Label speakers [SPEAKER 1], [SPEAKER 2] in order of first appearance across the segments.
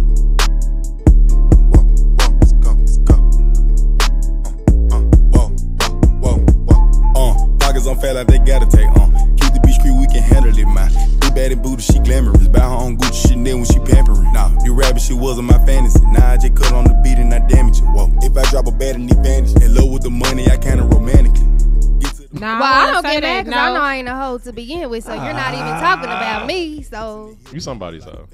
[SPEAKER 1] Uh, I'm Uh, fat like they gotta take on. Uh. Keep the beach crew, we can handle it, man. Big bad and booty, she glamorous. Buy her own Gucci, she then when she pampering. Nah, you rapping, she wasn't my fantasy. Nah, I just cut on the beat and I damage it. Whoa, if I drop a bad and it vanish. In love with the money, I kinda romantically. Get to the
[SPEAKER 2] Nah,
[SPEAKER 3] Well, I don't
[SPEAKER 2] wouldn't say
[SPEAKER 3] get mad
[SPEAKER 2] that,
[SPEAKER 3] because I
[SPEAKER 2] no.
[SPEAKER 3] know I ain't a hoe to begin with, so you're not even talking about me. So
[SPEAKER 4] You somebody's hoe.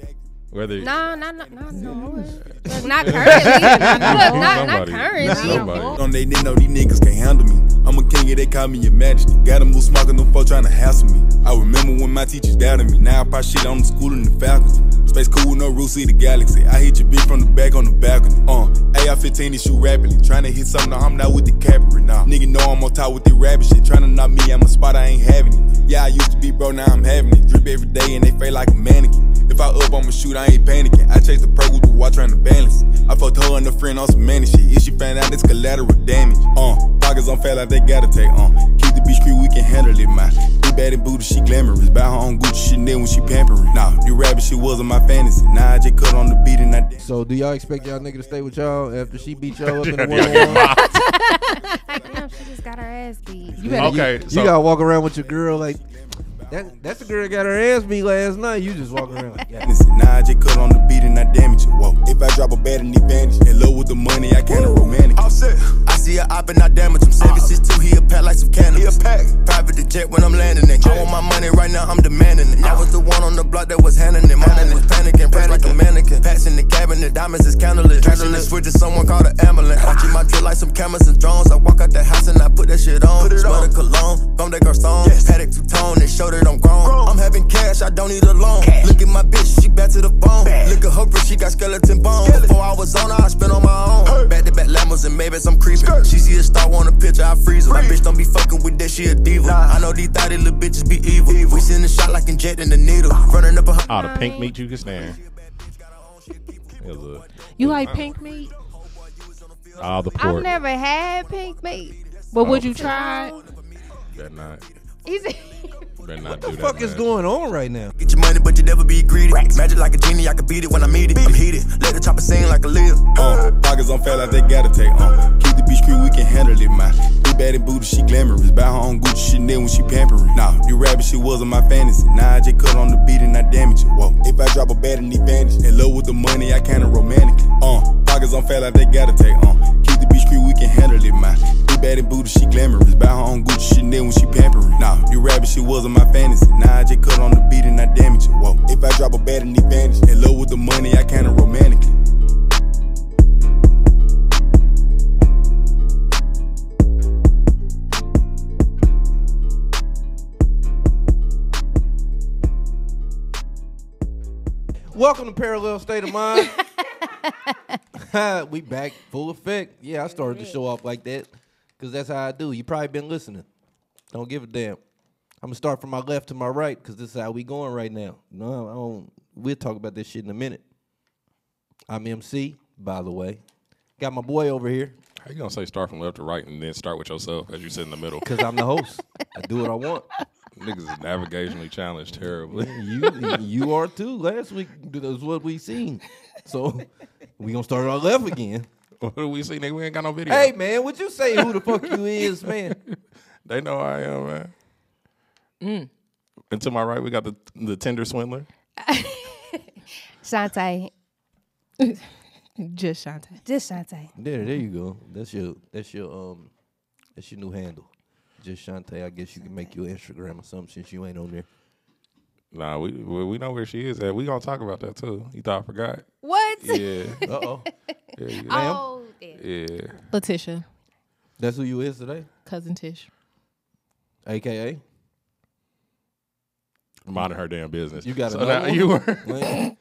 [SPEAKER 4] Whether
[SPEAKER 3] no, no, no, no, no. Look, not currently. Look, not not
[SPEAKER 4] Somebody.
[SPEAKER 3] currently.
[SPEAKER 4] Somebody.
[SPEAKER 1] on they know these niggas can't handle me. I'm a king, yeah, they call me your majesty. Got a move smoking, them folk tryna hassle me. I remember when my teachers doubted me. Now I pop shit on the school and the faculty. Space cool with no rules, see the galaxy. I hit your bitch from the back on the balcony. Uh, AR 15 and shoot rapidly. Tryna hit something, no, I'm not with the capper now. Nigga know I'm on top with the rabbit shit. Tryna knock me out my spot, I ain't having it. Yeah, I used to be bro, now I'm having it. Drip every day and they fade like a mannequin. If I up, I'ma shoot, I ain't panicking. I chase the perk with the watch trying to balance. it. I fucked her and a friend on some manic shit. If she find out, it's collateral damage. Uh, pockets on fat like they gotta take. Uh, keep the beach crew, we can handle it, man. Big bad and booty, she glamorous. Buy her own Gucci, she then when she pampering. Nah, you rabbit, she wasn't my fantasy. Nah, I just cut on the beat and I dance.
[SPEAKER 5] So do y'all expect y'all nigga to stay with y'all after she beat y'all up in the one
[SPEAKER 3] Like, damn, she just got her ass beat.
[SPEAKER 5] You gotta-
[SPEAKER 4] Okay,
[SPEAKER 5] you,
[SPEAKER 4] so-
[SPEAKER 5] you gotta walk around with your girl like that. That's the girl that got her ass beat last night. You just walk around like yeah.
[SPEAKER 1] Nah, I just cut on the beat and I damage it. Whoa. If I drop a bad and it vanish, in love with the money, I can't romantic.
[SPEAKER 6] All set. I see a op and I damage him. Seven six two, he a pack like some cannabis. He a pack. Private the jet when I'm landing it. I want my money right now, I'm demanding it. I was the one on the block that was handing it. Mine was panicking, pressed like a mannequin. Packs in the cabinet, diamonds is candlelit. Catalyst switch to someone called an ambulance. Watching my drip like some cameras and drones. I walk out the house and I put that shit on. Smell the cologne, from the garçon. Paddock two tone, it show that I'm grown. I'm having cash, I don't need a loan. Look at my bitch, she back to the bone. Look at her wrist, she got skeleton bones. Before I was on her, I spent on my own. Back to back Lambos and maybe I'm creeping. She see a star on a picture, I freeze her. My bitch don't be fucking with that, she a diva. I know these thotty little bitches be evil. Ah. We send a shot like injecting the needle. Running up a hun-
[SPEAKER 4] out of pink meat you can stand. It was
[SPEAKER 2] You like pink meat?
[SPEAKER 4] a, all the
[SPEAKER 3] I've
[SPEAKER 4] pork
[SPEAKER 3] never had pink meat.
[SPEAKER 2] But
[SPEAKER 5] Oh.
[SPEAKER 2] would you try? it?
[SPEAKER 4] better not
[SPEAKER 3] He's
[SPEAKER 4] better not
[SPEAKER 5] What
[SPEAKER 4] do
[SPEAKER 5] the
[SPEAKER 4] that.
[SPEAKER 5] fuck is
[SPEAKER 4] man.
[SPEAKER 5] going on right now?
[SPEAKER 6] Get your money, but you never be greedy. Magic like a genie, I can beat it when I meet it. I'm heated. Let the chopper sing like a leader.
[SPEAKER 1] Uh, pockets on fat like they gotta take. Uh, keep the beach crew, we can handle it, man. Big bad and booty, she glamorous. Buy her own Gucci, she then when she pampering. Nah, you rapping, she wasn't my fantasy. Nah, I just cut on the beat and I damage it. Whoa, if I drop a bad and it vanish. In love with the money, I kinda romantic. Uh, pockets on fat like they gotta take. Uh, keep the beach crew, we can handle it, man. Big bad and booty, she glamorous. Buy her own Gucci, she then when she pampering. Nah, you rapping, she wasn't my fantasy. Nah, I just cut on the beat and I damage it. Whoa, if I drop a bad and it vanish. In love with the money, I kinda romantic.
[SPEAKER 5] Welcome to Parallel State of Mind. we back full effect. Yeah, I started the show off like that because that's how I do. You probably been listening. Don't give a damn. I'm gonna start from my left to my right because this is how we going right now. No, I don't. We'll talk about this shit in a minute. I'm MC, by the way. Got my boy over here
[SPEAKER 4] How you gonna say start from left to right and then start with yourself as you sit in the middle?
[SPEAKER 5] because I'm the host. I do what I want.
[SPEAKER 4] Niggas is navigationally challenged terribly.
[SPEAKER 5] You you are too. Last week that's what we seen. So we gonna start our left again.
[SPEAKER 4] what do we see, nigga? We ain't got no video.
[SPEAKER 5] Hey man, would you say who the fuck you is, man?
[SPEAKER 4] They know who I am, man.
[SPEAKER 3] Mm.
[SPEAKER 4] And to my right, we got the the Tinder swindler.
[SPEAKER 3] Shantae.
[SPEAKER 2] Just Shantae.
[SPEAKER 3] Just Shantae.
[SPEAKER 5] There, there you go. That's your that's your um that's your new handle. Just Shantae, I guess you can make your Instagram or something since you ain't on there.
[SPEAKER 4] Nah, we we we know where she is at. We gonna talk about that too. You thought I forgot?
[SPEAKER 3] What?
[SPEAKER 4] Yeah,
[SPEAKER 5] Uh oh.
[SPEAKER 4] yeah, yeah.
[SPEAKER 3] Oh, damn.
[SPEAKER 4] yeah.
[SPEAKER 2] Letitia.
[SPEAKER 5] That's who you is today?
[SPEAKER 2] Cousin Tish.
[SPEAKER 5] AKA?
[SPEAKER 4] Minding her damn business.
[SPEAKER 5] You got
[SPEAKER 4] so
[SPEAKER 5] another
[SPEAKER 4] now
[SPEAKER 5] one?
[SPEAKER 4] you were.
[SPEAKER 5] Wait,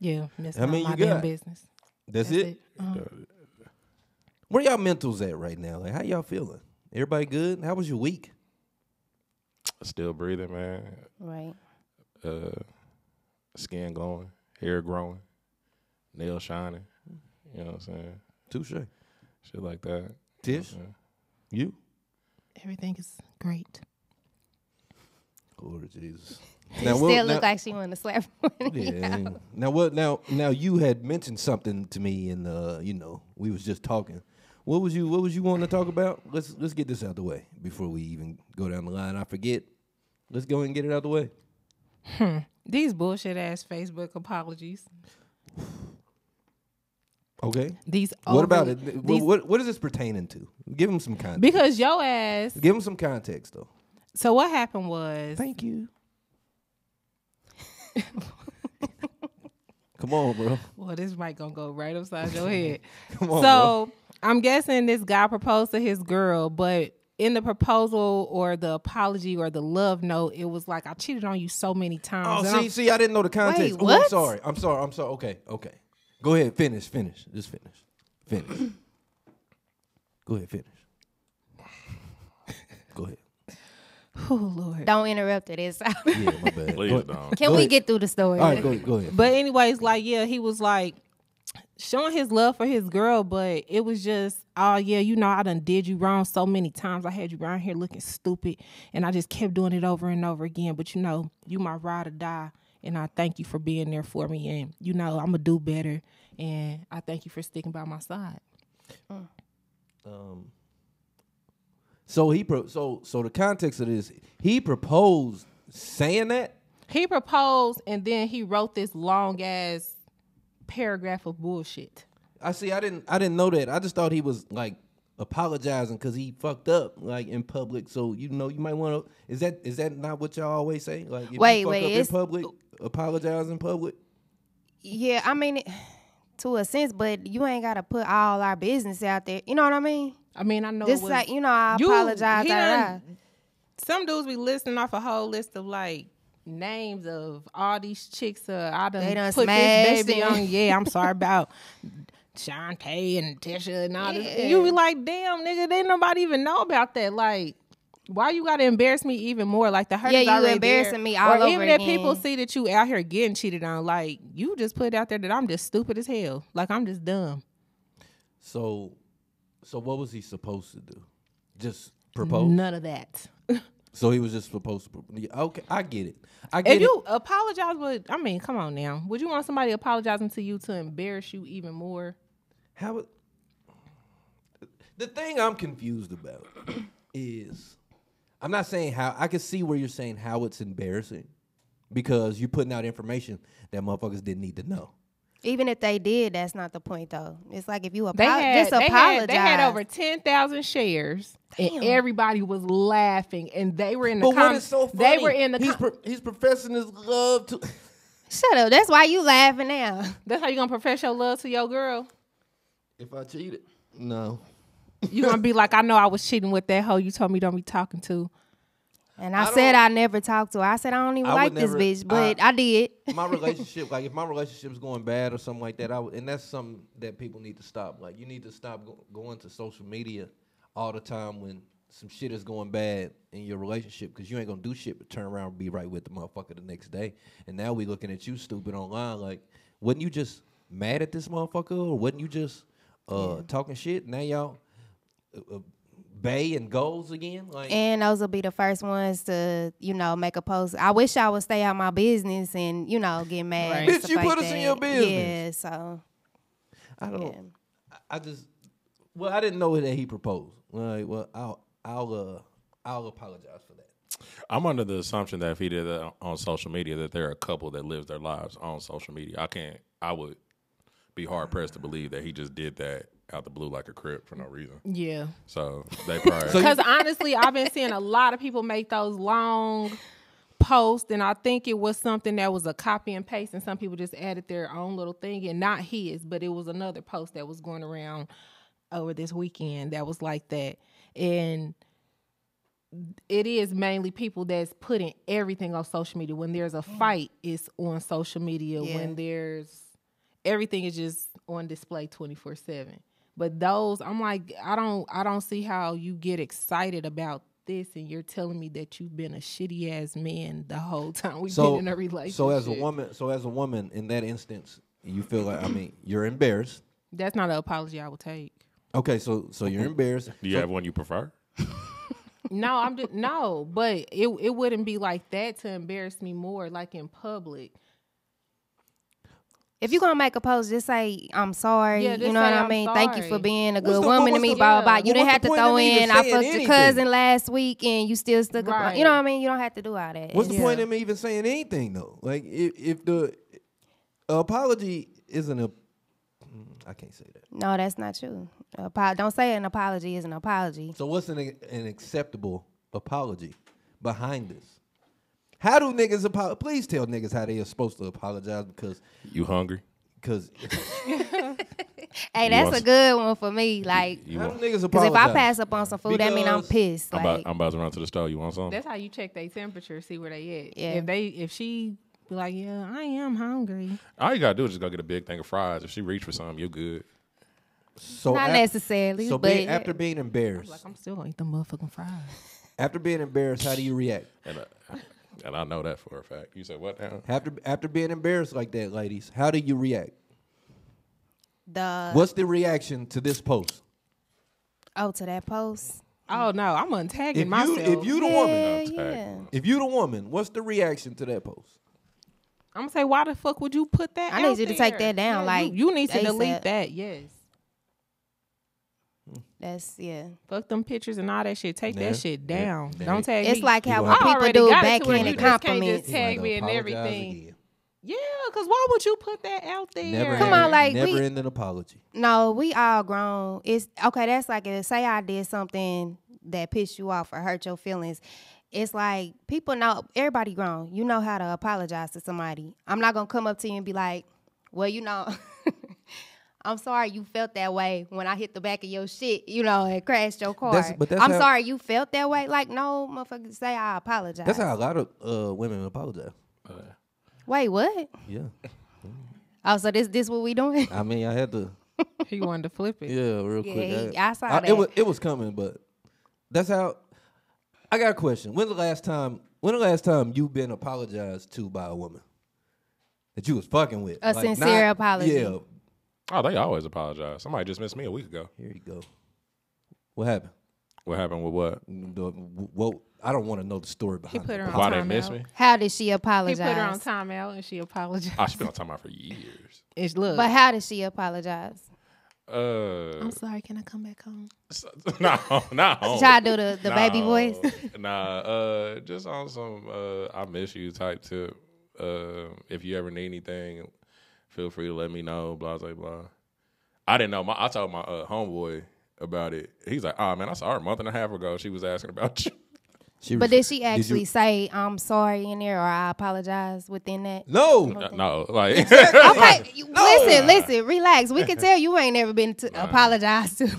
[SPEAKER 2] Yeah. That's
[SPEAKER 5] How
[SPEAKER 2] not
[SPEAKER 5] many you
[SPEAKER 2] my damn
[SPEAKER 5] got?
[SPEAKER 2] business.
[SPEAKER 5] that's
[SPEAKER 2] That's Um,
[SPEAKER 5] it? Where y'all mentals at right now? Like how y'all feeling? Everybody good? How was your week?
[SPEAKER 4] Still breathing, man.
[SPEAKER 3] Right.
[SPEAKER 4] uh, skin glowing, hair growing, nail shining. You know what I'm saying?
[SPEAKER 5] Touche.
[SPEAKER 4] Shit like that.
[SPEAKER 5] Tish? You?
[SPEAKER 2] Everything is great.
[SPEAKER 5] Lord Jesus.
[SPEAKER 3] She
[SPEAKER 5] what-
[SPEAKER 3] still
[SPEAKER 5] now-
[SPEAKER 3] look like she want to slap one.
[SPEAKER 5] Yeah. Now what? Now now you had mentioned something to me, and uh, you know we was just talking. What was you What was you wanting to talk about? Let's let's get this out the way before we even go down the line. I forget. Let's go ahead and get it out the way.
[SPEAKER 2] These bullshit ass Facebook apologies.
[SPEAKER 5] Okay.
[SPEAKER 2] These
[SPEAKER 5] What about
[SPEAKER 2] overly-
[SPEAKER 5] it? Th-
[SPEAKER 2] these-
[SPEAKER 5] what What is this pertaining to? Give them some context.
[SPEAKER 2] Because yo ass.
[SPEAKER 5] Give them some context though.
[SPEAKER 2] So what happened was
[SPEAKER 5] Thank you. Come on, bro.
[SPEAKER 2] Well, this mic gonna go right upside your head.
[SPEAKER 5] on,
[SPEAKER 2] so I'm guessing this guy proposed to his girl, but in the proposal or the apology or the love note, it was like I cheated on you so many times.
[SPEAKER 5] Oh,
[SPEAKER 2] And
[SPEAKER 5] see,
[SPEAKER 2] I'm-
[SPEAKER 5] see, I didn't know the context.
[SPEAKER 2] Wait,
[SPEAKER 5] Ooh, I'm
[SPEAKER 2] what?
[SPEAKER 5] sorry. I'm sorry. I'm sorry. Okay, okay. Go ahead. Finish. Finish. Just finish. Finish. Go ahead. Finish. Go ahead.
[SPEAKER 2] oh Lord.
[SPEAKER 3] Don't interrupt it. It's
[SPEAKER 5] Yeah, my bad. Go
[SPEAKER 4] Please
[SPEAKER 5] ahead.
[SPEAKER 4] don't.
[SPEAKER 3] Can
[SPEAKER 5] Go
[SPEAKER 3] we
[SPEAKER 5] ahead.
[SPEAKER 3] get through the story?
[SPEAKER 5] All right, go ahead. Go ahead.
[SPEAKER 2] But anyways, like yeah, he was like showing his love for his girl, but it was just, oh yeah, you know, I done did you wrong so many times. I had you around here looking stupid, and I just kept doing it over and over again. But you know, you my ride or die, and I thank you for being there for me. And you know, I'm gonna do better, and I thank you for sticking by my side.
[SPEAKER 5] Um, so he pro- so so the context of this, he proposed saying that.
[SPEAKER 2] He proposed, and then he wrote this long ass paragraph of bullshit.
[SPEAKER 5] I see. I didn't. I didn't know that. I just thought he was like apologizing because he fucked up like in public. So you know, you might want to. Is that is that not what y'all always say? Like, if
[SPEAKER 3] Wait,
[SPEAKER 5] you fuck
[SPEAKER 3] wait,
[SPEAKER 5] up in
[SPEAKER 3] it's-
[SPEAKER 5] public, apologize in public.
[SPEAKER 3] Yeah, I mean, it, to a sense, but you ain't gotta put all our business out there. You know what I mean?
[SPEAKER 2] I mean, I know
[SPEAKER 3] Just
[SPEAKER 2] it was,
[SPEAKER 3] like you know, I
[SPEAKER 2] Oh, You-
[SPEAKER 3] apologize.
[SPEAKER 2] he
[SPEAKER 3] da, da,
[SPEAKER 2] done- some dudes be listing off a whole list of like names of all these chicks. Uh, I done,
[SPEAKER 3] They done
[SPEAKER 2] put this
[SPEAKER 3] smashed
[SPEAKER 2] baby
[SPEAKER 3] and-
[SPEAKER 2] on. Yeah, I'm sorry about Shantae and Tisha and all this. And you be like, damn, nigga, didn't nobody even know about that. Like. Why you gotta embarrass me even more? Like the hurt
[SPEAKER 3] Yeah,
[SPEAKER 2] is
[SPEAKER 3] you
[SPEAKER 2] already
[SPEAKER 3] embarrassing
[SPEAKER 2] there.
[SPEAKER 3] me
[SPEAKER 2] Or
[SPEAKER 3] all
[SPEAKER 2] even
[SPEAKER 3] over
[SPEAKER 2] if
[SPEAKER 3] again.
[SPEAKER 2] people see that you out here getting cheated on, like you just put out there that I'm just stupid as hell. Like I'm just dumb.
[SPEAKER 5] So, so what was he supposed to do? Just propose.
[SPEAKER 2] None of that.
[SPEAKER 5] So he was just supposed to. Propose. Yeah, Okay, I get it. I get
[SPEAKER 2] If
[SPEAKER 5] it.
[SPEAKER 2] you apologize, but I mean, come on now. Would you want somebody apologizing to you to embarrass you even more?
[SPEAKER 5] How? it- The thing I'm confused about is, I'm not saying how. I can see where you're saying how it's embarrassing, because you're putting out information that motherfuckers didn't need to know.
[SPEAKER 3] da. Even if they did, that's not the point though. It's like if you
[SPEAKER 2] They
[SPEAKER 3] apologize,
[SPEAKER 2] had
[SPEAKER 3] just
[SPEAKER 2] they
[SPEAKER 3] apologize.
[SPEAKER 2] had they had over ten thousand shares, and everybody was laughing, and they were in the
[SPEAKER 5] But what
[SPEAKER 2] com-
[SPEAKER 5] is so funny?
[SPEAKER 2] they were in the
[SPEAKER 5] he's,
[SPEAKER 2] com-
[SPEAKER 5] pro- he's professing his love to.
[SPEAKER 3] Shut up. That's why you laughing now.
[SPEAKER 2] that's how you gonna profess your love to your girl.
[SPEAKER 5] if I cheated, no.
[SPEAKER 2] You gonna be like, I know I was cheating with that hoe you told me don't be talking to.
[SPEAKER 3] And I, said I never talked to her. I said I don't even
[SPEAKER 5] I would
[SPEAKER 3] like this
[SPEAKER 5] never-
[SPEAKER 3] bitch, but
[SPEAKER 5] I-
[SPEAKER 3] I, did.
[SPEAKER 5] my relationship, like if my relationship's going bad or something like that, I would, and that's something that people need to stop. Like you need to stop go- going to social media all the time when some shit is going bad in your relationship because you ain't gonna do shit but turn around and be right with the motherfucker the next day. And now we looking at you stupid online. Like, wasn't you just mad at this motherfucker or wasn't you just uh, talking shit? Now y'all uh, uh, bay and goals again. Like,
[SPEAKER 3] And those will be the first ones to, you know, make a post. I wish I would stay out my business and, you know, get mad. and
[SPEAKER 5] Bitch,
[SPEAKER 3] stuff
[SPEAKER 5] you
[SPEAKER 3] like
[SPEAKER 5] put us in
[SPEAKER 3] that.
[SPEAKER 5] your business.
[SPEAKER 3] Yeah, so
[SPEAKER 5] I don't. I- I just. Well, I didn't know that he proposed. Like, well, I'll, I'll, uh, I'll apologize for that.
[SPEAKER 4] I'm under the assumption that if he did that on social media, that they're a couple that lives their lives on social media. I can't. I would be hard pressed to believe that he just did that out the blue like a crip for no reason.
[SPEAKER 2] Yeah,
[SPEAKER 4] So they probably.
[SPEAKER 2] because honestly, I've been seeing a lot of people make those long posts, and I think it was something that was a copy and paste, and some people just added their own little thing, and not his, but it was another post that was going around over this weekend that was like that, and it is mainly people that's putting everything on social media. When there's a fight, it's on social media. When there's everything is just on display 24/7. But those, I'm like, I don't I don't see how you get excited about this and you're telling me that you've been a shitty ass man the whole time we've
[SPEAKER 5] So,
[SPEAKER 2] been in a relationship.
[SPEAKER 5] so as a woman, so as a woman in that instance, you feel like I mean, you're embarrassed.
[SPEAKER 2] that's not an apology I would take.
[SPEAKER 5] Okay, so so you're embarrassed.
[SPEAKER 4] do you have one you prefer?
[SPEAKER 2] No, I'm just no, but it it wouldn't be like that to embarrass me more like in public.
[SPEAKER 3] If you gonna make a post, just say I'm sorry.
[SPEAKER 2] Yeah, just
[SPEAKER 3] you know what
[SPEAKER 2] say,
[SPEAKER 3] I
[SPEAKER 2] "I'm
[SPEAKER 3] mean. Thank you for
[SPEAKER 2] sorry."
[SPEAKER 3] being a
[SPEAKER 5] What's
[SPEAKER 3] good
[SPEAKER 5] the-
[SPEAKER 3] woman to
[SPEAKER 5] what's
[SPEAKER 3] me.
[SPEAKER 5] the-
[SPEAKER 3] Blah blah. blah.
[SPEAKER 5] yeah,
[SPEAKER 3] You didn't
[SPEAKER 5] what's
[SPEAKER 3] have
[SPEAKER 5] the
[SPEAKER 3] to
[SPEAKER 5] point
[SPEAKER 3] throw
[SPEAKER 5] of even
[SPEAKER 3] in. I
[SPEAKER 5] saying
[SPEAKER 3] fucked
[SPEAKER 5] anything?
[SPEAKER 3] your cousin last week, and you still stuck. Right.
[SPEAKER 2] Right.
[SPEAKER 3] You know what I mean. You don't have to do all that.
[SPEAKER 5] What's the
[SPEAKER 3] It's-
[SPEAKER 5] point of me even saying anything though? Like if if the apology isn't a, mm, I can't say that.
[SPEAKER 3] No, that's not true. Apo- don't say an apology is an apology.
[SPEAKER 5] So what's an an acceptable apology behind this? How do niggas apologize? Please tell niggas how they are supposed to apologize because
[SPEAKER 4] You hungry?
[SPEAKER 5] because
[SPEAKER 3] Hey, that's
[SPEAKER 4] want-
[SPEAKER 3] a good one for me. Like,
[SPEAKER 4] You
[SPEAKER 5] how
[SPEAKER 4] want,
[SPEAKER 5] do niggas
[SPEAKER 3] because
[SPEAKER 5] apologize?
[SPEAKER 3] if I pass up on some food, that mean I'm
[SPEAKER 5] Because-
[SPEAKER 3] pissed.
[SPEAKER 4] I'm,
[SPEAKER 3] Like,
[SPEAKER 4] about, I'm about to run to the store. You want something?
[SPEAKER 2] That's how you check their temperature, see where they at.
[SPEAKER 3] Yeah.
[SPEAKER 2] If they if she be like, Yeah, I am hungry.
[SPEAKER 4] All you gotta do is just go get a big thing of fries. If she reach for something, you're good.
[SPEAKER 5] so
[SPEAKER 3] Not
[SPEAKER 5] af-
[SPEAKER 3] necessarily,
[SPEAKER 5] So
[SPEAKER 3] but-
[SPEAKER 5] being, after being embarrassed,
[SPEAKER 2] Like I'm still gonna eat the motherfucking fries.
[SPEAKER 5] after being embarrassed, how do you react?
[SPEAKER 4] And I, and I know that for a fact. You said what now?
[SPEAKER 5] After after being embarrassed like that, ladies, how do you react?
[SPEAKER 3] the
[SPEAKER 5] What's the reaction to this post?
[SPEAKER 3] oh to that post.
[SPEAKER 2] Oh no, I'm untagging
[SPEAKER 5] If
[SPEAKER 2] myself.
[SPEAKER 5] you if you the woman,
[SPEAKER 3] Hell yeah.
[SPEAKER 5] if you the woman, what's the reaction to that post?
[SPEAKER 2] I'm gonna say, why the fuck would you put that?
[SPEAKER 3] I need
[SPEAKER 2] out
[SPEAKER 3] you to take
[SPEAKER 2] there?
[SPEAKER 3] that down,
[SPEAKER 2] Yeah, you-
[SPEAKER 3] like,
[SPEAKER 2] you, need to delete
[SPEAKER 3] ASAP.
[SPEAKER 2] that. Yes,
[SPEAKER 3] That's yeah.
[SPEAKER 2] fuck them pictures and all that shit. Take
[SPEAKER 5] Yeah.
[SPEAKER 2] that shit down.
[SPEAKER 5] Yeah.
[SPEAKER 2] Don't tag me.
[SPEAKER 3] It's like how
[SPEAKER 5] You
[SPEAKER 3] when
[SPEAKER 5] gonna-
[SPEAKER 3] people
[SPEAKER 2] already
[SPEAKER 3] do
[SPEAKER 2] got it to where you
[SPEAKER 3] backhanded
[SPEAKER 2] just can't just
[SPEAKER 3] compliments.
[SPEAKER 2] tag- Tag
[SPEAKER 5] Might
[SPEAKER 2] me in
[SPEAKER 5] apologize
[SPEAKER 2] everything.
[SPEAKER 5] again.
[SPEAKER 2] yeah, cause why would you put that out there?
[SPEAKER 5] Never
[SPEAKER 3] Come on,
[SPEAKER 5] ending-
[SPEAKER 3] like,
[SPEAKER 5] never
[SPEAKER 3] we-
[SPEAKER 5] end an apology.
[SPEAKER 3] No, we all grown. It's okay. That's like if say I did something that pissed you off or hurt your feelings. It's like people know everybody grown. You know how to apologize to somebody. I'm not gonna come up to you and be like, "Well, you know, I'm sorry you felt that way when I hit the back of your shit, you know, and crashed your car.
[SPEAKER 5] That's- but that's
[SPEAKER 3] I'm
[SPEAKER 5] how-
[SPEAKER 3] sorry you felt that way. Like, no, motherfucker, say I apologize.
[SPEAKER 5] That's how a lot of uh, women apologize.
[SPEAKER 3] Wait, what?
[SPEAKER 5] Yeah,
[SPEAKER 3] Oh, so this this what we doing?
[SPEAKER 5] I mean, I had to.
[SPEAKER 2] He wanted to flip it.
[SPEAKER 5] Yeah, real
[SPEAKER 3] Yeah,
[SPEAKER 5] quick.
[SPEAKER 3] he- I saw
[SPEAKER 5] It
[SPEAKER 3] that.
[SPEAKER 5] was it was coming, but that's how. I got a question. When's the last time? When the last time you been apologized to by a woman that you was fucking with?
[SPEAKER 3] A sincere apology.
[SPEAKER 5] Yeah.
[SPEAKER 4] Oh, they always apologize. Somebody just missed me a week ago.
[SPEAKER 5] Here you go. What happened?
[SPEAKER 4] What happened with what?
[SPEAKER 5] The- Well, I don't want to know the story behind.
[SPEAKER 2] He put
[SPEAKER 5] it.
[SPEAKER 2] her on
[SPEAKER 4] Why they
[SPEAKER 2] timeout.
[SPEAKER 4] miss me?
[SPEAKER 3] How did she
[SPEAKER 2] He
[SPEAKER 3] apologize?
[SPEAKER 2] put her on timeout and she apologized.
[SPEAKER 4] I should been on time out for years.
[SPEAKER 2] And she- look,
[SPEAKER 3] But how did she apologize?
[SPEAKER 4] Uh,
[SPEAKER 2] I'm sorry. Can I come back home?
[SPEAKER 4] no, no.
[SPEAKER 5] Oh.
[SPEAKER 3] Did y'all do the, the baby voice?
[SPEAKER 4] Um, Nah, uh, just on some uh, I miss you type tip. Uh, if you ever need anything, feel free to let me know. Blah blah blah. I didn't know. My I told my uh, homeboy about it. He's like, "Ah, man, I saw her a month and a half ago. She was asking about you."
[SPEAKER 5] She
[SPEAKER 3] But did
[SPEAKER 5] was-
[SPEAKER 3] she actually say I'm sorry in there or I apologize within that?
[SPEAKER 5] No.
[SPEAKER 4] Uh, no, like
[SPEAKER 3] Okay, you- listen, listen, relax. We can tell you ain't never been to apologized to.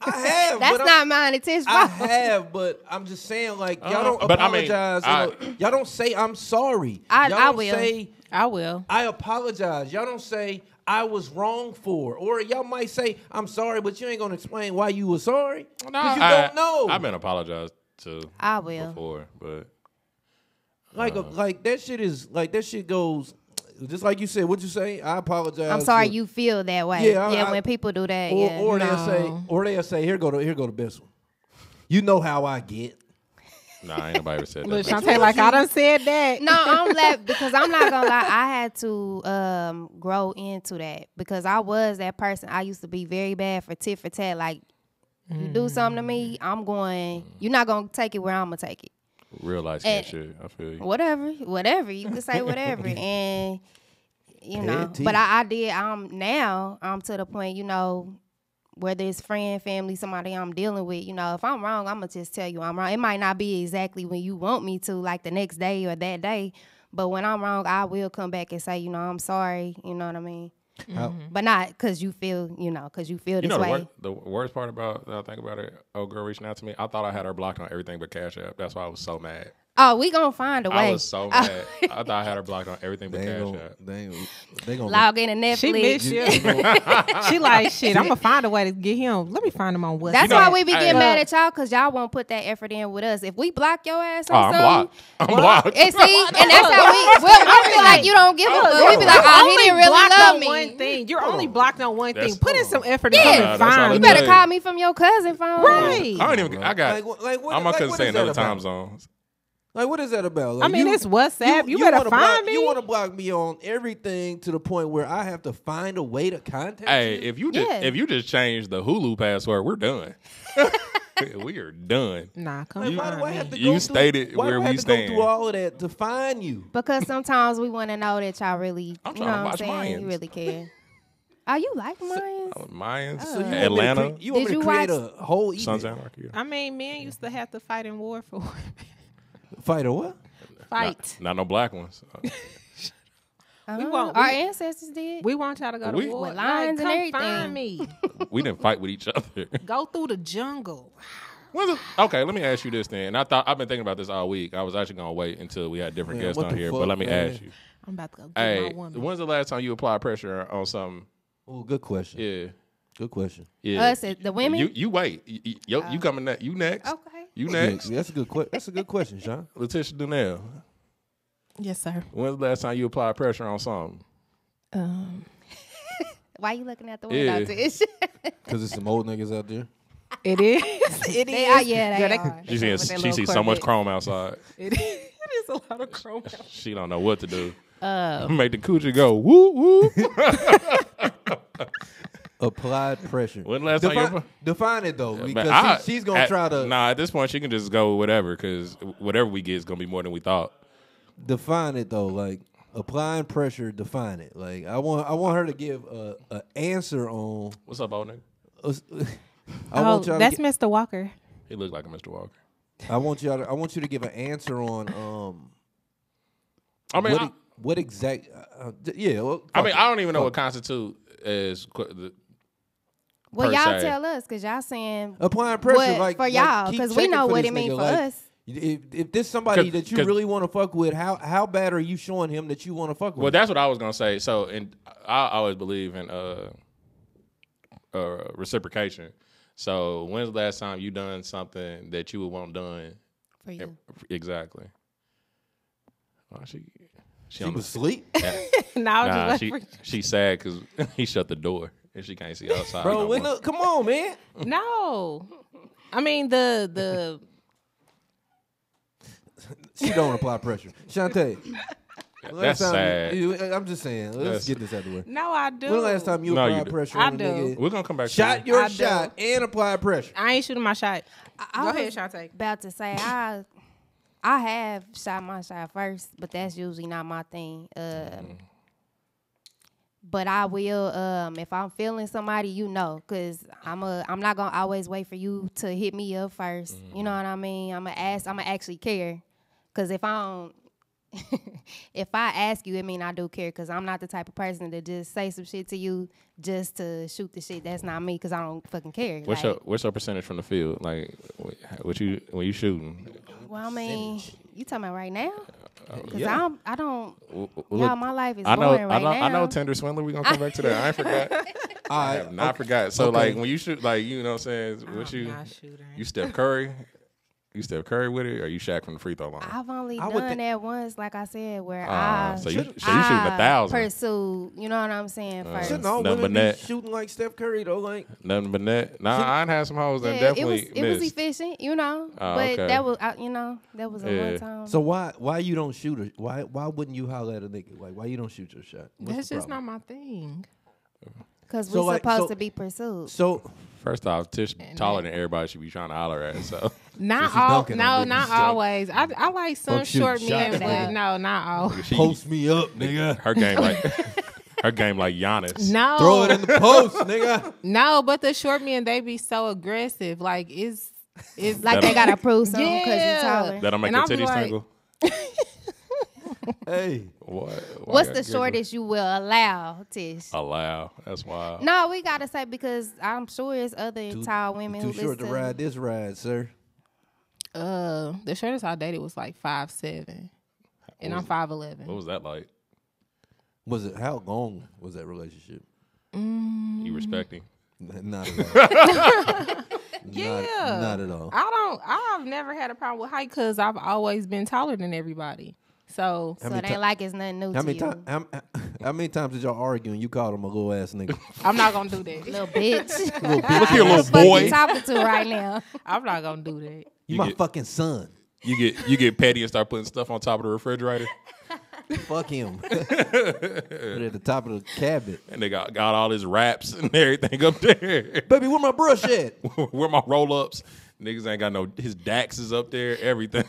[SPEAKER 5] I have.
[SPEAKER 3] That's
[SPEAKER 5] but
[SPEAKER 3] not my intention.
[SPEAKER 5] I have, but I'm just saying, like y'all
[SPEAKER 4] Uh,
[SPEAKER 5] don't
[SPEAKER 4] but I mean,
[SPEAKER 5] apologize.
[SPEAKER 4] I-
[SPEAKER 5] you know, y'all don't say I'm sorry.
[SPEAKER 3] I-
[SPEAKER 5] y'all
[SPEAKER 3] I
[SPEAKER 5] don't
[SPEAKER 3] will.
[SPEAKER 5] say
[SPEAKER 2] I will.
[SPEAKER 5] I apologize. Y'all don't say I was wrong for, or y'all might say I'm sorry, but you ain't gonna explain why you were sorry because you
[SPEAKER 4] I-
[SPEAKER 5] don't know.
[SPEAKER 4] I've been apologized to.
[SPEAKER 3] I will.
[SPEAKER 4] before, but
[SPEAKER 5] like,
[SPEAKER 4] uh,
[SPEAKER 5] a, like that shit is like that shit goes just like you said. What you say? I apologize.
[SPEAKER 3] I'm sorry
[SPEAKER 5] for-
[SPEAKER 3] you feel that way.
[SPEAKER 5] Yeah,
[SPEAKER 3] Yeah,
[SPEAKER 5] I- I-
[SPEAKER 3] when people do that,
[SPEAKER 5] Or,
[SPEAKER 3] yeah.
[SPEAKER 5] or they'll
[SPEAKER 2] No.
[SPEAKER 5] say, or they'll say, here go to here go the best one. You know how I get.
[SPEAKER 4] nah, ain't nobody ever said that.
[SPEAKER 2] Look,
[SPEAKER 4] That's-
[SPEAKER 2] Shantae, like I done said that.
[SPEAKER 3] no, I'm laughing because I'm not gonna lie. I had to um, grow into that because I was that person. I used to be very bad for tit for tat. Like you do something to me,
[SPEAKER 5] Mm.
[SPEAKER 3] I'm going. You're not gonna take it where I'm gonna take it.
[SPEAKER 4] real life skin
[SPEAKER 3] Eh.
[SPEAKER 4] shit. I feel you.
[SPEAKER 3] whatever, whatever. You can say whatever, and you know.
[SPEAKER 5] Petty.
[SPEAKER 3] But I, I did. I'm now. I'm to the point. You know, whether it's friend, family, somebody I'm dealing with. You know, if I'm wrong, I'm gonna just tell you I'm wrong. It might not be exactly when you want me to, like the next day or that day. But when I'm wrong, I will come back and say, you know, I'm sorry. You know what I mean?
[SPEAKER 5] How-
[SPEAKER 3] But not because you feel, you know, because you feel this
[SPEAKER 4] You know the,
[SPEAKER 3] way.
[SPEAKER 4] wor- the worst part about that I think about it, old girl reaching out to me. I thought I had her blocked on everything but Cash App. That's why I was so mad.
[SPEAKER 3] Oh, we gonna find a way.
[SPEAKER 4] I was so mad. I thought I had her blocked on everything but
[SPEAKER 5] They ain't
[SPEAKER 4] Cash
[SPEAKER 5] gonna,
[SPEAKER 4] App.
[SPEAKER 5] they ain't gonna, they gonna
[SPEAKER 3] Log in and Netflix.
[SPEAKER 2] She missed you. she like shit. I'm gonna find a way to get him. Let me find him on WhatsApp.
[SPEAKER 3] That's
[SPEAKER 4] know,
[SPEAKER 3] why we be
[SPEAKER 4] I-
[SPEAKER 3] getting mad at y'all because y'all won't put that effort in with us. If we block your ass or
[SPEAKER 4] Oh, I'm
[SPEAKER 3] something,
[SPEAKER 4] blocked. I'm blocked.
[SPEAKER 3] And see, and that's how we. Well, I feel like you don't give a fuck. We be like, oh, he
[SPEAKER 2] Only
[SPEAKER 3] didn't really
[SPEAKER 2] blocked
[SPEAKER 3] love
[SPEAKER 2] on
[SPEAKER 3] me.
[SPEAKER 2] One thing. You're only blocked on one
[SPEAKER 4] That's-
[SPEAKER 2] thing. Put in some effort.
[SPEAKER 3] Yeah.
[SPEAKER 2] Yeah,
[SPEAKER 4] Nah,
[SPEAKER 2] and
[SPEAKER 4] that's all
[SPEAKER 2] fine.
[SPEAKER 4] it
[SPEAKER 3] You better
[SPEAKER 4] Hey.
[SPEAKER 3] call me from your cousin phone.
[SPEAKER 2] Right.
[SPEAKER 4] I don't even. I got.
[SPEAKER 5] Like what- like what-
[SPEAKER 4] I'm. I
[SPEAKER 5] like
[SPEAKER 4] couldn't
[SPEAKER 5] what
[SPEAKER 4] say
[SPEAKER 5] is
[SPEAKER 4] another
[SPEAKER 5] that about?
[SPEAKER 4] time zones.
[SPEAKER 5] Like, what is that about?
[SPEAKER 2] I
[SPEAKER 5] Like,
[SPEAKER 2] mean, it's WhatsApp. You better
[SPEAKER 5] wanna block-
[SPEAKER 2] find me.
[SPEAKER 5] You want to block me on everything to the point where I have to find a way to contact
[SPEAKER 4] Hey,
[SPEAKER 5] you.
[SPEAKER 4] if you just,
[SPEAKER 3] Yeah.
[SPEAKER 4] if you just change the Hulu password, we're done. we are done.
[SPEAKER 2] Nah, come
[SPEAKER 5] Like,
[SPEAKER 2] on.
[SPEAKER 5] why do I have to
[SPEAKER 4] You
[SPEAKER 5] go through-
[SPEAKER 4] stated
[SPEAKER 5] why do
[SPEAKER 4] where
[SPEAKER 5] I
[SPEAKER 4] we
[SPEAKER 5] have to
[SPEAKER 4] stand.
[SPEAKER 5] Go through all of that to find you.
[SPEAKER 3] Because sometimes we want to know that y'all really,
[SPEAKER 4] I'm
[SPEAKER 3] you know
[SPEAKER 4] trying to
[SPEAKER 3] what I'm
[SPEAKER 4] watch
[SPEAKER 3] saying? You
[SPEAKER 4] Mayans. oh.
[SPEAKER 3] really care. Oh, you like mine?
[SPEAKER 4] Mayans,
[SPEAKER 5] So Oh, you want me to
[SPEAKER 4] Atlanta,
[SPEAKER 5] cre- you
[SPEAKER 3] Did
[SPEAKER 5] want me to
[SPEAKER 3] you
[SPEAKER 5] create
[SPEAKER 3] watch-
[SPEAKER 5] a whole email?
[SPEAKER 4] Sons of Anarchy.
[SPEAKER 2] I mean, men used to have to fight in war for women.
[SPEAKER 5] Fight or what?
[SPEAKER 2] Fight.
[SPEAKER 4] Not no black ones. Uh,
[SPEAKER 3] Uh-huh.
[SPEAKER 2] We won't-
[SPEAKER 3] Our
[SPEAKER 2] we-
[SPEAKER 3] ancestors did.
[SPEAKER 2] We want y'all to go to
[SPEAKER 4] We-
[SPEAKER 2] war.
[SPEAKER 4] With
[SPEAKER 3] lions and
[SPEAKER 2] like, come
[SPEAKER 3] everything.
[SPEAKER 2] find me.
[SPEAKER 4] we didn't fight with each other.
[SPEAKER 2] go through the jungle.
[SPEAKER 4] When's the- okay, let me ask you this then. And I thought I've been thinking about this all week. I was actually gonna wait until we had different
[SPEAKER 5] Man,
[SPEAKER 4] guests
[SPEAKER 5] what
[SPEAKER 4] on
[SPEAKER 5] the
[SPEAKER 4] here, but
[SPEAKER 5] fuck,
[SPEAKER 4] let me
[SPEAKER 5] man?
[SPEAKER 4] ask you.
[SPEAKER 2] I'm about to go get
[SPEAKER 4] Hey,
[SPEAKER 2] my woman.
[SPEAKER 4] when's the last time you applied pressure on something?
[SPEAKER 5] Oh, good question.
[SPEAKER 4] Yeah,
[SPEAKER 5] Good question.
[SPEAKER 4] yeah.
[SPEAKER 3] Us, uh, the women?
[SPEAKER 4] You you wait. You you, yo- you coming next? You next?
[SPEAKER 3] Okay.
[SPEAKER 4] You
[SPEAKER 5] Yeah,
[SPEAKER 4] next?
[SPEAKER 5] that's a good question. That's a good question, Sean.
[SPEAKER 4] Letitia Dunell.
[SPEAKER 2] yes, sir.
[SPEAKER 4] When's the last time you applied pressure on something?
[SPEAKER 2] Um,
[SPEAKER 3] Why you looking at the
[SPEAKER 4] Yeah.
[SPEAKER 3] window? Tish?
[SPEAKER 5] Because there's some old niggas out there.
[SPEAKER 2] it is. It
[SPEAKER 3] they
[SPEAKER 2] is.
[SPEAKER 3] are, yeah,
[SPEAKER 2] Girl,
[SPEAKER 3] they
[SPEAKER 2] that-
[SPEAKER 3] are.
[SPEAKER 4] She sees
[SPEAKER 2] that
[SPEAKER 4] she
[SPEAKER 2] little
[SPEAKER 4] sees so much
[SPEAKER 2] Corvette.
[SPEAKER 4] chrome outside.
[SPEAKER 2] It is, it is a lot of chrome.
[SPEAKER 4] She don't know what to do.
[SPEAKER 3] Um,
[SPEAKER 4] Make the coochie go woo woo.
[SPEAKER 5] Applied pressure.
[SPEAKER 4] When last time
[SPEAKER 5] define,
[SPEAKER 4] you
[SPEAKER 5] define it though, because
[SPEAKER 4] Man, I-
[SPEAKER 5] she, she's gonna
[SPEAKER 4] at-
[SPEAKER 5] try to
[SPEAKER 4] Nah, at this point she can just go with whatever because whatever we get is gonna be more than we thought.
[SPEAKER 5] define it though. Like applying pressure, define it. Like I want, I want her to give a, a answer on. uh,
[SPEAKER 4] What's up, old nigga?
[SPEAKER 5] I
[SPEAKER 2] Oh,
[SPEAKER 5] want y'all.
[SPEAKER 2] that's
[SPEAKER 5] to,
[SPEAKER 2] Mr. Walker.
[SPEAKER 4] He looked like a Mr. Walker.
[SPEAKER 5] gi- I want y'all. To, I want you to give an answer on. Um,
[SPEAKER 4] I mean,
[SPEAKER 5] what,
[SPEAKER 4] I,
[SPEAKER 5] e- what exact? Uh, d- yeah. Well,
[SPEAKER 4] I mean,
[SPEAKER 5] fuck
[SPEAKER 4] I don't even know what constitute as. qu- the-
[SPEAKER 3] Well,
[SPEAKER 4] per
[SPEAKER 3] y'all
[SPEAKER 4] se.
[SPEAKER 3] tell us because y'all saying
[SPEAKER 2] Oh.
[SPEAKER 5] it. applying pressure
[SPEAKER 3] What-
[SPEAKER 5] like
[SPEAKER 3] for
[SPEAKER 5] like,
[SPEAKER 3] y'all,
[SPEAKER 5] keep
[SPEAKER 3] 'cause we
[SPEAKER 5] checking
[SPEAKER 3] know
[SPEAKER 5] for
[SPEAKER 3] what
[SPEAKER 5] this
[SPEAKER 3] it mean
[SPEAKER 5] nigga,
[SPEAKER 3] for
[SPEAKER 5] like,
[SPEAKER 3] us.
[SPEAKER 5] If, if this somebody
[SPEAKER 4] Cause-
[SPEAKER 5] that you
[SPEAKER 4] cause-
[SPEAKER 5] really want to fuck with, how how bad are you showing him that you want to fuck with?
[SPEAKER 4] Well,
[SPEAKER 5] him?
[SPEAKER 4] that's what I was gonna say. So, and I always believe in uh, uh, reciprocation. So, when's the last time you done something that you would want done?
[SPEAKER 3] for you.
[SPEAKER 4] Exactly. Oh, she, she,
[SPEAKER 5] she
[SPEAKER 4] on the-
[SPEAKER 5] was asleep.
[SPEAKER 2] Now
[SPEAKER 4] Nah,
[SPEAKER 2] just
[SPEAKER 4] she
[SPEAKER 2] wait
[SPEAKER 4] she sad because he shut the door and she can't see outside.
[SPEAKER 5] Bro,
[SPEAKER 4] no
[SPEAKER 5] when
[SPEAKER 4] more.
[SPEAKER 5] the, come on, man.
[SPEAKER 2] for- no. I mean the the
[SPEAKER 5] She don't apply pressure. Shantae. when the
[SPEAKER 4] That's
[SPEAKER 5] last time
[SPEAKER 4] sad.
[SPEAKER 5] you- you- I'm just saying. Let's
[SPEAKER 4] That's-
[SPEAKER 5] get this out of the way.
[SPEAKER 2] no, I do.
[SPEAKER 5] When the last time you
[SPEAKER 4] No, you
[SPEAKER 5] applied
[SPEAKER 4] do.
[SPEAKER 5] pressure
[SPEAKER 2] I
[SPEAKER 5] on a
[SPEAKER 2] do.
[SPEAKER 5] nigga?
[SPEAKER 4] We're gonna come back.
[SPEAKER 5] Shot
[SPEAKER 4] to you.
[SPEAKER 5] your
[SPEAKER 2] I do.
[SPEAKER 5] shot and apply pressure.
[SPEAKER 2] I ain't shooting my shot.
[SPEAKER 3] I
[SPEAKER 2] Go
[SPEAKER 3] was
[SPEAKER 2] ahead, Shantae.
[SPEAKER 3] About to say I, I have shot my shot first, but that's usually not my thing. Uh,
[SPEAKER 2] Mm-hmm.
[SPEAKER 3] But I will um, if I'm feeling somebody, you know, cause I'm a I'm not gonna always wait for you to hit me up 1st You know what
[SPEAKER 2] Mm-hmm.
[SPEAKER 3] I mean? I'm gonna ask. I'm gonna actually care, cause if I don't. if I ask you, it mean I do care because I'm not the type of person to just say some shit to you just to shoot the shit. That's not me because I don't fucking care.
[SPEAKER 4] What's your
[SPEAKER 3] Like-
[SPEAKER 4] what's your percentage from the field? Like, wh- what you when you shooting?
[SPEAKER 3] Well, I mean, you talking about right now? Because I don't, I don't.
[SPEAKER 4] Well,
[SPEAKER 3] Y'all,
[SPEAKER 4] Uh, look,
[SPEAKER 3] my life is
[SPEAKER 4] I know,
[SPEAKER 3] boring right
[SPEAKER 4] I know,
[SPEAKER 3] now.
[SPEAKER 4] I know. Tender Swindler, we gonna come back to that. I ain't forgot. I have not forgot. So
[SPEAKER 5] okay.
[SPEAKER 4] like when you shoot, like you know, what I'm saying, what
[SPEAKER 2] I'm
[SPEAKER 4] you
[SPEAKER 2] not shooting.
[SPEAKER 4] you Steph Curry, you Steph Curry with it, or you Shaq from the free throw line?
[SPEAKER 3] I've only
[SPEAKER 5] I would
[SPEAKER 3] done
[SPEAKER 5] think-
[SPEAKER 3] that once, like I said, where
[SPEAKER 4] Ah,
[SPEAKER 3] I
[SPEAKER 4] so you so you shooting
[SPEAKER 3] I
[SPEAKER 4] a thousand, Uh,
[SPEAKER 3] pursued. You know what I'm saying? First,
[SPEAKER 5] Shouldn't all
[SPEAKER 4] Nothing
[SPEAKER 5] women
[SPEAKER 4] but
[SPEAKER 5] be
[SPEAKER 4] that.
[SPEAKER 5] shooting like Steph Curry though? Like
[SPEAKER 4] nothing but net. Nah, I ain't had some hoes that
[SPEAKER 3] yeah, it was
[SPEAKER 4] definitely
[SPEAKER 3] it was
[SPEAKER 4] missed.
[SPEAKER 3] efficient, you know.
[SPEAKER 4] Ah,
[SPEAKER 3] but
[SPEAKER 4] okay.
[SPEAKER 3] that was, I, you know, that was a
[SPEAKER 4] Yeah.
[SPEAKER 3] one time.
[SPEAKER 5] so why why you don't shoot her? Why why wouldn't you holler at a nigga? Like why you don't shoot your shot? What's
[SPEAKER 2] That's
[SPEAKER 5] the
[SPEAKER 2] just not
[SPEAKER 5] problem?
[SPEAKER 2] my thing.
[SPEAKER 3] Because
[SPEAKER 5] so,
[SPEAKER 3] we're
[SPEAKER 5] like,
[SPEAKER 3] supposed
[SPEAKER 5] so-
[SPEAKER 3] to be pursued.
[SPEAKER 5] So
[SPEAKER 4] First off, Tish taller than everybody should be trying to holler at. So
[SPEAKER 2] Not
[SPEAKER 5] she's
[SPEAKER 2] all,
[SPEAKER 5] dunking
[SPEAKER 2] no,
[SPEAKER 5] on niggas.
[SPEAKER 2] not
[SPEAKER 5] She's dunking.
[SPEAKER 2] always. I, I like some
[SPEAKER 5] Fuck shooting
[SPEAKER 2] short men,
[SPEAKER 5] shots.
[SPEAKER 2] but no, not always.
[SPEAKER 4] she,
[SPEAKER 5] post me up, nigga.
[SPEAKER 4] her game like her game like Giannis.
[SPEAKER 2] No,
[SPEAKER 5] Throw it in the
[SPEAKER 4] Oh.
[SPEAKER 5] post, nigga.
[SPEAKER 2] no, but the short men they be so aggressive. Like it's it's
[SPEAKER 3] Like they
[SPEAKER 4] That'll-
[SPEAKER 3] gotta prove something because
[SPEAKER 2] Yeah.
[SPEAKER 3] you taller.
[SPEAKER 4] That'll make
[SPEAKER 2] And
[SPEAKER 4] your
[SPEAKER 2] I'll be
[SPEAKER 4] titties
[SPEAKER 2] like-
[SPEAKER 4] tingle.
[SPEAKER 5] Hey,
[SPEAKER 4] What? Why
[SPEAKER 3] What's
[SPEAKER 4] y'all
[SPEAKER 3] the
[SPEAKER 4] giggle?
[SPEAKER 3] shortest you will allow, Tish?
[SPEAKER 4] Allow. That's wild.
[SPEAKER 3] No, we gotta say because I'm sure it's other tall women
[SPEAKER 5] too
[SPEAKER 3] who
[SPEAKER 5] short to
[SPEAKER 3] listen.
[SPEAKER 5] ride this ride, sir.
[SPEAKER 2] uh the shortest I dated was like five seven, and I'm five
[SPEAKER 4] What
[SPEAKER 2] eleven.
[SPEAKER 4] was that like?
[SPEAKER 5] Was it how long was that relationship? Mm.
[SPEAKER 4] You respecting?
[SPEAKER 5] Not at all.
[SPEAKER 2] Yeah,
[SPEAKER 5] Not, not at all.
[SPEAKER 2] I don't. I've never had a problem with height because I've always been taller than everybody. So
[SPEAKER 3] So it
[SPEAKER 5] many
[SPEAKER 3] ain't
[SPEAKER 5] ti-
[SPEAKER 3] like it's nothing new
[SPEAKER 5] How
[SPEAKER 3] to
[SPEAKER 5] many
[SPEAKER 3] you.
[SPEAKER 5] times? How, how many times did y'all argue and you called him a little ass nigga?
[SPEAKER 2] I'm not gonna do that.
[SPEAKER 3] Little bitch.
[SPEAKER 5] Little bitch.
[SPEAKER 4] Look here,
[SPEAKER 3] Who
[SPEAKER 4] little
[SPEAKER 3] the fuck you
[SPEAKER 4] boy.
[SPEAKER 3] talking to right now?
[SPEAKER 2] I'm not gonna do that.
[SPEAKER 5] You
[SPEAKER 4] You
[SPEAKER 5] my
[SPEAKER 4] get-
[SPEAKER 5] fucking son.
[SPEAKER 4] You get you get petty and start putting stuff on top of the refrigerator.
[SPEAKER 5] Fuck him. Put it at the top of the cabinet.
[SPEAKER 4] And they got, got all his wraps and everything up there.
[SPEAKER 5] Baby, where my brush at?
[SPEAKER 4] Where my roll ups? Niggas ain't got no his Dax is up there, everything.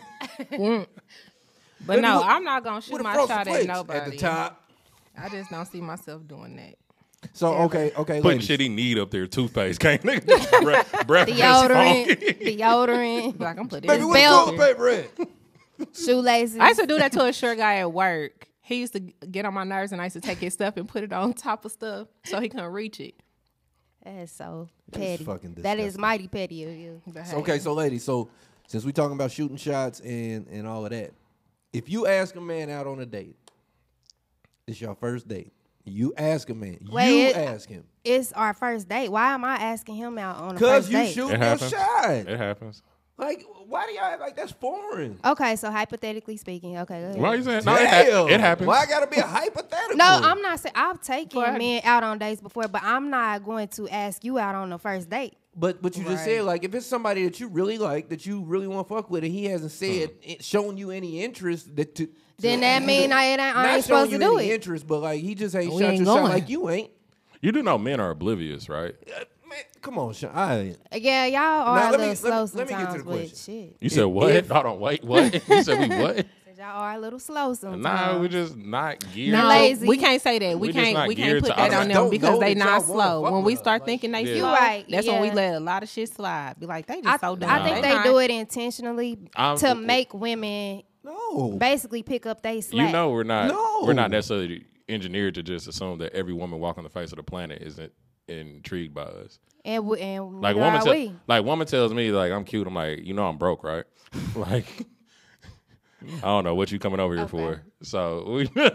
[SPEAKER 2] But no,
[SPEAKER 5] look,
[SPEAKER 2] I'm not gonna shoot
[SPEAKER 5] Where the
[SPEAKER 2] my
[SPEAKER 5] frosted
[SPEAKER 2] shot at
[SPEAKER 5] flakes?
[SPEAKER 2] nobody.
[SPEAKER 5] At the top.
[SPEAKER 2] I just don't see myself doing that.
[SPEAKER 5] So okay,
[SPEAKER 4] Putting
[SPEAKER 5] okay, ladies.
[SPEAKER 4] shit he need up there, toothpaste. Can't nigga just bre- breath just
[SPEAKER 3] Deodorant,
[SPEAKER 4] funky.
[SPEAKER 3] deodorant,
[SPEAKER 2] Like I'm putting
[SPEAKER 5] Baby,
[SPEAKER 2] this
[SPEAKER 5] where
[SPEAKER 3] belt.
[SPEAKER 5] the toilet paper at?
[SPEAKER 3] shoelaces.
[SPEAKER 2] I used to do that to a short guy at work. He used to get on my nerves, and I used to take his stuff and put it on top of stuff so he couldn't reach it.
[SPEAKER 3] That's so
[SPEAKER 5] is
[SPEAKER 3] petty.
[SPEAKER 5] fucking
[SPEAKER 3] That is
[SPEAKER 5] disgusting.
[SPEAKER 3] mighty petty of you.
[SPEAKER 5] So, okay, so ladies, so since we talking about shooting shots and and all of that, if you ask a man out on a date, it's your first date. You ask a man. you
[SPEAKER 3] Wait, it-
[SPEAKER 5] ask him
[SPEAKER 3] It's our first date. Why am I asking him out on a
[SPEAKER 5] because
[SPEAKER 3] first
[SPEAKER 5] you
[SPEAKER 3] date?
[SPEAKER 5] shoot
[SPEAKER 4] It
[SPEAKER 5] your
[SPEAKER 4] happens.
[SPEAKER 5] shot.
[SPEAKER 4] It happens.
[SPEAKER 5] Like, why do y'all act like that's foreign?
[SPEAKER 3] Okay, so hypothetically speaking, okay, go ahead.
[SPEAKER 4] Why are you saying? No, it, ha-
[SPEAKER 5] Damn.
[SPEAKER 4] it happens.
[SPEAKER 5] Why I gotta be a hypothetical?
[SPEAKER 3] No, I'm not saying I've taken
[SPEAKER 2] But-
[SPEAKER 3] men out on dates before, but I'm not going to ask you out on the first date.
[SPEAKER 5] But but you just said like if it's somebody that you really like that you really want to fuck with and he hasn't said it- shown you any interest that to
[SPEAKER 3] Then
[SPEAKER 5] to-
[SPEAKER 3] that mean I ain't, I
[SPEAKER 5] not
[SPEAKER 3] ain't supposed to
[SPEAKER 5] showing you
[SPEAKER 3] do
[SPEAKER 5] any
[SPEAKER 3] it.
[SPEAKER 5] interest, but like he just ain't
[SPEAKER 2] We
[SPEAKER 5] shot
[SPEAKER 2] ain't
[SPEAKER 5] your shot
[SPEAKER 2] going.
[SPEAKER 5] like you ain't.
[SPEAKER 4] You do know men are oblivious, right?
[SPEAKER 5] Uh, man, come on, Sean. I ain't.
[SPEAKER 3] Yeah, y'all are
[SPEAKER 5] Now,
[SPEAKER 3] a
[SPEAKER 5] let
[SPEAKER 3] little
[SPEAKER 5] me-
[SPEAKER 3] slow
[SPEAKER 5] let me- let me get to the
[SPEAKER 3] sometimes with shit.
[SPEAKER 4] You said what?
[SPEAKER 5] if-
[SPEAKER 4] Hold on, wait, what? you said we what?
[SPEAKER 3] Y'all are a little slow sometimes.
[SPEAKER 4] Nah, we just not geared.
[SPEAKER 3] No.
[SPEAKER 4] to-
[SPEAKER 3] lazy.
[SPEAKER 2] we can't say that. We,
[SPEAKER 4] We just
[SPEAKER 2] can't.
[SPEAKER 4] not
[SPEAKER 2] We
[SPEAKER 4] geared
[SPEAKER 2] can't put
[SPEAKER 4] to-
[SPEAKER 2] that
[SPEAKER 4] I
[SPEAKER 2] on
[SPEAKER 5] don't
[SPEAKER 2] them because
[SPEAKER 5] know
[SPEAKER 2] they
[SPEAKER 5] that
[SPEAKER 2] not
[SPEAKER 5] y'all wanna
[SPEAKER 2] slow.
[SPEAKER 5] fuck
[SPEAKER 2] When we
[SPEAKER 5] with
[SPEAKER 2] start
[SPEAKER 5] us.
[SPEAKER 2] thinking they
[SPEAKER 4] Yeah.
[SPEAKER 2] slow,
[SPEAKER 4] You
[SPEAKER 3] right,
[SPEAKER 2] that's when
[SPEAKER 3] yeah.
[SPEAKER 2] we let a lot of shit slide. Be like, they just
[SPEAKER 3] I,
[SPEAKER 2] so dumb.
[SPEAKER 3] I think
[SPEAKER 4] Nah.
[SPEAKER 3] they do it intentionally
[SPEAKER 4] I'm-
[SPEAKER 3] to make women
[SPEAKER 5] No.
[SPEAKER 3] basically pick up they slack.
[SPEAKER 4] You know, we're not.
[SPEAKER 5] No.
[SPEAKER 4] We're not necessarily engineered to just assume that every woman walking the face of the planet isn't intrigued by us.
[SPEAKER 3] and, we, and
[SPEAKER 4] Like
[SPEAKER 3] neither
[SPEAKER 4] woman,
[SPEAKER 3] are
[SPEAKER 4] tell-
[SPEAKER 3] we.
[SPEAKER 4] like woman tells me like I'm cute. I'm like, you know, I'm broke, right? like, I don't know what you coming over here for. So, we,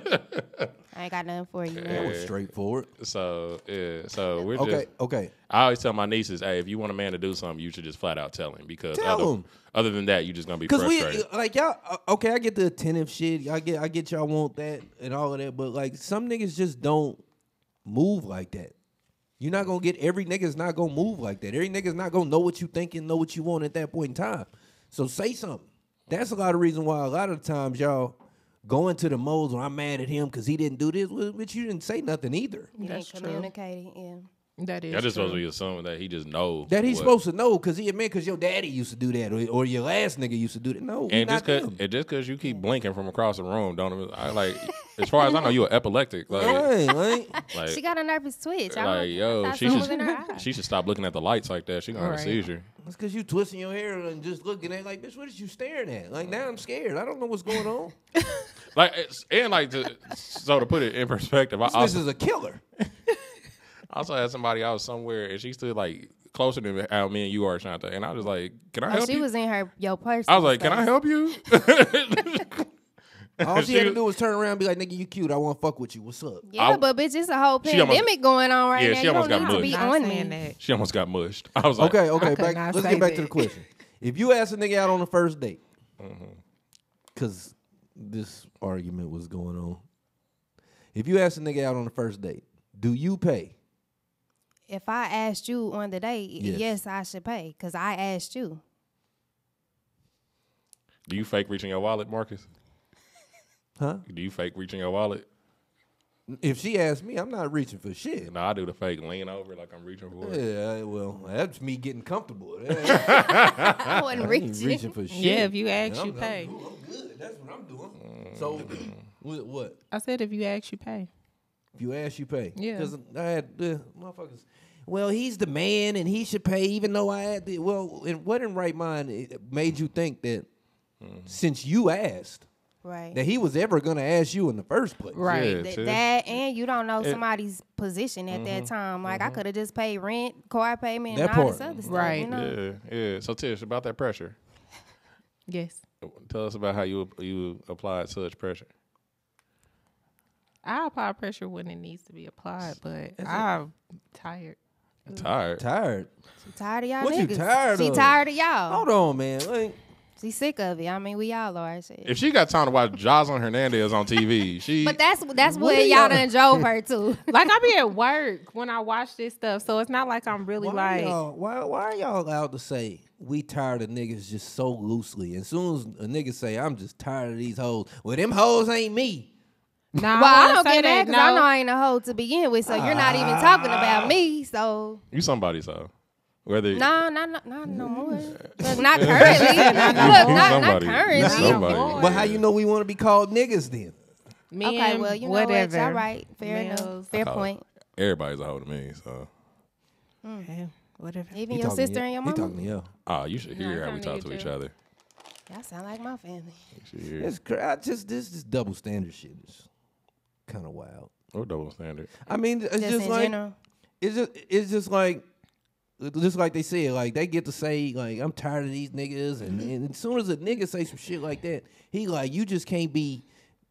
[SPEAKER 3] I ain't got nothing for you.
[SPEAKER 5] That was straightforward.
[SPEAKER 4] so yeah. So we're
[SPEAKER 5] Okay,
[SPEAKER 4] just.
[SPEAKER 5] okay.
[SPEAKER 4] I always tell my nieces, hey, if you want a man to do something, you should just flat out tell him because
[SPEAKER 5] Tell
[SPEAKER 4] other,
[SPEAKER 5] him.
[SPEAKER 4] other than that, you're just gonna be
[SPEAKER 5] Cause we
[SPEAKER 4] frustrated.
[SPEAKER 5] like y'all. uh, Okay, I get the attentive shit. I get, I get y'all want that and all of that. But like some niggas just don't move like that. You're not gonna get every nigga's not gonna move like that. Every nigga's not gonna know what you thinking, know what you want at that point in time. So say something. That's a lot of reason why a lot of times y'all go into the modes when I'm mad at him because he didn't do this, well, but you didn't say nothing either.
[SPEAKER 3] You ain't communicating. Yeah.
[SPEAKER 2] that is.
[SPEAKER 4] Y'all just
[SPEAKER 2] true.
[SPEAKER 4] supposed to be assuming that he just knows
[SPEAKER 5] That he's
[SPEAKER 4] what-
[SPEAKER 5] supposed to know because he a man because your daddy used to do that or, or your last nigga used to do that. No, we
[SPEAKER 4] And just
[SPEAKER 5] not
[SPEAKER 4] cause,
[SPEAKER 5] them.
[SPEAKER 4] and just cause you keep blinking from across the room, don't I like? as far as I know, you are epileptic. Like,
[SPEAKER 5] Right, right.
[SPEAKER 4] like,
[SPEAKER 3] She got a nervous twitch. I
[SPEAKER 4] like,
[SPEAKER 3] don't- I
[SPEAKER 4] yo,
[SPEAKER 3] thought
[SPEAKER 4] she
[SPEAKER 3] something was in her
[SPEAKER 4] should
[SPEAKER 3] eye.
[SPEAKER 4] she should stop looking at the lights like that. She gonna have a
[SPEAKER 2] Right.
[SPEAKER 4] seizure.
[SPEAKER 5] That's because you twisting your hair and just looking at it like, bitch, what is you staring at? Like, now I'm scared. I don't know what's going on.
[SPEAKER 4] Like, it's, and like to so to put it in perspective, I
[SPEAKER 5] this
[SPEAKER 4] also,
[SPEAKER 5] is a killer.
[SPEAKER 4] I also had somebody I was somewhere and she stood like closer to how me and you are, Shanta, and I was like, can I
[SPEAKER 3] Oh,
[SPEAKER 4] help
[SPEAKER 3] she
[SPEAKER 4] you?
[SPEAKER 3] was in her your person.
[SPEAKER 4] I was like, can I help you?
[SPEAKER 5] All
[SPEAKER 4] She
[SPEAKER 5] she, had to
[SPEAKER 4] was-
[SPEAKER 5] do was turn around and be like, nigga, you cute. I want to fuck with you. What's up?
[SPEAKER 3] Yeah,
[SPEAKER 4] I-
[SPEAKER 3] but bitch, it's a whole
[SPEAKER 4] She almost-
[SPEAKER 3] pandemic going on right
[SPEAKER 4] Yeah,
[SPEAKER 3] now.
[SPEAKER 4] she
[SPEAKER 3] You
[SPEAKER 4] almost
[SPEAKER 3] don't
[SPEAKER 4] got
[SPEAKER 3] need to
[SPEAKER 4] bullied.
[SPEAKER 3] be
[SPEAKER 2] Not
[SPEAKER 3] on
[SPEAKER 2] saying
[SPEAKER 3] me.
[SPEAKER 2] that.
[SPEAKER 4] she almost got mushed. I was like,
[SPEAKER 5] Okay,
[SPEAKER 2] I
[SPEAKER 5] okay.
[SPEAKER 2] could
[SPEAKER 5] Back,
[SPEAKER 2] not
[SPEAKER 5] let's
[SPEAKER 2] say
[SPEAKER 5] get back to the
[SPEAKER 2] that.
[SPEAKER 5] question. If you ask a nigga out on the first date, Mm-hmm. because this argument was going on. If you ask a nigga out on the first date, do you pay?
[SPEAKER 3] If I asked you on the date,
[SPEAKER 5] Yes.
[SPEAKER 3] yes, I should pay because I asked you.
[SPEAKER 4] do you fake reaching your wallet, Marcus?
[SPEAKER 5] Huh?
[SPEAKER 4] Do you fake reaching your wallet?
[SPEAKER 5] If she asked me, I'm not reaching for shit.
[SPEAKER 4] No, I do the fake lean over like I'm reaching for it.
[SPEAKER 5] Yeah, well, that's me getting comfortable.
[SPEAKER 3] I wasn't
[SPEAKER 5] I ain't
[SPEAKER 3] reaching.
[SPEAKER 5] reaching for shit.
[SPEAKER 2] Yeah, if you ask, you
[SPEAKER 5] I'm-
[SPEAKER 2] pay.
[SPEAKER 5] I'm, I'm good. That's what I'm doing. So, what, what?
[SPEAKER 2] I said, if you ask, you pay.
[SPEAKER 5] If you ask, you pay.
[SPEAKER 2] Yeah.
[SPEAKER 5] Because I had uh, motherfuckers. Well, he's the man, and he should pay, even though I had the. Well, in what in right mind it made you think that Mm-hmm. since you asked
[SPEAKER 3] Right.
[SPEAKER 5] that he was ever gonna ask you in the first place?
[SPEAKER 2] Right.
[SPEAKER 4] Yeah,
[SPEAKER 3] Th-
[SPEAKER 4] too.
[SPEAKER 3] that and you don't know somebody's position at that time. Like I could have just paid rent, car payment,
[SPEAKER 5] Mm-hmm. That
[SPEAKER 3] and all this
[SPEAKER 5] part.
[SPEAKER 3] other stuff. You
[SPEAKER 2] Right.
[SPEAKER 3] know?
[SPEAKER 4] Yeah, yeah. So Tish, about that pressure,
[SPEAKER 2] Yes.
[SPEAKER 4] tell us about how you you applied such pressure.
[SPEAKER 2] I apply pressure when it needs to be applied, but I'm tired.
[SPEAKER 5] Mm.
[SPEAKER 4] I'm tired.
[SPEAKER 5] Tired.
[SPEAKER 3] She tired of y'all
[SPEAKER 5] What you
[SPEAKER 3] niggas.
[SPEAKER 5] tired
[SPEAKER 3] she
[SPEAKER 5] of?
[SPEAKER 3] tired of y'all.
[SPEAKER 5] Hold on, man. Like,
[SPEAKER 3] She sick of it. I mean, we all are. Shit.
[SPEAKER 4] If she got time to watch Jocelyn Hernandez on TV, she
[SPEAKER 3] But that's that's what,
[SPEAKER 5] are
[SPEAKER 3] y'all
[SPEAKER 5] y'all-
[SPEAKER 3] done drove her to.
[SPEAKER 2] Like I be at work when I watch this stuff, so it's not like I'm really
[SPEAKER 5] why,
[SPEAKER 2] like
[SPEAKER 5] y'all, why, why are y'all allowed to say we tired of niggas just so loosely. As soon as a nigga say, I'm just tired of these hoes, well, them hoes ain't me.
[SPEAKER 2] Nah,
[SPEAKER 3] Well, I, don't
[SPEAKER 2] wouldn't say
[SPEAKER 3] get that because I
[SPEAKER 2] no.
[SPEAKER 3] know I ain't a hoe to begin with, so you're not even talking about me. So
[SPEAKER 4] You somebody's hoe.
[SPEAKER 5] Ah.
[SPEAKER 4] Whether
[SPEAKER 3] no, not not, not no more. Look, not currently. Look, not, not
[SPEAKER 4] somebody. You
[SPEAKER 3] currently.
[SPEAKER 4] somebody.
[SPEAKER 2] Boy.
[SPEAKER 5] But how you know we want to be called niggas then?
[SPEAKER 2] Men,
[SPEAKER 3] Okay, well, you know
[SPEAKER 2] whatever.
[SPEAKER 3] what? Y'all right. Fair enough.
[SPEAKER 2] Males.
[SPEAKER 3] Fair point.
[SPEAKER 4] Everybody's a hoe to me. So,
[SPEAKER 2] Yeah, whatever.
[SPEAKER 3] Even
[SPEAKER 5] He
[SPEAKER 3] your
[SPEAKER 5] talking to
[SPEAKER 3] sister
[SPEAKER 5] you-
[SPEAKER 3] and your
[SPEAKER 5] He talking
[SPEAKER 3] mama.
[SPEAKER 5] to you.
[SPEAKER 4] ah, you should hear
[SPEAKER 2] Nah, I
[SPEAKER 4] how we
[SPEAKER 2] kinda
[SPEAKER 4] talk
[SPEAKER 2] get
[SPEAKER 4] to each
[SPEAKER 2] you.
[SPEAKER 4] other.
[SPEAKER 3] Y'all sound like my family.
[SPEAKER 4] You should hear.
[SPEAKER 5] It's cra- I just this this double standard shit is kind of wild.
[SPEAKER 4] Or double standard.
[SPEAKER 5] I mean, it's
[SPEAKER 3] Just,
[SPEAKER 5] just,
[SPEAKER 3] in
[SPEAKER 5] like
[SPEAKER 3] general.
[SPEAKER 5] it's just it's just like just like they said, like they get to say like I'm tired of these niggas, and, and as soon as a nigga say some shit like that, he like you just can't be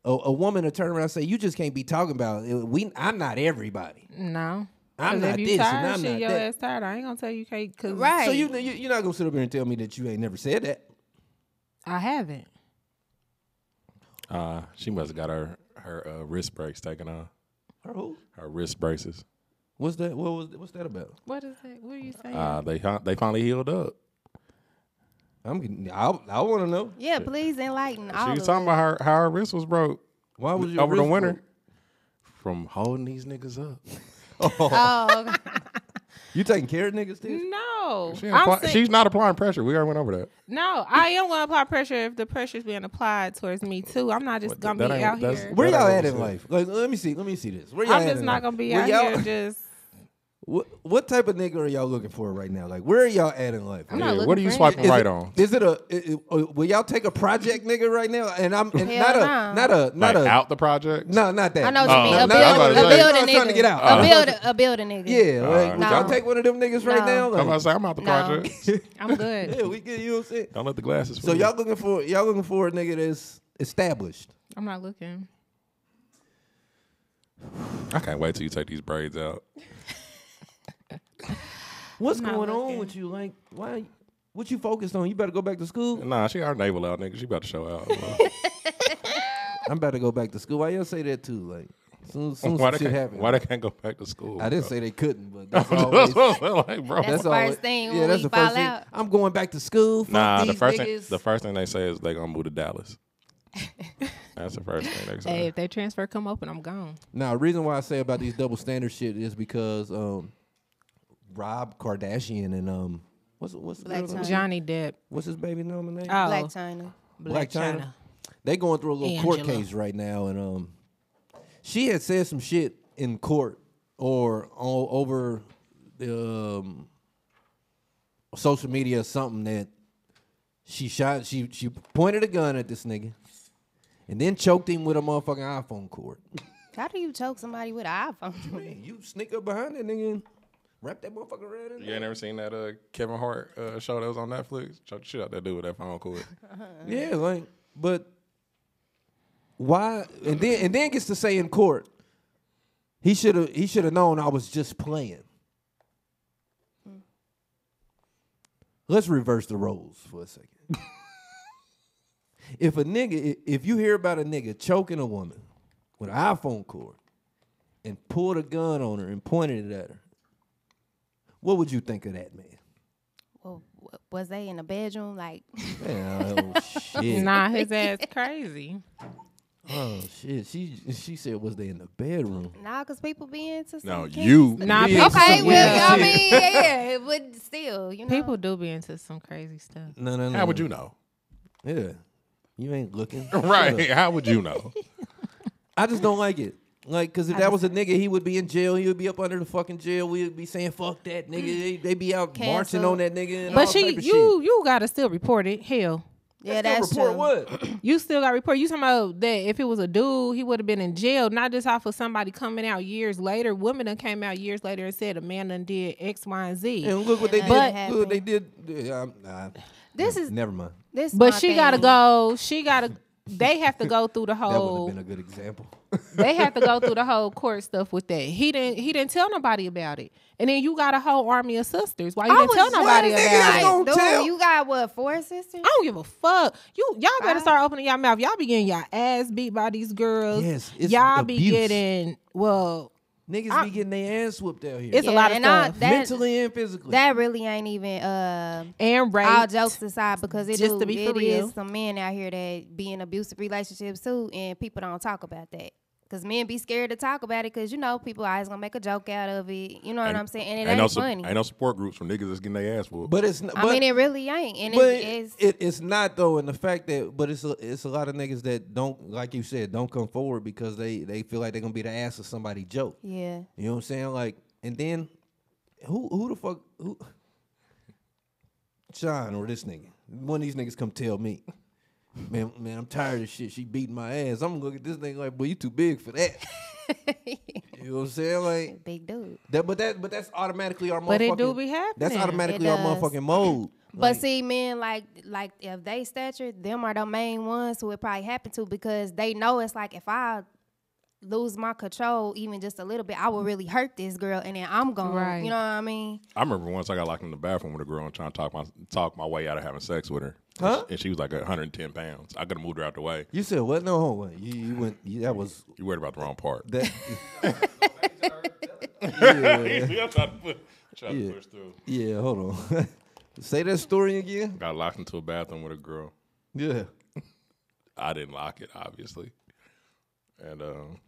[SPEAKER 5] a, a woman to turn around and say you just can't be talking about it. we. I'm not everybody.
[SPEAKER 2] No.
[SPEAKER 5] I'm
[SPEAKER 2] 'Cause
[SPEAKER 5] not
[SPEAKER 2] if you
[SPEAKER 5] this and
[SPEAKER 2] tired,
[SPEAKER 5] I'm
[SPEAKER 2] shit,
[SPEAKER 5] not
[SPEAKER 2] your
[SPEAKER 5] that.
[SPEAKER 2] ass tired. I ain't gonna tell you, Kate, because
[SPEAKER 3] Right.
[SPEAKER 5] So you you you're not gonna sit up here and tell me that you ain't never said that.
[SPEAKER 2] I haven't.
[SPEAKER 4] Uh, she must have got her her uh, wrist brace taken off.
[SPEAKER 5] Or who?
[SPEAKER 4] Her wrist braces.
[SPEAKER 5] What's that? What was what's that about?
[SPEAKER 2] What is that? What are you saying?
[SPEAKER 3] Mm.
[SPEAKER 4] Uh, they fin- they finally healed up.
[SPEAKER 5] I'm getting- I I want to know
[SPEAKER 3] Yeah, please enlighten all
[SPEAKER 4] She was
[SPEAKER 3] of
[SPEAKER 4] talking
[SPEAKER 3] us.
[SPEAKER 4] about her, how her wrist was broke
[SPEAKER 5] why was your
[SPEAKER 4] over the
[SPEAKER 5] wrist
[SPEAKER 4] winter
[SPEAKER 5] broke?
[SPEAKER 4] from holding these niggas up.
[SPEAKER 3] Oh, okay.
[SPEAKER 5] You taking care of niggas? Too?
[SPEAKER 2] no.
[SPEAKER 4] She
[SPEAKER 2] I'm
[SPEAKER 4] apply-
[SPEAKER 2] saying-
[SPEAKER 4] she's not applying pressure. We already went over that.
[SPEAKER 2] no, I am gonna apply pressure if the pressure's being applied towards me too. I'm not just
[SPEAKER 4] What,
[SPEAKER 2] gonna
[SPEAKER 4] that
[SPEAKER 2] be
[SPEAKER 4] ain't-
[SPEAKER 2] out
[SPEAKER 4] that's-
[SPEAKER 2] here.
[SPEAKER 5] Where
[SPEAKER 4] That
[SPEAKER 5] y'all
[SPEAKER 4] I
[SPEAKER 5] at
[SPEAKER 4] would
[SPEAKER 5] in
[SPEAKER 4] say.
[SPEAKER 5] life? Like, let me see. Let me see this. Where y'all
[SPEAKER 2] I'm
[SPEAKER 5] at
[SPEAKER 2] just
[SPEAKER 5] in
[SPEAKER 2] not
[SPEAKER 5] life?
[SPEAKER 2] gonna be
[SPEAKER 5] Where
[SPEAKER 2] out
[SPEAKER 5] y'all-
[SPEAKER 2] here just
[SPEAKER 5] What, what type of nigga are y'all looking for right now? Like, where are y'all at in life?
[SPEAKER 2] I'm not
[SPEAKER 4] Yeah,
[SPEAKER 2] looking
[SPEAKER 4] what are you
[SPEAKER 2] for
[SPEAKER 4] swiping
[SPEAKER 5] Is
[SPEAKER 4] right
[SPEAKER 5] it-
[SPEAKER 4] on?
[SPEAKER 5] Is it a? i- i- uh, will y'all take a project nigga right now? And I'm and
[SPEAKER 3] Hell
[SPEAKER 5] not a
[SPEAKER 3] nah.
[SPEAKER 5] not a not
[SPEAKER 4] Like
[SPEAKER 5] a
[SPEAKER 4] out the project?
[SPEAKER 5] no not that.
[SPEAKER 3] I know what you
[SPEAKER 4] Oh,
[SPEAKER 3] mean. A
[SPEAKER 4] no, I was
[SPEAKER 3] builder,
[SPEAKER 4] about
[SPEAKER 3] a
[SPEAKER 4] to say-
[SPEAKER 3] builder
[SPEAKER 5] I'm trying
[SPEAKER 3] nigga.
[SPEAKER 5] to get out.
[SPEAKER 3] A
[SPEAKER 4] Uh-huh.
[SPEAKER 3] builder, a builder nigga.
[SPEAKER 5] yeah, like,
[SPEAKER 4] Nah.
[SPEAKER 5] y'all take one of them niggas right
[SPEAKER 3] No.
[SPEAKER 5] now.
[SPEAKER 4] I'm about
[SPEAKER 5] Like,
[SPEAKER 4] to say I'm out the
[SPEAKER 3] No.
[SPEAKER 4] project.
[SPEAKER 2] I'm
[SPEAKER 5] yeah,
[SPEAKER 2] good.
[SPEAKER 5] we get you. Know what I'm saying?
[SPEAKER 4] Don't let the glasses.
[SPEAKER 5] So
[SPEAKER 4] fool you.
[SPEAKER 5] y'all looking for y'all looking for a nigga that's established.
[SPEAKER 2] I'm not looking.
[SPEAKER 4] I can't wait till you take these braids out.
[SPEAKER 5] What's
[SPEAKER 2] not
[SPEAKER 5] going on
[SPEAKER 2] looking.
[SPEAKER 5] with you? Like, why? What you focused on? You better go back to school.
[SPEAKER 4] Nah, she our navel out, nigga. She about to show out. bro.
[SPEAKER 5] I'm about to go back to school. Why y'all say that too? Like, soon,
[SPEAKER 4] why
[SPEAKER 5] soon some
[SPEAKER 4] they
[SPEAKER 5] shit
[SPEAKER 4] can't,
[SPEAKER 5] happened.
[SPEAKER 4] Why they can't go back to school?
[SPEAKER 5] I didn't
[SPEAKER 4] bro?
[SPEAKER 5] say they couldn't, but that's
[SPEAKER 4] That's
[SPEAKER 5] always.
[SPEAKER 4] what I'm saying, like, bro.
[SPEAKER 3] That's- the first thing when we fall out.
[SPEAKER 5] I'm going back to school. Fuck
[SPEAKER 4] nah, the
[SPEAKER 5] these
[SPEAKER 4] first thing
[SPEAKER 5] niggas.
[SPEAKER 4] the first thing they say is they gonna move to Dallas. That's the first thing they say.
[SPEAKER 2] Hey, if they transfer come open, I'm gone.
[SPEAKER 5] now, the reason why I say about these double standard shit is because um, Rob Kardashian and um, what's what's the
[SPEAKER 3] Black
[SPEAKER 5] girl's name?
[SPEAKER 3] China.
[SPEAKER 2] Johnny Depp.
[SPEAKER 5] what's his baby name?
[SPEAKER 2] Oh,
[SPEAKER 5] name?
[SPEAKER 3] Black China.
[SPEAKER 5] Black China. They going through a little court
[SPEAKER 2] Angela.
[SPEAKER 5] case right now, and um, she had said some shit in court or all over the um, social media or something that she shot. She she pointed a gun at this nigga, and then choked him with a motherfucking iPhone cord.
[SPEAKER 3] How do you choke somebody with an iPhone?
[SPEAKER 5] Man, you sneak up behind that nigga, and wrap that motherfucker around. his
[SPEAKER 4] You
[SPEAKER 5] neck.
[SPEAKER 4] ain't never seen that uh, Kevin Hart uh, show that was on Netflix? Chuck shit out that dude with that phone cord.
[SPEAKER 5] Yeah, like, but why? And then and then gets to say in court, he should have he should have known I was just playing. Mm. Let's reverse the roles for a second. if a nigga, i- if you hear about a nigga choking a woman with an iPhone cord and pulled a gun on her and pointed it at her, what would you think of that man?
[SPEAKER 3] well, w- was they in a bedroom? Like,
[SPEAKER 5] Man, oh shit!
[SPEAKER 2] Nah, his ass crazy.
[SPEAKER 5] Oh shit! She she said was they in the bedroom?
[SPEAKER 3] nah, because people be into some
[SPEAKER 4] No,
[SPEAKER 3] kinky
[SPEAKER 4] you.
[SPEAKER 2] Nah,
[SPEAKER 5] Yeah,
[SPEAKER 2] people,
[SPEAKER 3] Okay,
[SPEAKER 5] Some
[SPEAKER 3] well,
[SPEAKER 5] weird
[SPEAKER 3] I
[SPEAKER 5] shit.
[SPEAKER 3] mean, yeah, yeah, but still, you know,
[SPEAKER 2] people do be into some crazy stuff.
[SPEAKER 5] No, no, no.
[SPEAKER 4] How would you know?
[SPEAKER 5] no. Yeah, you ain't looking.
[SPEAKER 4] Right? How would you know?
[SPEAKER 5] I just don't like it. Like, cause if that was a nigga, he would be in jail. He would be up under the fucking jail. We would be saying "fuck that nigga." They, they be out marching
[SPEAKER 3] Cancel.
[SPEAKER 5] on that nigga. And
[SPEAKER 2] But
[SPEAKER 5] all
[SPEAKER 2] she,
[SPEAKER 5] type
[SPEAKER 2] you,
[SPEAKER 5] of
[SPEAKER 2] you gotta still report it. Hell,
[SPEAKER 3] yeah,
[SPEAKER 5] shit. Still
[SPEAKER 3] that's
[SPEAKER 5] report
[SPEAKER 3] true.
[SPEAKER 5] what?
[SPEAKER 2] you still got to report. You talking about that? If it was a dude, he would have been in jail. Not just off of somebody coming out years later. Women done came out years later and said a man done did X, Y, and Z.
[SPEAKER 5] And look what they did.
[SPEAKER 3] But-
[SPEAKER 5] look what they did. Yeah, I'm- nah,
[SPEAKER 3] This is
[SPEAKER 5] never mind.
[SPEAKER 3] this, is
[SPEAKER 2] but
[SPEAKER 3] my
[SPEAKER 2] she
[SPEAKER 3] thing.
[SPEAKER 2] gotta go. She gotta. They have to go through the
[SPEAKER 5] That would
[SPEAKER 2] whole.
[SPEAKER 5] have been a good example.
[SPEAKER 2] they have to go through the whole court stuff with that. He didn't. He didn't tell nobody about it. And then you got a whole army of sisters. Why you
[SPEAKER 3] I
[SPEAKER 2] didn't
[SPEAKER 3] was
[SPEAKER 2] tell nobody
[SPEAKER 3] just
[SPEAKER 2] about it?
[SPEAKER 5] gonna
[SPEAKER 3] like, dude,
[SPEAKER 5] tell-
[SPEAKER 3] you got what four sisters?
[SPEAKER 2] I don't give a fuck. You y'all better
[SPEAKER 3] Bye.
[SPEAKER 2] start opening y'all mouth. Y'all be getting y'all ass beat by these girls.
[SPEAKER 5] Yes, it's
[SPEAKER 2] y'all be
[SPEAKER 5] abuse.
[SPEAKER 2] getting well.
[SPEAKER 5] Niggas
[SPEAKER 2] I-
[SPEAKER 5] be getting their ass whooped out here.
[SPEAKER 2] It's a lot of
[SPEAKER 3] and I-
[SPEAKER 2] stuff.
[SPEAKER 3] that-
[SPEAKER 5] mentally and physically.
[SPEAKER 3] That really ain't even uh,
[SPEAKER 2] and rape.
[SPEAKER 3] all jokes aside because it
[SPEAKER 2] Just
[SPEAKER 3] do,
[SPEAKER 2] to be
[SPEAKER 3] it
[SPEAKER 2] for
[SPEAKER 3] is
[SPEAKER 2] real.
[SPEAKER 3] some men out here that be in abusive relationships too, and people don't talk about that. Cause men be scared to talk about it, cause you know people always gonna make a joke out of it. You know what
[SPEAKER 4] Ain't-
[SPEAKER 3] I'm saying? And it
[SPEAKER 4] ain't
[SPEAKER 3] ain't,
[SPEAKER 4] no, su-
[SPEAKER 3] funny.
[SPEAKER 4] ain't no support groups for niggas that's getting their ass whooped.
[SPEAKER 5] but it's n-
[SPEAKER 3] I
[SPEAKER 5] but-
[SPEAKER 3] mean, it really ain't. And
[SPEAKER 5] but
[SPEAKER 3] it's, it's
[SPEAKER 5] it, it's not though, and the fact that but it's a, it's a lot of niggas that don't like you said don't come forward because they they feel like they're gonna be the ass of somebody joke.
[SPEAKER 3] yeah.
[SPEAKER 5] You know what I'm saying? Like, and then who who the fuck who? Sean or this nigga? One of these niggas come tell me, man, man, I'm tired of shit. She beating my ass. I'm gonna look at this nigga like, boy, you too big for that. you know what I'm saying? Like
[SPEAKER 3] Big dude.
[SPEAKER 5] that, but that, but that's automatically our.
[SPEAKER 2] But it do
[SPEAKER 5] motherfucking-
[SPEAKER 2] be
[SPEAKER 5] That's
[SPEAKER 2] happening.
[SPEAKER 5] automatically
[SPEAKER 3] It
[SPEAKER 5] our
[SPEAKER 3] does.
[SPEAKER 5] motherfucking mode.
[SPEAKER 3] But see, men like like if they stature, them are the main ones who it probably happened to because they know it's like if I lose my control even just a little bit, I will really hurt this girl, and then I'm gone.
[SPEAKER 2] Right.
[SPEAKER 3] You know what I mean?
[SPEAKER 4] I remember once I got locked in the bathroom with a girl and trying to talk my talk my way out of having sex with her. And
[SPEAKER 5] Huh?
[SPEAKER 4] she- And she was like 110 pounds. I could have moved her out the way.
[SPEAKER 5] You said what? No, hold on. You, you went. You, that was
[SPEAKER 4] You worried about the wrong part.
[SPEAKER 5] that.
[SPEAKER 4] I'm trying to, put, trying
[SPEAKER 5] Yeah.
[SPEAKER 4] to push through.
[SPEAKER 5] yeah, hold on. Say that story again.
[SPEAKER 4] Got locked into a bathroom with a girl.
[SPEAKER 5] Yeah.
[SPEAKER 4] I didn't lock it, obviously. And um,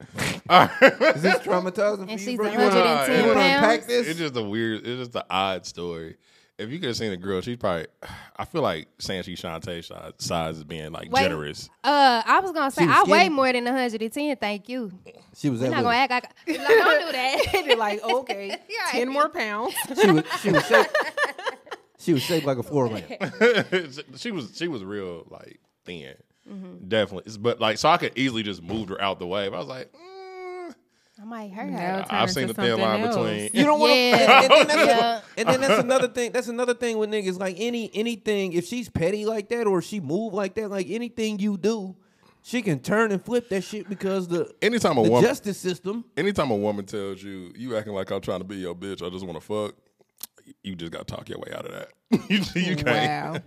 [SPEAKER 5] Is this traumatizing for
[SPEAKER 3] And
[SPEAKER 5] you,
[SPEAKER 3] she's
[SPEAKER 5] bro? You wanna, you
[SPEAKER 3] 110
[SPEAKER 5] wanna
[SPEAKER 3] pounds.
[SPEAKER 5] unpack this?
[SPEAKER 4] it's just a weird, it's just an odd story. If you could have seen the girl, she's probably. I feel like saying she's Shantae si- size is being like
[SPEAKER 3] Wait.
[SPEAKER 4] generous.
[SPEAKER 3] Uh, I was gonna say
[SPEAKER 5] She was
[SPEAKER 3] I weigh
[SPEAKER 5] skinny.
[SPEAKER 3] more than 110. Thank you.
[SPEAKER 5] she was
[SPEAKER 3] You're not
[SPEAKER 5] that
[SPEAKER 3] gonna
[SPEAKER 5] little.
[SPEAKER 3] act like like, don't do that.
[SPEAKER 2] They're like, okay,
[SPEAKER 3] You're right.
[SPEAKER 2] ten more pounds.
[SPEAKER 5] She was, she was shaped. she was shaped like a floor lamp.
[SPEAKER 4] she was she was real like thin,
[SPEAKER 2] Mm-hmm.
[SPEAKER 4] definitely. It's- But like, so I could easily just move her out the way. But I was like, mm,
[SPEAKER 3] I might hurt
[SPEAKER 2] No.
[SPEAKER 3] her.
[SPEAKER 2] Turn
[SPEAKER 4] I've seen
[SPEAKER 2] to
[SPEAKER 4] the thin
[SPEAKER 2] something
[SPEAKER 4] line
[SPEAKER 2] else.
[SPEAKER 5] You
[SPEAKER 4] between.
[SPEAKER 5] don't want
[SPEAKER 3] Yeah.
[SPEAKER 5] and, and, then
[SPEAKER 3] Yeah.
[SPEAKER 5] that's- and then that's another thing. That's another thing with niggas. Like any anything, if she's petty like that or she move like that, like anything you do, she can turn and flip that shit because the
[SPEAKER 4] Anytime a
[SPEAKER 5] the
[SPEAKER 4] woman,
[SPEAKER 5] justice system.
[SPEAKER 4] anytime a woman tells you you acting like I'm trying to be your bitch, I just want to fuck. You just gotta talk your way out of that. you you can't.
[SPEAKER 2] Wow.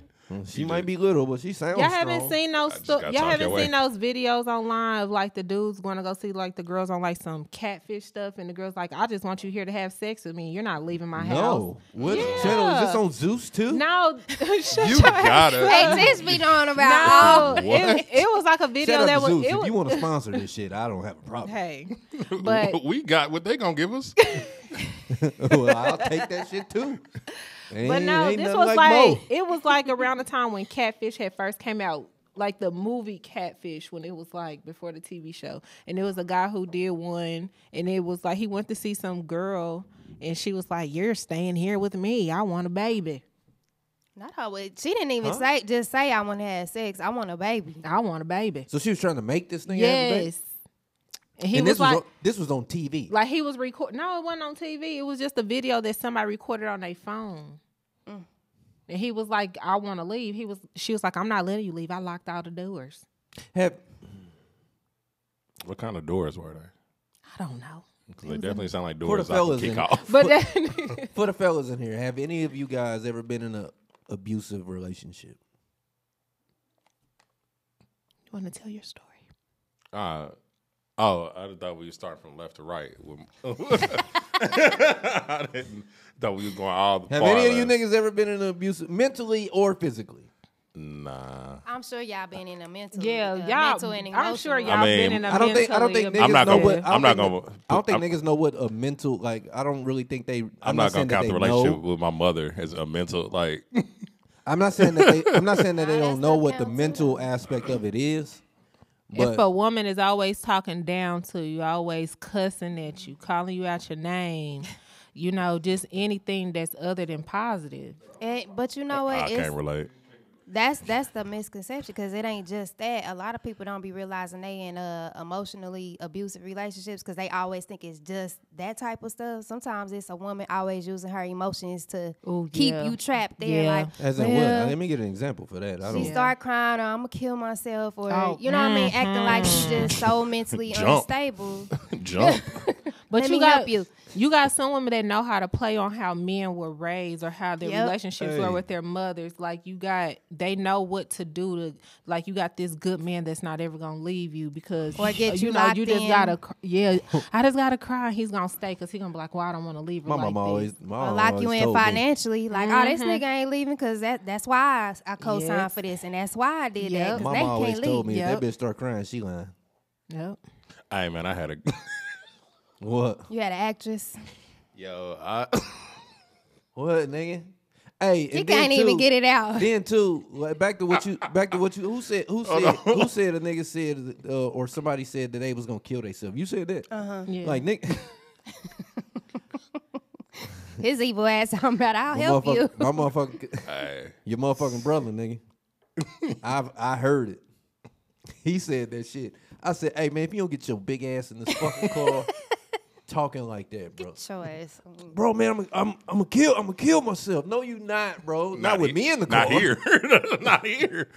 [SPEAKER 5] She might be little, but she sounds.
[SPEAKER 2] Y'all haven't
[SPEAKER 5] strong.
[SPEAKER 2] seen those.
[SPEAKER 4] just
[SPEAKER 2] Sto-
[SPEAKER 4] gotta
[SPEAKER 2] y'all
[SPEAKER 4] talk
[SPEAKER 2] haven't
[SPEAKER 4] your
[SPEAKER 2] seen those videos online of like the dudes going to go see like the girls on like some catfish stuff, and the girls like, I just want you here to have sex with me. You're not leaving my house.
[SPEAKER 5] No, what channel is this
[SPEAKER 2] Yeah.
[SPEAKER 5] on Zeus too?
[SPEAKER 2] No, shut
[SPEAKER 4] You
[SPEAKER 2] your ass
[SPEAKER 4] gotta-
[SPEAKER 2] up.
[SPEAKER 3] Hey, Tish be knowing about all
[SPEAKER 2] No, it, it was like a
[SPEAKER 5] Shout
[SPEAKER 2] video
[SPEAKER 5] out
[SPEAKER 2] that
[SPEAKER 5] to
[SPEAKER 2] was.
[SPEAKER 5] Zeus.
[SPEAKER 2] It
[SPEAKER 5] If
[SPEAKER 2] was
[SPEAKER 5] you want to sponsor this shit, I don't have a problem.
[SPEAKER 2] hey, but
[SPEAKER 4] we got what they gonna give us.
[SPEAKER 5] well, I'll take that shit too.
[SPEAKER 2] But
[SPEAKER 5] Ain't-
[SPEAKER 2] no,
[SPEAKER 5] ain't
[SPEAKER 2] this
[SPEAKER 5] nothing
[SPEAKER 2] was like,
[SPEAKER 5] Mo.
[SPEAKER 2] it was like around the time when Catfish had first came out, like the movie Catfish, when it was like before the TV show, and it was a guy who did one, and it was like he went to see some girl, and she was like, "You're staying here with me. I want a baby.
[SPEAKER 3] Not always. She didn't even say just say I want to have sex. I want a baby.
[SPEAKER 2] I want a baby."
[SPEAKER 5] So she was trying to make this thing. happen, babe?
[SPEAKER 2] Yes, and he
[SPEAKER 5] and
[SPEAKER 2] was
[SPEAKER 5] this was
[SPEAKER 2] like.
[SPEAKER 5] on, this was on TV.
[SPEAKER 2] like he was recording. No, it wasn't on TV. It was just a video that somebody recorded on their phone.
[SPEAKER 3] Mm.
[SPEAKER 2] And he was like, "I want to leave." He was. She was like, "I'm not letting you leave. I locked all the doors."
[SPEAKER 5] Have,
[SPEAKER 4] what kind of doors were they?
[SPEAKER 2] I don't know.
[SPEAKER 4] 'Cause they definitely sound like
[SPEAKER 5] For the
[SPEAKER 4] doors I can
[SPEAKER 5] fellas
[SPEAKER 4] kick
[SPEAKER 5] in-
[SPEAKER 4] off.
[SPEAKER 2] But then,
[SPEAKER 5] for the fellas in here, have any of you guys ever been in a abusive relationship?
[SPEAKER 2] you want to tell your story?
[SPEAKER 4] Uh, oh, I thought we were starting from left to right. We- I didn't thought we was going all the
[SPEAKER 5] Have
[SPEAKER 4] far
[SPEAKER 5] any of you
[SPEAKER 4] left.
[SPEAKER 5] niggas ever been in an abusive, mentally or physically?
[SPEAKER 4] Nah.
[SPEAKER 3] I'm sure y'all been in a mental.
[SPEAKER 2] Yeah,
[SPEAKER 3] uh,
[SPEAKER 2] y'all.
[SPEAKER 3] mental and
[SPEAKER 2] I'm sure
[SPEAKER 3] emotional.
[SPEAKER 2] y'all
[SPEAKER 4] I mean,
[SPEAKER 2] been in a
[SPEAKER 5] I don't think I don't think
[SPEAKER 2] mentally
[SPEAKER 5] niggas
[SPEAKER 4] I'm not
[SPEAKER 5] know
[SPEAKER 4] gonna-
[SPEAKER 5] what I
[SPEAKER 4] I'm
[SPEAKER 5] don't
[SPEAKER 4] not
[SPEAKER 5] think-
[SPEAKER 4] gonna-
[SPEAKER 5] I don't think
[SPEAKER 4] I'm-
[SPEAKER 5] niggas know what a mental like. I don't really think they. I'm,
[SPEAKER 4] I'm, not
[SPEAKER 5] saying
[SPEAKER 4] gonna
[SPEAKER 5] that
[SPEAKER 4] count
[SPEAKER 5] they
[SPEAKER 4] the relationship
[SPEAKER 5] Know.
[SPEAKER 4] with my mother as a mental like.
[SPEAKER 5] I'm not saying that they. I'm not saying that they
[SPEAKER 3] Nah, that
[SPEAKER 5] don't know
[SPEAKER 3] still
[SPEAKER 5] what the
[SPEAKER 3] counts, too.
[SPEAKER 5] mental aspect of it is.
[SPEAKER 2] If a
[SPEAKER 5] But
[SPEAKER 2] woman is always talking down to you, always cussing at you, calling you out your name, you know, just anything that's other than positive.
[SPEAKER 3] Eh, but you know
[SPEAKER 4] I
[SPEAKER 3] what? It's,
[SPEAKER 4] can't relate.
[SPEAKER 3] that's that's the misconception because it ain't just that. A lot of people don't be realizing they in uh, emotionally abusive relationships because they always think it's just that type of stuff. Sometimes it's a woman always using her emotions to
[SPEAKER 2] Ooh,
[SPEAKER 3] keep
[SPEAKER 2] yeah.
[SPEAKER 3] you trapped there.
[SPEAKER 2] Yeah.
[SPEAKER 3] Like
[SPEAKER 5] as in
[SPEAKER 3] well,
[SPEAKER 5] what? Let me get an example for that. I
[SPEAKER 3] She
[SPEAKER 5] don't.
[SPEAKER 3] start crying, or I'm gonna kill myself, or
[SPEAKER 2] Oh, mm-hmm.
[SPEAKER 3] you know what I mean, acting like she's just so mentally
[SPEAKER 4] Jump.
[SPEAKER 3] unstable.
[SPEAKER 4] Jump.
[SPEAKER 2] But
[SPEAKER 3] Let
[SPEAKER 2] you
[SPEAKER 3] me
[SPEAKER 2] got
[SPEAKER 3] help you.
[SPEAKER 2] got some women that know how to play on how men were raised or how their
[SPEAKER 3] Yep.
[SPEAKER 2] relationships
[SPEAKER 5] Hey.
[SPEAKER 2] were with their mothers. Like you got they know what to do to like you got this good man that's not ever gonna leave you because
[SPEAKER 3] Or get
[SPEAKER 2] you
[SPEAKER 3] you
[SPEAKER 2] know you
[SPEAKER 3] locked
[SPEAKER 2] just
[SPEAKER 3] in.
[SPEAKER 2] gotta cr- yeah I just gotta cry and he's gonna stay because he's gonna be like well I don't want to leave her
[SPEAKER 5] My
[SPEAKER 2] like
[SPEAKER 5] mama
[SPEAKER 2] this.
[SPEAKER 5] always, my
[SPEAKER 3] Or
[SPEAKER 5] mama
[SPEAKER 3] lock
[SPEAKER 5] always
[SPEAKER 3] you in
[SPEAKER 5] told me,
[SPEAKER 3] financially. Like, oh, this
[SPEAKER 2] Mhm.
[SPEAKER 3] nigga ain't leaving because that, that's why I, I co signed
[SPEAKER 2] Yes.
[SPEAKER 3] for this. And that's why I did
[SPEAKER 2] Yep.
[SPEAKER 3] that. Because
[SPEAKER 5] Mama
[SPEAKER 3] they
[SPEAKER 5] always
[SPEAKER 3] can't leave.
[SPEAKER 5] told me if
[SPEAKER 2] Yep.
[SPEAKER 5] that bitch start crying, she lying.
[SPEAKER 2] Yep.
[SPEAKER 4] Hey man, I had a
[SPEAKER 5] What?
[SPEAKER 3] You had an actress.
[SPEAKER 4] yo. I
[SPEAKER 5] What, nigga? Hey,
[SPEAKER 3] You
[SPEAKER 5] and then
[SPEAKER 3] can't even
[SPEAKER 5] too-
[SPEAKER 3] get it out.
[SPEAKER 5] Then too, like back to what you, back to what you. Who said? Who said? Who said a nigga said uh, or somebody said that they was gonna kill themselves? You said that. Uh-huh.
[SPEAKER 2] Yeah.
[SPEAKER 5] Like Nick,
[SPEAKER 3] His evil ass talking about, I'll
[SPEAKER 5] my
[SPEAKER 3] help you.
[SPEAKER 5] motherfucker, my motherfucking,
[SPEAKER 4] hey,
[SPEAKER 5] your motherfucking brother, nigga. I've I heard it. He said that shit. I said, hey man, if you don't get your big ass in this fucking car talking like that, bro.
[SPEAKER 3] Choice.
[SPEAKER 5] Bro, man, I'm I'm I'm gonna kill I'm gonna kill myself. No, you not, bro. Not, with
[SPEAKER 4] he-
[SPEAKER 5] me in the car.
[SPEAKER 4] Not here. not here.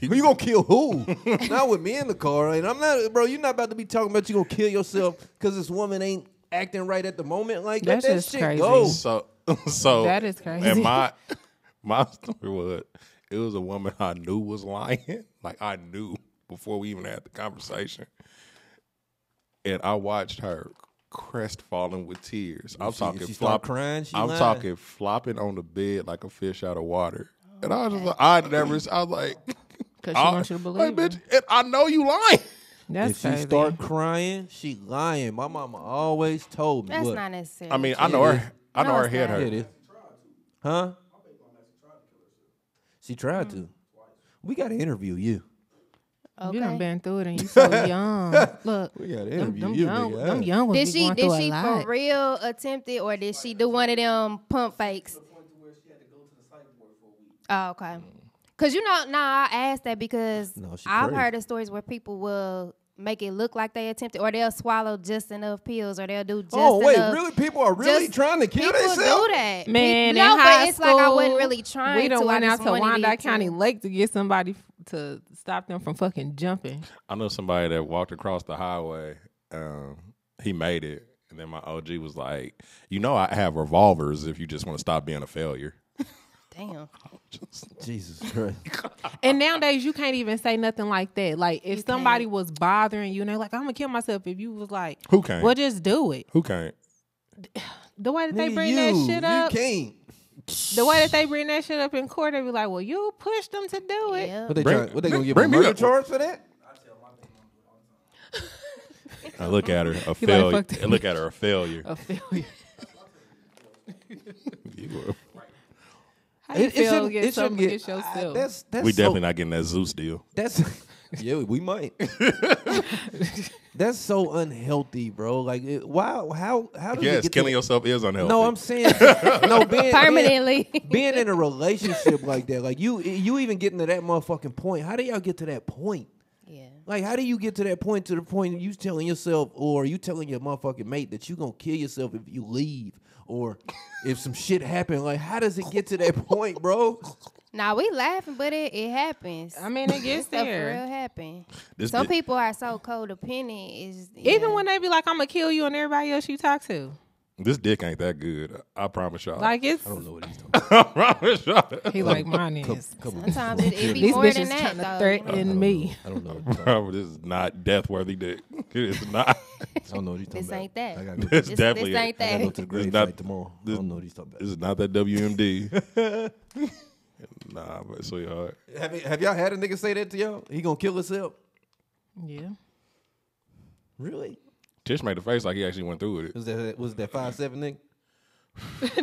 [SPEAKER 5] Who you gonna kill who? not with me in the car, and I'm not, bro. You're not about to be talking about you gonna kill yourself because this woman ain't acting right at the moment. Like let
[SPEAKER 2] That's
[SPEAKER 5] that
[SPEAKER 2] just
[SPEAKER 5] shit
[SPEAKER 2] crazy.
[SPEAKER 5] go.
[SPEAKER 4] So so
[SPEAKER 2] That is crazy.
[SPEAKER 4] And my my story was it was a woman I knew was lying. Like I knew before we even had the conversation. And I watched her crestfallen with tears. I'm
[SPEAKER 5] she-
[SPEAKER 4] talking
[SPEAKER 5] if she
[SPEAKER 4] flop
[SPEAKER 5] start crying, she
[SPEAKER 4] I'm
[SPEAKER 5] lying.
[SPEAKER 4] talking flopping on the bed like a fish out of water. And I was just like, I never I was like
[SPEAKER 2] Because she
[SPEAKER 4] I,
[SPEAKER 2] wants you to
[SPEAKER 4] like,
[SPEAKER 2] believe her.
[SPEAKER 4] bitch, and I know you lying.
[SPEAKER 2] That's
[SPEAKER 5] If she
[SPEAKER 2] crazy.
[SPEAKER 5] start crying, she lying. My mama always told me.
[SPEAKER 3] That's
[SPEAKER 5] look,
[SPEAKER 3] not necessary.
[SPEAKER 4] I mean, I know her I know
[SPEAKER 3] No,
[SPEAKER 4] her
[SPEAKER 3] it's
[SPEAKER 4] head
[SPEAKER 3] not.
[SPEAKER 5] yeah,
[SPEAKER 4] hurt.
[SPEAKER 5] it is. Huh? She tried to. We gotta interview you.
[SPEAKER 2] You done
[SPEAKER 3] okay.
[SPEAKER 2] been through it and you so young. Look,
[SPEAKER 5] We gotta
[SPEAKER 2] them,
[SPEAKER 5] interview
[SPEAKER 2] them
[SPEAKER 5] you.
[SPEAKER 2] young,
[SPEAKER 5] nigga.
[SPEAKER 2] them young ones
[SPEAKER 3] Did
[SPEAKER 2] be
[SPEAKER 3] she
[SPEAKER 2] going
[SPEAKER 3] did
[SPEAKER 2] through a
[SPEAKER 3] she
[SPEAKER 2] lot.
[SPEAKER 3] for real attempt it or did she do one of them pump fakes? Oh, okay. Cause you know, nah, I asked that because
[SPEAKER 5] No, she
[SPEAKER 3] I've
[SPEAKER 5] crazy.
[SPEAKER 3] heard of stories where people will make it look like they attempted, or they'll swallow just enough pills, or they'll do just
[SPEAKER 5] Oh wait,
[SPEAKER 3] enough.
[SPEAKER 5] really? People are really
[SPEAKER 3] just-
[SPEAKER 5] trying to kill
[SPEAKER 3] people
[SPEAKER 5] themselves.
[SPEAKER 3] do that, Pe-
[SPEAKER 2] Man,
[SPEAKER 3] no,
[SPEAKER 2] in
[SPEAKER 3] but
[SPEAKER 2] high
[SPEAKER 3] it's like I wasn't
[SPEAKER 2] school,
[SPEAKER 3] really trying.
[SPEAKER 2] We done
[SPEAKER 3] to.
[SPEAKER 2] went
[SPEAKER 3] I
[SPEAKER 2] out
[SPEAKER 3] just
[SPEAKER 2] to
[SPEAKER 3] wanted
[SPEAKER 2] Wyandotte
[SPEAKER 3] it to.
[SPEAKER 2] County Lake to get somebody f- to stop them from fucking jumping.
[SPEAKER 4] I know somebody that walked across the highway. Um, he made it, and then my OG was like, "You know, I have revolvers. If you just want to stop being a failure."
[SPEAKER 3] Damn,
[SPEAKER 5] Jesus Christ.
[SPEAKER 3] Uh,
[SPEAKER 2] And nowadays, you can't even say nothing like that. Like if somebody was bothering you, and they're like, "I'm gonna kill myself," if you was like,
[SPEAKER 4] Who can't?
[SPEAKER 2] Well, just do it.
[SPEAKER 4] Who can't?
[SPEAKER 2] The way that they
[SPEAKER 5] Nigga,
[SPEAKER 2] bring
[SPEAKER 5] you,
[SPEAKER 2] that shit up,
[SPEAKER 5] You can't.
[SPEAKER 2] the way that they bring that shit up in court, they be like, "Well, you pushed them to do it."
[SPEAKER 3] yeah.
[SPEAKER 5] What they,
[SPEAKER 4] Bring-
[SPEAKER 5] trying, what they gonna give a
[SPEAKER 4] bring me
[SPEAKER 5] murder
[SPEAKER 4] up.
[SPEAKER 5] charge for that?
[SPEAKER 4] I look at her a failure.
[SPEAKER 2] "Fuck that
[SPEAKER 4] I look at her a failure.
[SPEAKER 2] A failure.
[SPEAKER 4] You-
[SPEAKER 2] How you
[SPEAKER 5] It- it
[SPEAKER 2] feel
[SPEAKER 5] shouldn't-
[SPEAKER 2] get
[SPEAKER 5] it shouldn't
[SPEAKER 2] something against
[SPEAKER 5] get- I-
[SPEAKER 2] yourself?
[SPEAKER 5] that's that's
[SPEAKER 4] we
[SPEAKER 5] so-
[SPEAKER 4] definitely not getting that Zeus deal.
[SPEAKER 5] that's yeah, we might. that's so unhealthy, bro. Like, it, wow, how how does it
[SPEAKER 4] Yes,
[SPEAKER 5] get
[SPEAKER 4] killing
[SPEAKER 5] to,
[SPEAKER 4] yourself is unhealthy.
[SPEAKER 5] No, I'm saying no being,
[SPEAKER 3] Permanently.
[SPEAKER 5] Being, being in a relationship like that, like you you even getting to that motherfucking point. How do y'all get to that point?
[SPEAKER 3] yeah.
[SPEAKER 5] Like, how do you get to that point? To the point you telling yourself, or you telling your motherfucking mate that you gonna kill yourself if you leave, or if some shit happen. Like, how does it get to that point, bro?
[SPEAKER 3] Now we laughing, but it, it happens.
[SPEAKER 2] I mean, it gets
[SPEAKER 3] stuff for
[SPEAKER 2] there.
[SPEAKER 3] real happen.
[SPEAKER 4] This
[SPEAKER 3] Some
[SPEAKER 4] bit-
[SPEAKER 3] people are so codependent. Is
[SPEAKER 2] Even when they be like, I'm gonna kill you and everybody else you talk to.
[SPEAKER 4] This dick ain't that good. I promise y'all.
[SPEAKER 2] Like it's
[SPEAKER 4] I promise y'all.
[SPEAKER 2] he like mine is.
[SPEAKER 3] sometimes it, it be
[SPEAKER 2] These
[SPEAKER 3] more than
[SPEAKER 2] bitches
[SPEAKER 3] that.
[SPEAKER 2] trying
[SPEAKER 3] Though.
[SPEAKER 2] to threaten me.
[SPEAKER 5] I don't know.
[SPEAKER 4] Bro, this is not death worthy dick. It is not.
[SPEAKER 5] I don't know what he's talking
[SPEAKER 3] This
[SPEAKER 5] about.
[SPEAKER 3] ain't that.
[SPEAKER 5] I gotta go,
[SPEAKER 4] It's
[SPEAKER 3] This,
[SPEAKER 4] definitely.
[SPEAKER 3] this ain't
[SPEAKER 5] I gotta go
[SPEAKER 3] that.
[SPEAKER 5] to the
[SPEAKER 4] It's
[SPEAKER 5] grave
[SPEAKER 4] not-
[SPEAKER 5] fight tomorrow. I
[SPEAKER 4] this-
[SPEAKER 5] don't know what he's talking about.
[SPEAKER 4] This is not that WMD. nah, but sweetheart.
[SPEAKER 5] Have, y- have y'all had a nigga say that to y'all? He gonna kill himself?
[SPEAKER 2] Yeah.
[SPEAKER 5] Really?
[SPEAKER 4] Tish made a face like he actually went through with it.
[SPEAKER 5] Was that was that five seven nigga?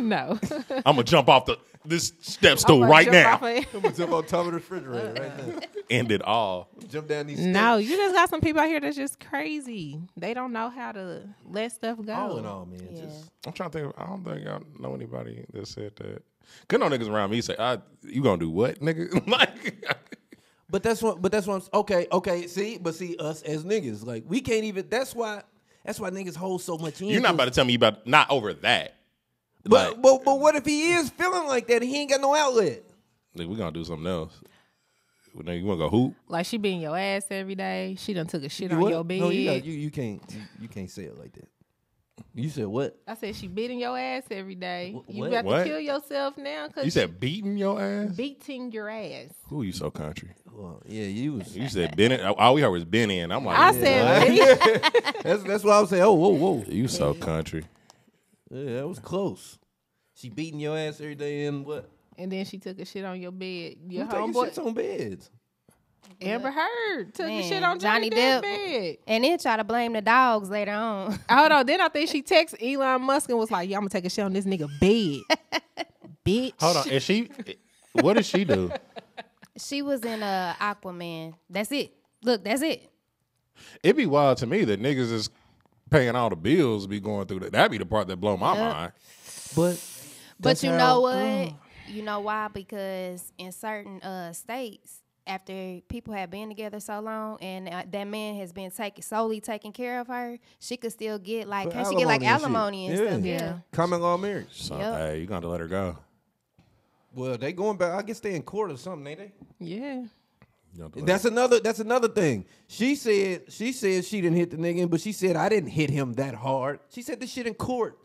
[SPEAKER 2] no.
[SPEAKER 4] I'm gonna jump off the this step stool
[SPEAKER 2] I'ma
[SPEAKER 4] right
[SPEAKER 2] jump off
[SPEAKER 4] now.
[SPEAKER 2] of-
[SPEAKER 5] I'm gonna jump on top of the refrigerator right now.
[SPEAKER 4] End it all.
[SPEAKER 5] Jump down these
[SPEAKER 2] no, you just got some people out here that's just crazy. They don't know how to let stuff go.
[SPEAKER 5] All in all, man.
[SPEAKER 3] Oh, Yeah.
[SPEAKER 5] Just
[SPEAKER 4] I'm trying to think. Of, I don't think I know anybody that said that. Cause no niggas around me say, "I you gonna do what, nigga?" like,
[SPEAKER 5] But that's what. But that's what. I'm, okay. Okay. See. But see, us as niggas, like we can't even. That's why. That's why niggas hold so much in.
[SPEAKER 4] you're not
[SPEAKER 5] 'cause-
[SPEAKER 4] about to tell me you about not over that.
[SPEAKER 5] But
[SPEAKER 4] like-
[SPEAKER 5] but but what if he is feeling like that? and He ain't got no outlet.
[SPEAKER 4] Like, we gonna do something else. Well, nigga, you wanna go hoop?
[SPEAKER 2] Like she being your ass every day. She done took a shit on
[SPEAKER 5] What?
[SPEAKER 2] your bed.
[SPEAKER 5] No, you, got, you you can't you, you can't say it like that. You said what?
[SPEAKER 2] I said she beating your ass every day.
[SPEAKER 5] Wh-
[SPEAKER 2] you
[SPEAKER 5] what?
[SPEAKER 2] got
[SPEAKER 4] What?
[SPEAKER 2] to kill yourself now because
[SPEAKER 4] You said beating your ass?
[SPEAKER 2] beating your ass.
[SPEAKER 4] Who you so country?
[SPEAKER 5] Well, yeah, you was.
[SPEAKER 4] You said been in. All we heard was been in. I'm like,
[SPEAKER 2] I said beat-
[SPEAKER 5] that's that's why I was saying. Oh, whoa, whoa.
[SPEAKER 4] you so country.
[SPEAKER 5] Yeah, that was close. She beating your ass every day in what?
[SPEAKER 2] and then she took a shit on your bed. Your
[SPEAKER 5] Who taking
[SPEAKER 2] homeboy
[SPEAKER 5] shits on beds?
[SPEAKER 2] Amber Heard took a shit
[SPEAKER 3] Man,
[SPEAKER 2] on Johnny,
[SPEAKER 3] Johnny
[SPEAKER 2] Depp's
[SPEAKER 3] Depp.
[SPEAKER 2] bed.
[SPEAKER 3] And then try to blame the dogs later on.
[SPEAKER 2] Hold on. Then I think she texted Elon Musk and was like, "Yeah, I'm gonna take a shit on this nigga bed, bitch."
[SPEAKER 4] Hold on. Is she? What does she do?
[SPEAKER 3] she was in uh, Aquaman. That's it. Look, that's it.
[SPEAKER 4] It'd be wild to me that niggas is paying all the bills, be going through that. That'd be the part that blow my mind.
[SPEAKER 5] But
[SPEAKER 3] But
[SPEAKER 5] that's
[SPEAKER 3] you
[SPEAKER 5] how- mm.
[SPEAKER 3] know what? You know why? Because in certain uh, states, after people have been together so long and uh, that man has been taking solely taking care of her, she could still get like,
[SPEAKER 5] But
[SPEAKER 3] can she get like
[SPEAKER 5] alimony
[SPEAKER 3] alimony and
[SPEAKER 5] and shit.
[SPEAKER 3] stuff?
[SPEAKER 5] Yeah.
[SPEAKER 3] Yeah.
[SPEAKER 2] Yeah.
[SPEAKER 5] common law marriage.
[SPEAKER 4] So
[SPEAKER 3] Yep.
[SPEAKER 4] hey, you gotta let her go.
[SPEAKER 5] Well, they going back. I guess they in court or something, ain't they?
[SPEAKER 2] Yeah.
[SPEAKER 4] You gotta let her-
[SPEAKER 5] That's another. That's another thing. She said. She said she didn't hit the nigga, but she said I didn't hit him that hard. She said this shit in court.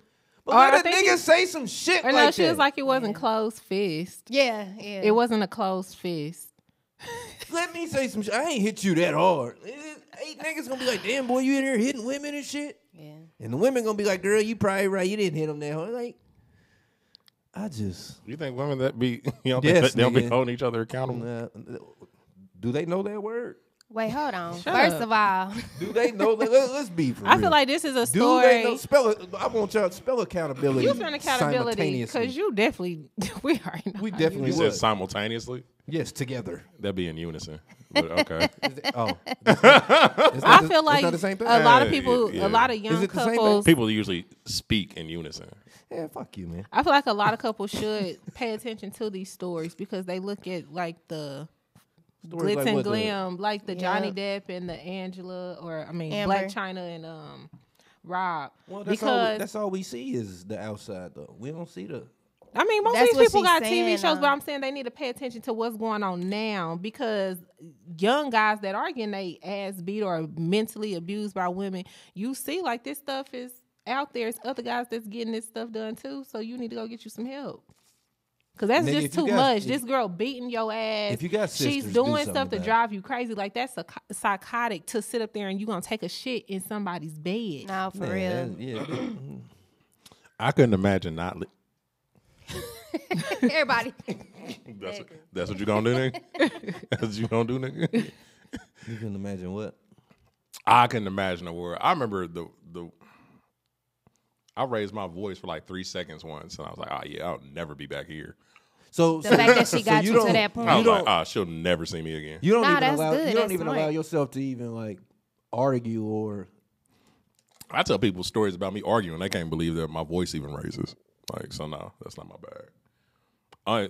[SPEAKER 5] But
[SPEAKER 2] Oh, I
[SPEAKER 5] let a
[SPEAKER 2] think
[SPEAKER 5] nigga
[SPEAKER 2] she-
[SPEAKER 5] say some shit
[SPEAKER 2] Or
[SPEAKER 5] like
[SPEAKER 2] no, she
[SPEAKER 5] that.
[SPEAKER 2] was like, "It wasn't closed fist.
[SPEAKER 3] Yeah,
[SPEAKER 2] It wasn't a closed fist."
[SPEAKER 5] let me say some shit. I ain't hit you that hard. It- Eight niggas gonna be like, damn boy, you in here hitting women and shit.
[SPEAKER 3] yeah.
[SPEAKER 5] And the women gonna be like, girl, you probably right. You didn't hit him that hard. Like, I just
[SPEAKER 4] You think women that be you know
[SPEAKER 5] Yes,
[SPEAKER 4] that they'll be
[SPEAKER 5] nigga.
[SPEAKER 4] holding each other accountable?
[SPEAKER 5] uh, do they know that word?
[SPEAKER 3] Wait, hold on.
[SPEAKER 2] Shut
[SPEAKER 3] First
[SPEAKER 2] up.
[SPEAKER 3] of all,
[SPEAKER 5] Do they know? that? Let, us be for
[SPEAKER 2] I
[SPEAKER 5] real.
[SPEAKER 2] feel like this is a
[SPEAKER 5] do
[SPEAKER 2] story.
[SPEAKER 5] they know spell? it- I want y'all to spell accountability.
[SPEAKER 2] You found accountability
[SPEAKER 5] simultaneously.
[SPEAKER 2] because you definitely we already know.
[SPEAKER 5] we
[SPEAKER 2] how
[SPEAKER 5] definitely
[SPEAKER 4] You
[SPEAKER 5] would.
[SPEAKER 4] said simultaneously.
[SPEAKER 5] yes, together.
[SPEAKER 4] That'd be in unison. But okay.
[SPEAKER 5] Oh,
[SPEAKER 2] you- I feel like
[SPEAKER 5] not the same thing?
[SPEAKER 2] a lot of
[SPEAKER 4] Yeah,
[SPEAKER 2] people, a
[SPEAKER 4] yeah.
[SPEAKER 2] lot of
[SPEAKER 5] Is
[SPEAKER 2] young
[SPEAKER 5] it the same thing?
[SPEAKER 2] couples.
[SPEAKER 4] People usually speak in unison.
[SPEAKER 5] yeah, fuck you, man.
[SPEAKER 2] I feel like a lot of couples should pay attention to these stories because they look at like the glitz
[SPEAKER 5] like
[SPEAKER 2] and
[SPEAKER 5] what, the-
[SPEAKER 2] glam, like the Johnny Depp and the Angela, or I mean Black
[SPEAKER 3] Amber.
[SPEAKER 2] China and um Rob.
[SPEAKER 5] Well, that's all.
[SPEAKER 2] because
[SPEAKER 5] We, that's all we see is the outside, though. We don't see the.
[SPEAKER 2] I mean, most of
[SPEAKER 3] That's
[SPEAKER 2] these
[SPEAKER 3] what
[SPEAKER 2] people
[SPEAKER 3] she's
[SPEAKER 2] got TV
[SPEAKER 3] saying,
[SPEAKER 2] shows, but
[SPEAKER 3] um,
[SPEAKER 2] I'm saying they need to pay attention to what's going on now because young guys that are getting their ass beat or mentally abused by women, you see, like this stuff is out there. It's other guys that's getting this stuff done too, so you need to go get you some help. Cause that's
[SPEAKER 5] Nigga,
[SPEAKER 2] just
[SPEAKER 5] if you
[SPEAKER 2] too
[SPEAKER 5] got-
[SPEAKER 2] much.
[SPEAKER 5] if-
[SPEAKER 2] this girl beating your ass.
[SPEAKER 5] If you got
[SPEAKER 2] she's
[SPEAKER 5] sisters, do
[SPEAKER 2] doing
[SPEAKER 5] something
[SPEAKER 2] stuff to
[SPEAKER 5] about it.
[SPEAKER 2] drive you crazy. Like that's psych- psychotic to sit up there and you gonna take a shit in somebody's bed.
[SPEAKER 3] no, for
[SPEAKER 5] Yeah,
[SPEAKER 3] real.
[SPEAKER 5] yeah.
[SPEAKER 4] I couldn't imagine not. Li-
[SPEAKER 3] Everybody,
[SPEAKER 4] that's, what, that's what you gonna do, nigga. that's what you gonna do, nigga.
[SPEAKER 5] you can imagine what.
[SPEAKER 4] I couldn't imagine a word. I remember the the. I raised my voice for like three seconds once, and I was like, "Oh yeah, I'll never be back here."
[SPEAKER 5] So
[SPEAKER 3] the
[SPEAKER 5] so-
[SPEAKER 3] fact that she
[SPEAKER 5] so
[SPEAKER 3] got you, to
[SPEAKER 5] don't-
[SPEAKER 3] that
[SPEAKER 4] I
[SPEAKER 3] point.
[SPEAKER 4] was like, "Ah, she'll never see me again."
[SPEAKER 5] You don't
[SPEAKER 3] Nah,
[SPEAKER 5] even
[SPEAKER 3] that's
[SPEAKER 5] allow.
[SPEAKER 3] good.
[SPEAKER 5] You don't
[SPEAKER 3] That's
[SPEAKER 5] even
[SPEAKER 3] smart.
[SPEAKER 5] allow yourself to even like argue or.
[SPEAKER 4] I tell people stories about me arguing; they can't believe that my voice even raises. Like, so no, that's not my bag. I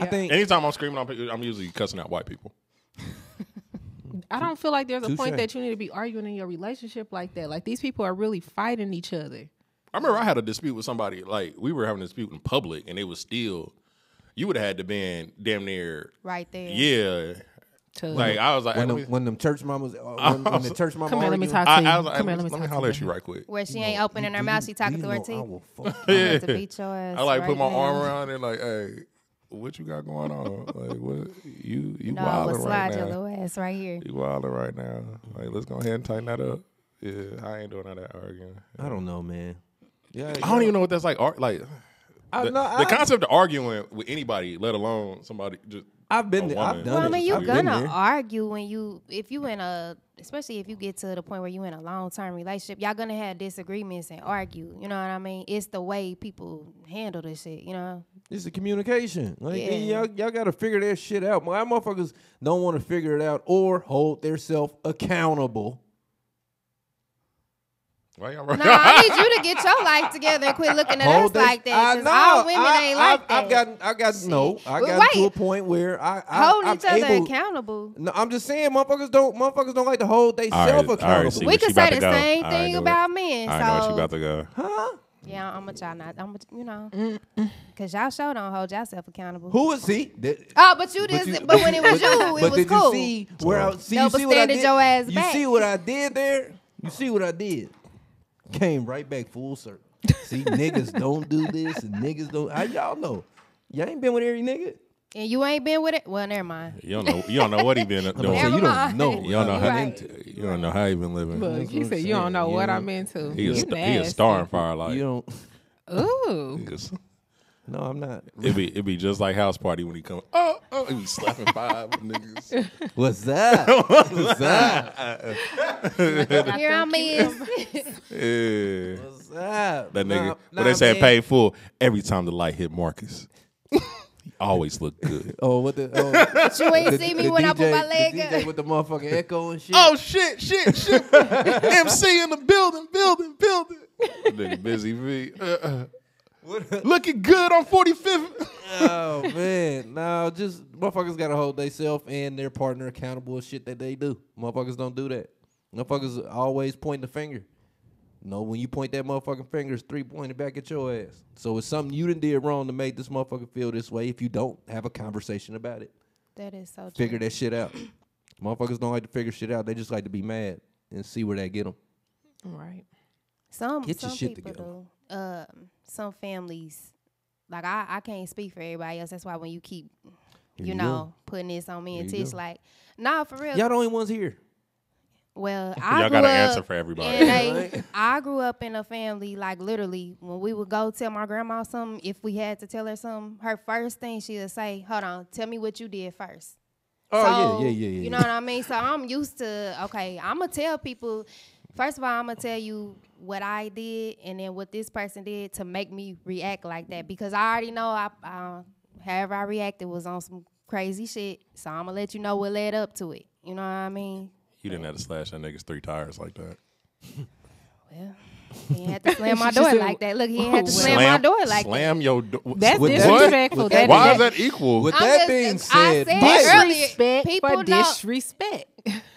[SPEAKER 5] I think
[SPEAKER 4] anytime I'm screaming, I'm, I'm usually cussing out white people.
[SPEAKER 2] I don't feel like there's a
[SPEAKER 5] Touche.
[SPEAKER 2] point that you need to be arguing in your relationship like that. Like these people are really fighting each other.
[SPEAKER 4] I remember I had a dispute with somebody. Like we were having a dispute in public, and it was still. You would have had to been damn near.
[SPEAKER 3] right there.
[SPEAKER 4] Yeah.
[SPEAKER 2] To
[SPEAKER 4] Like I was like,
[SPEAKER 5] when
[SPEAKER 4] let
[SPEAKER 5] them,
[SPEAKER 4] me-
[SPEAKER 5] when them church mamas, uh, when, when the church mama
[SPEAKER 2] Come here, let me
[SPEAKER 5] arguing,
[SPEAKER 2] talk to
[SPEAKER 4] I,
[SPEAKER 2] you.
[SPEAKER 4] I was like,
[SPEAKER 2] Come
[SPEAKER 4] let,
[SPEAKER 2] here,
[SPEAKER 4] me,
[SPEAKER 2] let me talk
[SPEAKER 4] holler
[SPEAKER 2] to
[SPEAKER 4] at you right quick.
[SPEAKER 3] Where she ain't opening her
[SPEAKER 5] do
[SPEAKER 3] mouth,
[SPEAKER 5] you-
[SPEAKER 3] she talking
[SPEAKER 5] do
[SPEAKER 3] through
[SPEAKER 5] you
[SPEAKER 3] her
[SPEAKER 5] know I
[SPEAKER 3] teeth.
[SPEAKER 5] will fuck
[SPEAKER 3] I'm gonna have to beat your ass
[SPEAKER 4] I like
[SPEAKER 3] right
[SPEAKER 4] put my
[SPEAKER 3] now.
[SPEAKER 4] arm around it, like, hey, what you got going on? like, what you you
[SPEAKER 3] No, I
[SPEAKER 4] wilding
[SPEAKER 3] would slide
[SPEAKER 4] right
[SPEAKER 3] your
[SPEAKER 4] now?
[SPEAKER 3] little ass right here.
[SPEAKER 4] You wilding right now? Like, let's go ahead and tighten that up. Yeah, I ain't doing all that arguing.
[SPEAKER 5] I don't know, man. Yeah,
[SPEAKER 4] I don't even know what that's like. Ar- like,
[SPEAKER 5] I,
[SPEAKER 4] the,
[SPEAKER 5] no,
[SPEAKER 4] the
[SPEAKER 5] I,
[SPEAKER 4] concept of arguing with anybody, let alone somebody, just
[SPEAKER 5] I've been
[SPEAKER 4] a
[SPEAKER 5] there. I've
[SPEAKER 4] woman.
[SPEAKER 5] done
[SPEAKER 3] Well, I
[SPEAKER 5] it.
[SPEAKER 3] mean, you
[SPEAKER 5] I've been
[SPEAKER 3] gonna
[SPEAKER 5] there.
[SPEAKER 3] argue when you if you in a especially if you get to the point where you in a long term relationship, y'all gonna have disagreements and argue. You know what I mean? It's the way people handle this shit. You know?
[SPEAKER 5] It's the communication. Like
[SPEAKER 3] Yeah.
[SPEAKER 5] y'all, y'all got to figure that shit out. My motherfuckers don't want to figure it out or hold themselves accountable.
[SPEAKER 4] why y'all
[SPEAKER 3] No, I need you to get your life together and quit looking at us
[SPEAKER 5] Hold that-
[SPEAKER 3] like that.
[SPEAKER 5] I
[SPEAKER 3] 'cause
[SPEAKER 5] know.
[SPEAKER 3] all women
[SPEAKER 5] I,
[SPEAKER 3] ain't
[SPEAKER 5] I've-
[SPEAKER 3] like that.
[SPEAKER 5] I've gotten. I got no. I
[SPEAKER 3] Well,
[SPEAKER 5] got to
[SPEAKER 3] wait.
[SPEAKER 5] a point where I, I
[SPEAKER 3] Holding
[SPEAKER 5] I'm
[SPEAKER 3] each other
[SPEAKER 5] able-
[SPEAKER 3] accountable.
[SPEAKER 5] No, I'm just saying, motherfuckers don't. Motherfuckers don't like to hold they
[SPEAKER 4] All right, all
[SPEAKER 5] self
[SPEAKER 4] right,
[SPEAKER 5] accountable.
[SPEAKER 4] see
[SPEAKER 3] We
[SPEAKER 4] what
[SPEAKER 3] could
[SPEAKER 4] she about
[SPEAKER 3] say
[SPEAKER 4] to
[SPEAKER 3] the
[SPEAKER 4] go.
[SPEAKER 3] same
[SPEAKER 4] I
[SPEAKER 3] thing
[SPEAKER 4] know it.
[SPEAKER 3] about men.
[SPEAKER 4] I
[SPEAKER 3] so
[SPEAKER 4] know what you about to go.
[SPEAKER 3] yeah, I'm gonna try not. I'm gonna, you know, because y'all sure don't hold yourself accountable.
[SPEAKER 5] Mm, Who is he? That-
[SPEAKER 3] Oh, but you just.
[SPEAKER 5] you-
[SPEAKER 3] But, when it was you, it
[SPEAKER 5] but
[SPEAKER 3] was
[SPEAKER 5] did
[SPEAKER 3] cool.
[SPEAKER 5] you see where I see? You
[SPEAKER 3] Double
[SPEAKER 5] see what I
[SPEAKER 3] standard
[SPEAKER 5] did?
[SPEAKER 3] your ass
[SPEAKER 5] you
[SPEAKER 3] back.
[SPEAKER 5] see what I did there? You see what I did? Came right back full circle. See, niggas don't do this, and niggas don't. How y'all know? Y'all ain't been with every nigga.
[SPEAKER 3] And you ain't been with it? Well, never mind.
[SPEAKER 4] You don't know. You don't know what he been
[SPEAKER 5] I'm
[SPEAKER 4] doing.
[SPEAKER 5] saying, you don't
[SPEAKER 3] mind.
[SPEAKER 5] know.
[SPEAKER 4] You don't know how.
[SPEAKER 3] Right.
[SPEAKER 4] You don't know how he been living.
[SPEAKER 2] Look, he
[SPEAKER 5] what I'm
[SPEAKER 2] said, you don't
[SPEAKER 5] saying.
[SPEAKER 2] know what
[SPEAKER 5] Yeah.
[SPEAKER 2] I'm into.
[SPEAKER 4] he
[SPEAKER 2] You
[SPEAKER 4] is. He
[SPEAKER 2] nasty.
[SPEAKER 4] is starring fire like.
[SPEAKER 5] You don't.
[SPEAKER 2] Ooh.
[SPEAKER 4] Niggas.
[SPEAKER 5] No, I'm not.
[SPEAKER 4] It be it be just like house party when he come. Oh, oh, he be slapping five niggas.
[SPEAKER 5] What's that? What's that?
[SPEAKER 3] Here I'm is.
[SPEAKER 4] Yeah.
[SPEAKER 5] What's that?
[SPEAKER 4] That nigga.
[SPEAKER 5] Nah,
[SPEAKER 4] when
[SPEAKER 5] nah,
[SPEAKER 4] they said
[SPEAKER 5] man.
[SPEAKER 4] paid full, every time the light hit Marcus, he always looked good.
[SPEAKER 5] Oh, what the? Oh,
[SPEAKER 3] You ain't
[SPEAKER 5] the-
[SPEAKER 3] see me
[SPEAKER 5] the
[SPEAKER 3] when I put
[SPEAKER 5] DJ
[SPEAKER 3] my leg
[SPEAKER 5] the
[SPEAKER 3] up.
[SPEAKER 5] DJ with the motherfucking echo and shit.
[SPEAKER 4] Oh, shit, shit, shit! MC in the building, building, building. Nigga, busy V. Uh, uh. Looking good on 45th.
[SPEAKER 5] oh man, no, just motherfuckers gotta hold themselves and their partner accountable and shit that they do. Motherfuckers don't do that. Motherfuckers always point the finger. No, when you point that motherfucking finger, it's three pointed back at your ass. So it's something you done did wrong to make this motherfucker feel this way. If you don't have a conversation about it,
[SPEAKER 3] That is so true.
[SPEAKER 5] figure that shit out. motherfuckers don't like to figure shit out. They just like to be mad and see where that get them.
[SPEAKER 2] Right.
[SPEAKER 3] Some
[SPEAKER 5] Get your
[SPEAKER 3] some
[SPEAKER 5] shit
[SPEAKER 3] people
[SPEAKER 5] together.
[SPEAKER 3] do. Um, some families, like I, I can't speak for everybody else. That's why when you keep, you,
[SPEAKER 5] you go.
[SPEAKER 3] know, putting this on me and
[SPEAKER 5] Here you
[SPEAKER 3] Tish,
[SPEAKER 5] go.
[SPEAKER 3] like, nah, for real.
[SPEAKER 5] Y'all the only ones here.
[SPEAKER 3] Well, I
[SPEAKER 4] Y'all
[SPEAKER 3] grew
[SPEAKER 4] got to
[SPEAKER 3] up
[SPEAKER 4] answer for everybody.
[SPEAKER 3] in a- I grew up in a family like literally when we would go tell my grandma something. If we had to tell her something, her first thing she would say, "Hold on, tell me what you did first.
[SPEAKER 5] Oh
[SPEAKER 3] So,
[SPEAKER 5] yeah, yeah, yeah, yeah.
[SPEAKER 3] You know what I mean? So I'm used to okay. I'm gonna tell people. First of all, I'm gonna tell you what I did, and then what this person did to make me react like that because I already know I, uh, however I reacted was on some crazy shit. So I'm gonna let you know what led up to it. You know what I mean?
[SPEAKER 4] You didn't have to slash that nigga's three tires like that.
[SPEAKER 3] Well, he ain't had to slam my
[SPEAKER 2] She
[SPEAKER 3] door
[SPEAKER 2] said-
[SPEAKER 3] like that. Look, he ain't had to slam, my door like that.
[SPEAKER 4] slam your door.
[SPEAKER 2] That's
[SPEAKER 5] With that-
[SPEAKER 2] disrespectful.
[SPEAKER 5] with
[SPEAKER 2] that,
[SPEAKER 5] that-
[SPEAKER 4] Why is that equal?
[SPEAKER 5] With
[SPEAKER 3] I'm
[SPEAKER 5] that
[SPEAKER 3] just-
[SPEAKER 5] being
[SPEAKER 3] I
[SPEAKER 5] said,
[SPEAKER 3] said
[SPEAKER 5] but-
[SPEAKER 3] earlier-
[SPEAKER 2] disrespect
[SPEAKER 3] People
[SPEAKER 2] for
[SPEAKER 3] don't-
[SPEAKER 2] disrespect.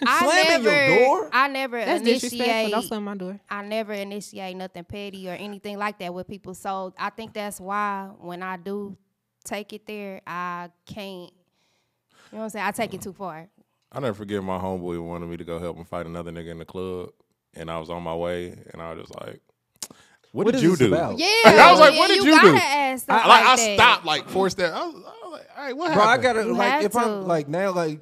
[SPEAKER 3] I
[SPEAKER 5] Slamming your
[SPEAKER 3] never,
[SPEAKER 5] door?
[SPEAKER 3] I never
[SPEAKER 2] That's disrespectful.
[SPEAKER 3] initiate.
[SPEAKER 2] Don't slam my door.
[SPEAKER 3] I never initiate nothing petty or anything like that with people. So I think that's why when I do take it there, I can't. You know what I'm saying? I take it too far.
[SPEAKER 4] I never forget my homeboy wanted me to go help him fight another nigga in the club, and I was on my way, and I was just like, "What,
[SPEAKER 5] What
[SPEAKER 4] did
[SPEAKER 5] is
[SPEAKER 4] you
[SPEAKER 5] this
[SPEAKER 4] do?"
[SPEAKER 5] about?
[SPEAKER 3] Yeah.
[SPEAKER 4] I was like,
[SPEAKER 3] yeah,
[SPEAKER 4] "What did
[SPEAKER 3] you,
[SPEAKER 4] you
[SPEAKER 3] gotta
[SPEAKER 4] do?"
[SPEAKER 3] Ask
[SPEAKER 4] I,
[SPEAKER 3] stuff
[SPEAKER 4] like, I
[SPEAKER 3] that.
[SPEAKER 4] stopped, like forced that. I was, I was like, "All right, what
[SPEAKER 5] Bro, I
[SPEAKER 4] happened?"
[SPEAKER 5] gotta
[SPEAKER 3] You
[SPEAKER 5] like
[SPEAKER 3] have
[SPEAKER 5] if
[SPEAKER 3] to.
[SPEAKER 5] I'm like now like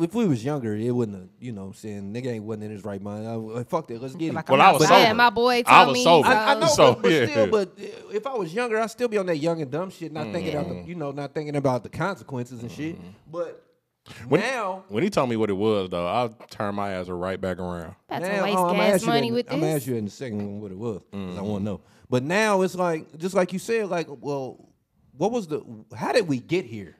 [SPEAKER 5] if we was younger, it wouldn't have, you know what I'm saying, nigga ain't wasn't in his right mind. I was like, fuck it, let's get
[SPEAKER 2] Like,
[SPEAKER 5] it.
[SPEAKER 2] I'm
[SPEAKER 4] well, I
[SPEAKER 2] not
[SPEAKER 4] was
[SPEAKER 3] bad.
[SPEAKER 4] sober.
[SPEAKER 3] My boy
[SPEAKER 4] I
[SPEAKER 3] told
[SPEAKER 4] was
[SPEAKER 3] me, uh,
[SPEAKER 4] sober.
[SPEAKER 3] so-
[SPEAKER 5] I, I know,
[SPEAKER 4] so
[SPEAKER 5] but, but
[SPEAKER 4] yeah,
[SPEAKER 5] still, but uh, if I was younger, I'd still be on that young and dumb shit, not thinking out
[SPEAKER 4] Mm.
[SPEAKER 5] the, you know, not thinking about the consequences and shit. But
[SPEAKER 4] Mm-hmm. When-
[SPEAKER 5] now,
[SPEAKER 4] When he told me what it was, though, I turned my ass right back around.
[SPEAKER 3] About to
[SPEAKER 5] now,
[SPEAKER 3] waste
[SPEAKER 5] I'm
[SPEAKER 3] gas money
[SPEAKER 5] you
[SPEAKER 3] with
[SPEAKER 5] I'm gonna
[SPEAKER 3] this.
[SPEAKER 5] ask you in the second one what it was. 'cause I want to know. But now it's like, just like you said, like, well, what was the? How did we get here?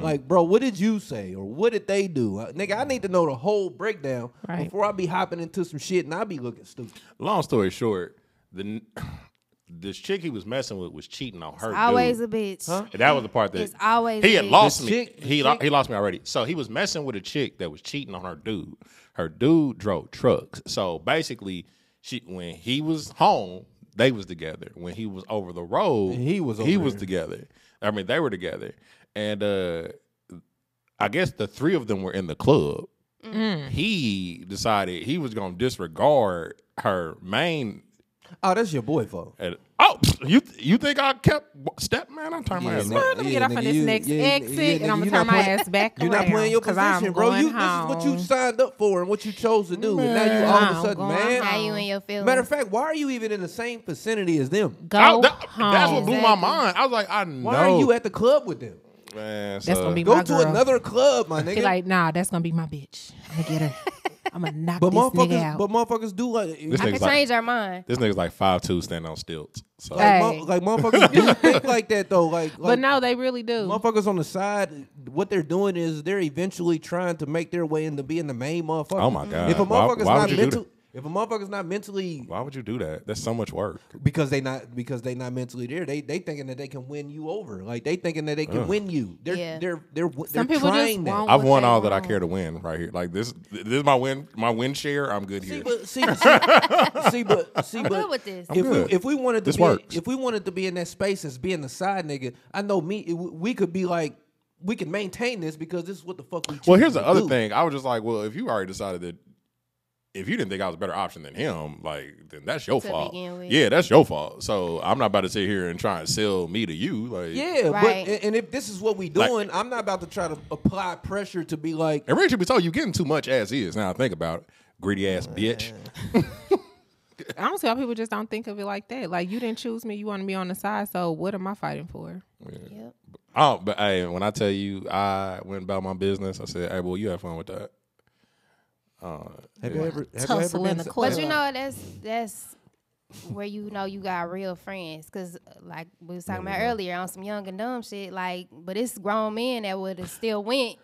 [SPEAKER 5] Like, bro, what did you say, or what did they do, Uh, nigga? I need to know the whole breakdown
[SPEAKER 2] Right.
[SPEAKER 5] before I be hopping into some shit and I be looking stupid.
[SPEAKER 4] Long story short, the n- this chick he was messing with was cheating on her.
[SPEAKER 3] Always
[SPEAKER 4] dude.
[SPEAKER 3] a bitch.
[SPEAKER 4] And that was the part that
[SPEAKER 3] It's always
[SPEAKER 4] he had
[SPEAKER 3] the-
[SPEAKER 4] lost
[SPEAKER 5] The
[SPEAKER 4] me.
[SPEAKER 5] chick- the
[SPEAKER 4] he lo-
[SPEAKER 5] chick-
[SPEAKER 4] he lost me already. So he was messing with a chick that was cheating on her dude. Her dude drove trucks. So basically, she when he was home, they was together. When he was over the road,
[SPEAKER 5] And he was
[SPEAKER 4] he
[SPEAKER 5] over
[SPEAKER 4] was
[SPEAKER 5] there.
[SPEAKER 4] together. I mean, they were together, and uh I guess the three of them were in the club. He decided he was gonna disregard her main.
[SPEAKER 5] Oh, that's your boy fault.
[SPEAKER 4] and- oh, you you think I kept step man? I turned my ass.
[SPEAKER 5] nigga.
[SPEAKER 4] right.
[SPEAKER 2] Let me get off
[SPEAKER 5] nigga,
[SPEAKER 2] on this
[SPEAKER 5] you-
[SPEAKER 2] next
[SPEAKER 5] Uh, yeah,
[SPEAKER 2] exit,
[SPEAKER 5] yeah,
[SPEAKER 2] and I'm
[SPEAKER 5] nigga,
[SPEAKER 2] gonna
[SPEAKER 5] you
[SPEAKER 2] turn
[SPEAKER 5] not
[SPEAKER 2] my
[SPEAKER 5] playing-
[SPEAKER 2] ass back
[SPEAKER 5] You're not playing your
[SPEAKER 2] around, 'cause I'm
[SPEAKER 5] position, bro.
[SPEAKER 2] going
[SPEAKER 5] You, this is what
[SPEAKER 2] home.
[SPEAKER 5] you signed up for and what you chose to do, and now you
[SPEAKER 2] Man,
[SPEAKER 5] all of
[SPEAKER 2] I'm
[SPEAKER 5] a sudden,
[SPEAKER 2] going
[SPEAKER 5] man.
[SPEAKER 3] Now you in your feelings.
[SPEAKER 5] Matter of fact, why are you even in the same vicinity as them?
[SPEAKER 2] Go
[SPEAKER 4] I- that-
[SPEAKER 2] home.
[SPEAKER 4] That's what blew my
[SPEAKER 3] Exactly.
[SPEAKER 4] mind. I was like, I know.
[SPEAKER 5] Why are you at the club with them?
[SPEAKER 4] Man,
[SPEAKER 2] That's
[SPEAKER 4] so-
[SPEAKER 2] gonna be
[SPEAKER 5] Go
[SPEAKER 2] my
[SPEAKER 5] to
[SPEAKER 2] girl.
[SPEAKER 5] another club, my
[SPEAKER 2] He
[SPEAKER 5] nigga.
[SPEAKER 2] like, nah, that's gonna be my bitch. I'm gonna get her. I'm gonna knock
[SPEAKER 5] but
[SPEAKER 2] this nigga
[SPEAKER 5] motherfuckers,
[SPEAKER 2] out.
[SPEAKER 5] but motherfuckers do like,
[SPEAKER 4] This
[SPEAKER 3] I
[SPEAKER 4] nigga's
[SPEAKER 3] could
[SPEAKER 4] like
[SPEAKER 3] change our mind.
[SPEAKER 4] this nigga's like five two, standing on stilts. So
[SPEAKER 5] like, mo-
[SPEAKER 2] Hey.
[SPEAKER 5] like motherfuckers do think like that though. Like,
[SPEAKER 2] but
[SPEAKER 5] like
[SPEAKER 2] no, they really do.
[SPEAKER 5] motherfuckers on the side, what they're doing is they're eventually trying to make their way into being the main motherfucker.
[SPEAKER 4] Oh,
[SPEAKER 2] Mm-hmm.
[SPEAKER 4] my God.
[SPEAKER 5] If a
[SPEAKER 4] Why-
[SPEAKER 5] motherfucker's
[SPEAKER 4] why would
[SPEAKER 5] not
[SPEAKER 4] you do
[SPEAKER 5] mental, if a motherfucker's not mentally
[SPEAKER 4] why would you do that? That's so much work.
[SPEAKER 5] because they not because they not mentally there. They they thinking that they can win you over. Like they thinking that they can win you. They're
[SPEAKER 3] Yeah.
[SPEAKER 5] they're they're they're
[SPEAKER 2] Some people just
[SPEAKER 5] trying that.
[SPEAKER 2] won't-
[SPEAKER 4] I've
[SPEAKER 2] what
[SPEAKER 4] won
[SPEAKER 2] they
[SPEAKER 4] all that I
[SPEAKER 2] want.
[SPEAKER 4] care to win right here. Like this, this is my win, my win share. I'm good
[SPEAKER 5] See,
[SPEAKER 4] here.
[SPEAKER 5] but see, see, see, but see, but
[SPEAKER 3] good with this. I'm
[SPEAKER 5] if
[SPEAKER 4] good.
[SPEAKER 5] we if we wanted to
[SPEAKER 4] This
[SPEAKER 5] be
[SPEAKER 4] works.
[SPEAKER 5] if we wanted to be in that space as being the side nigga, I know me. it- We could be like we could maintain this because this is what the fuck we.
[SPEAKER 4] Well,
[SPEAKER 5] choose
[SPEAKER 4] here's
[SPEAKER 5] to
[SPEAKER 4] the other
[SPEAKER 5] do.
[SPEAKER 4] thing. I was just like, well, if you already decided that if you didn't think I was a better option than him, like then that's your
[SPEAKER 3] To
[SPEAKER 4] fault.
[SPEAKER 3] begin with.
[SPEAKER 4] Yeah, that's your fault. So I'm not about to sit here and try and sell me to you. Like
[SPEAKER 5] Yeah,
[SPEAKER 3] Right.
[SPEAKER 5] but and- and if this is what we
[SPEAKER 4] Like-
[SPEAKER 5] doing, I'm not about to try to apply pressure to be like,
[SPEAKER 4] And Rachel be told you getting too much as is. Now I think about it. Greedy ass bitch.
[SPEAKER 2] I don't see how people just don't think of it like that. Like you didn't choose me, you want to be on the side. So what am I fighting for?
[SPEAKER 3] Yep.
[SPEAKER 4] Oh, but hey, when I tell you I went about my business, I said, "Hey, boy, you have fun with that."
[SPEAKER 5] have you ever, have you ever
[SPEAKER 2] Tussle in
[SPEAKER 5] been
[SPEAKER 2] the
[SPEAKER 5] so-
[SPEAKER 2] court.
[SPEAKER 3] But you know, that's that's where you know you got real friends, cause uh, like we was talking about earlier on some young and dumb shit. Like, but it's grown men that would have still went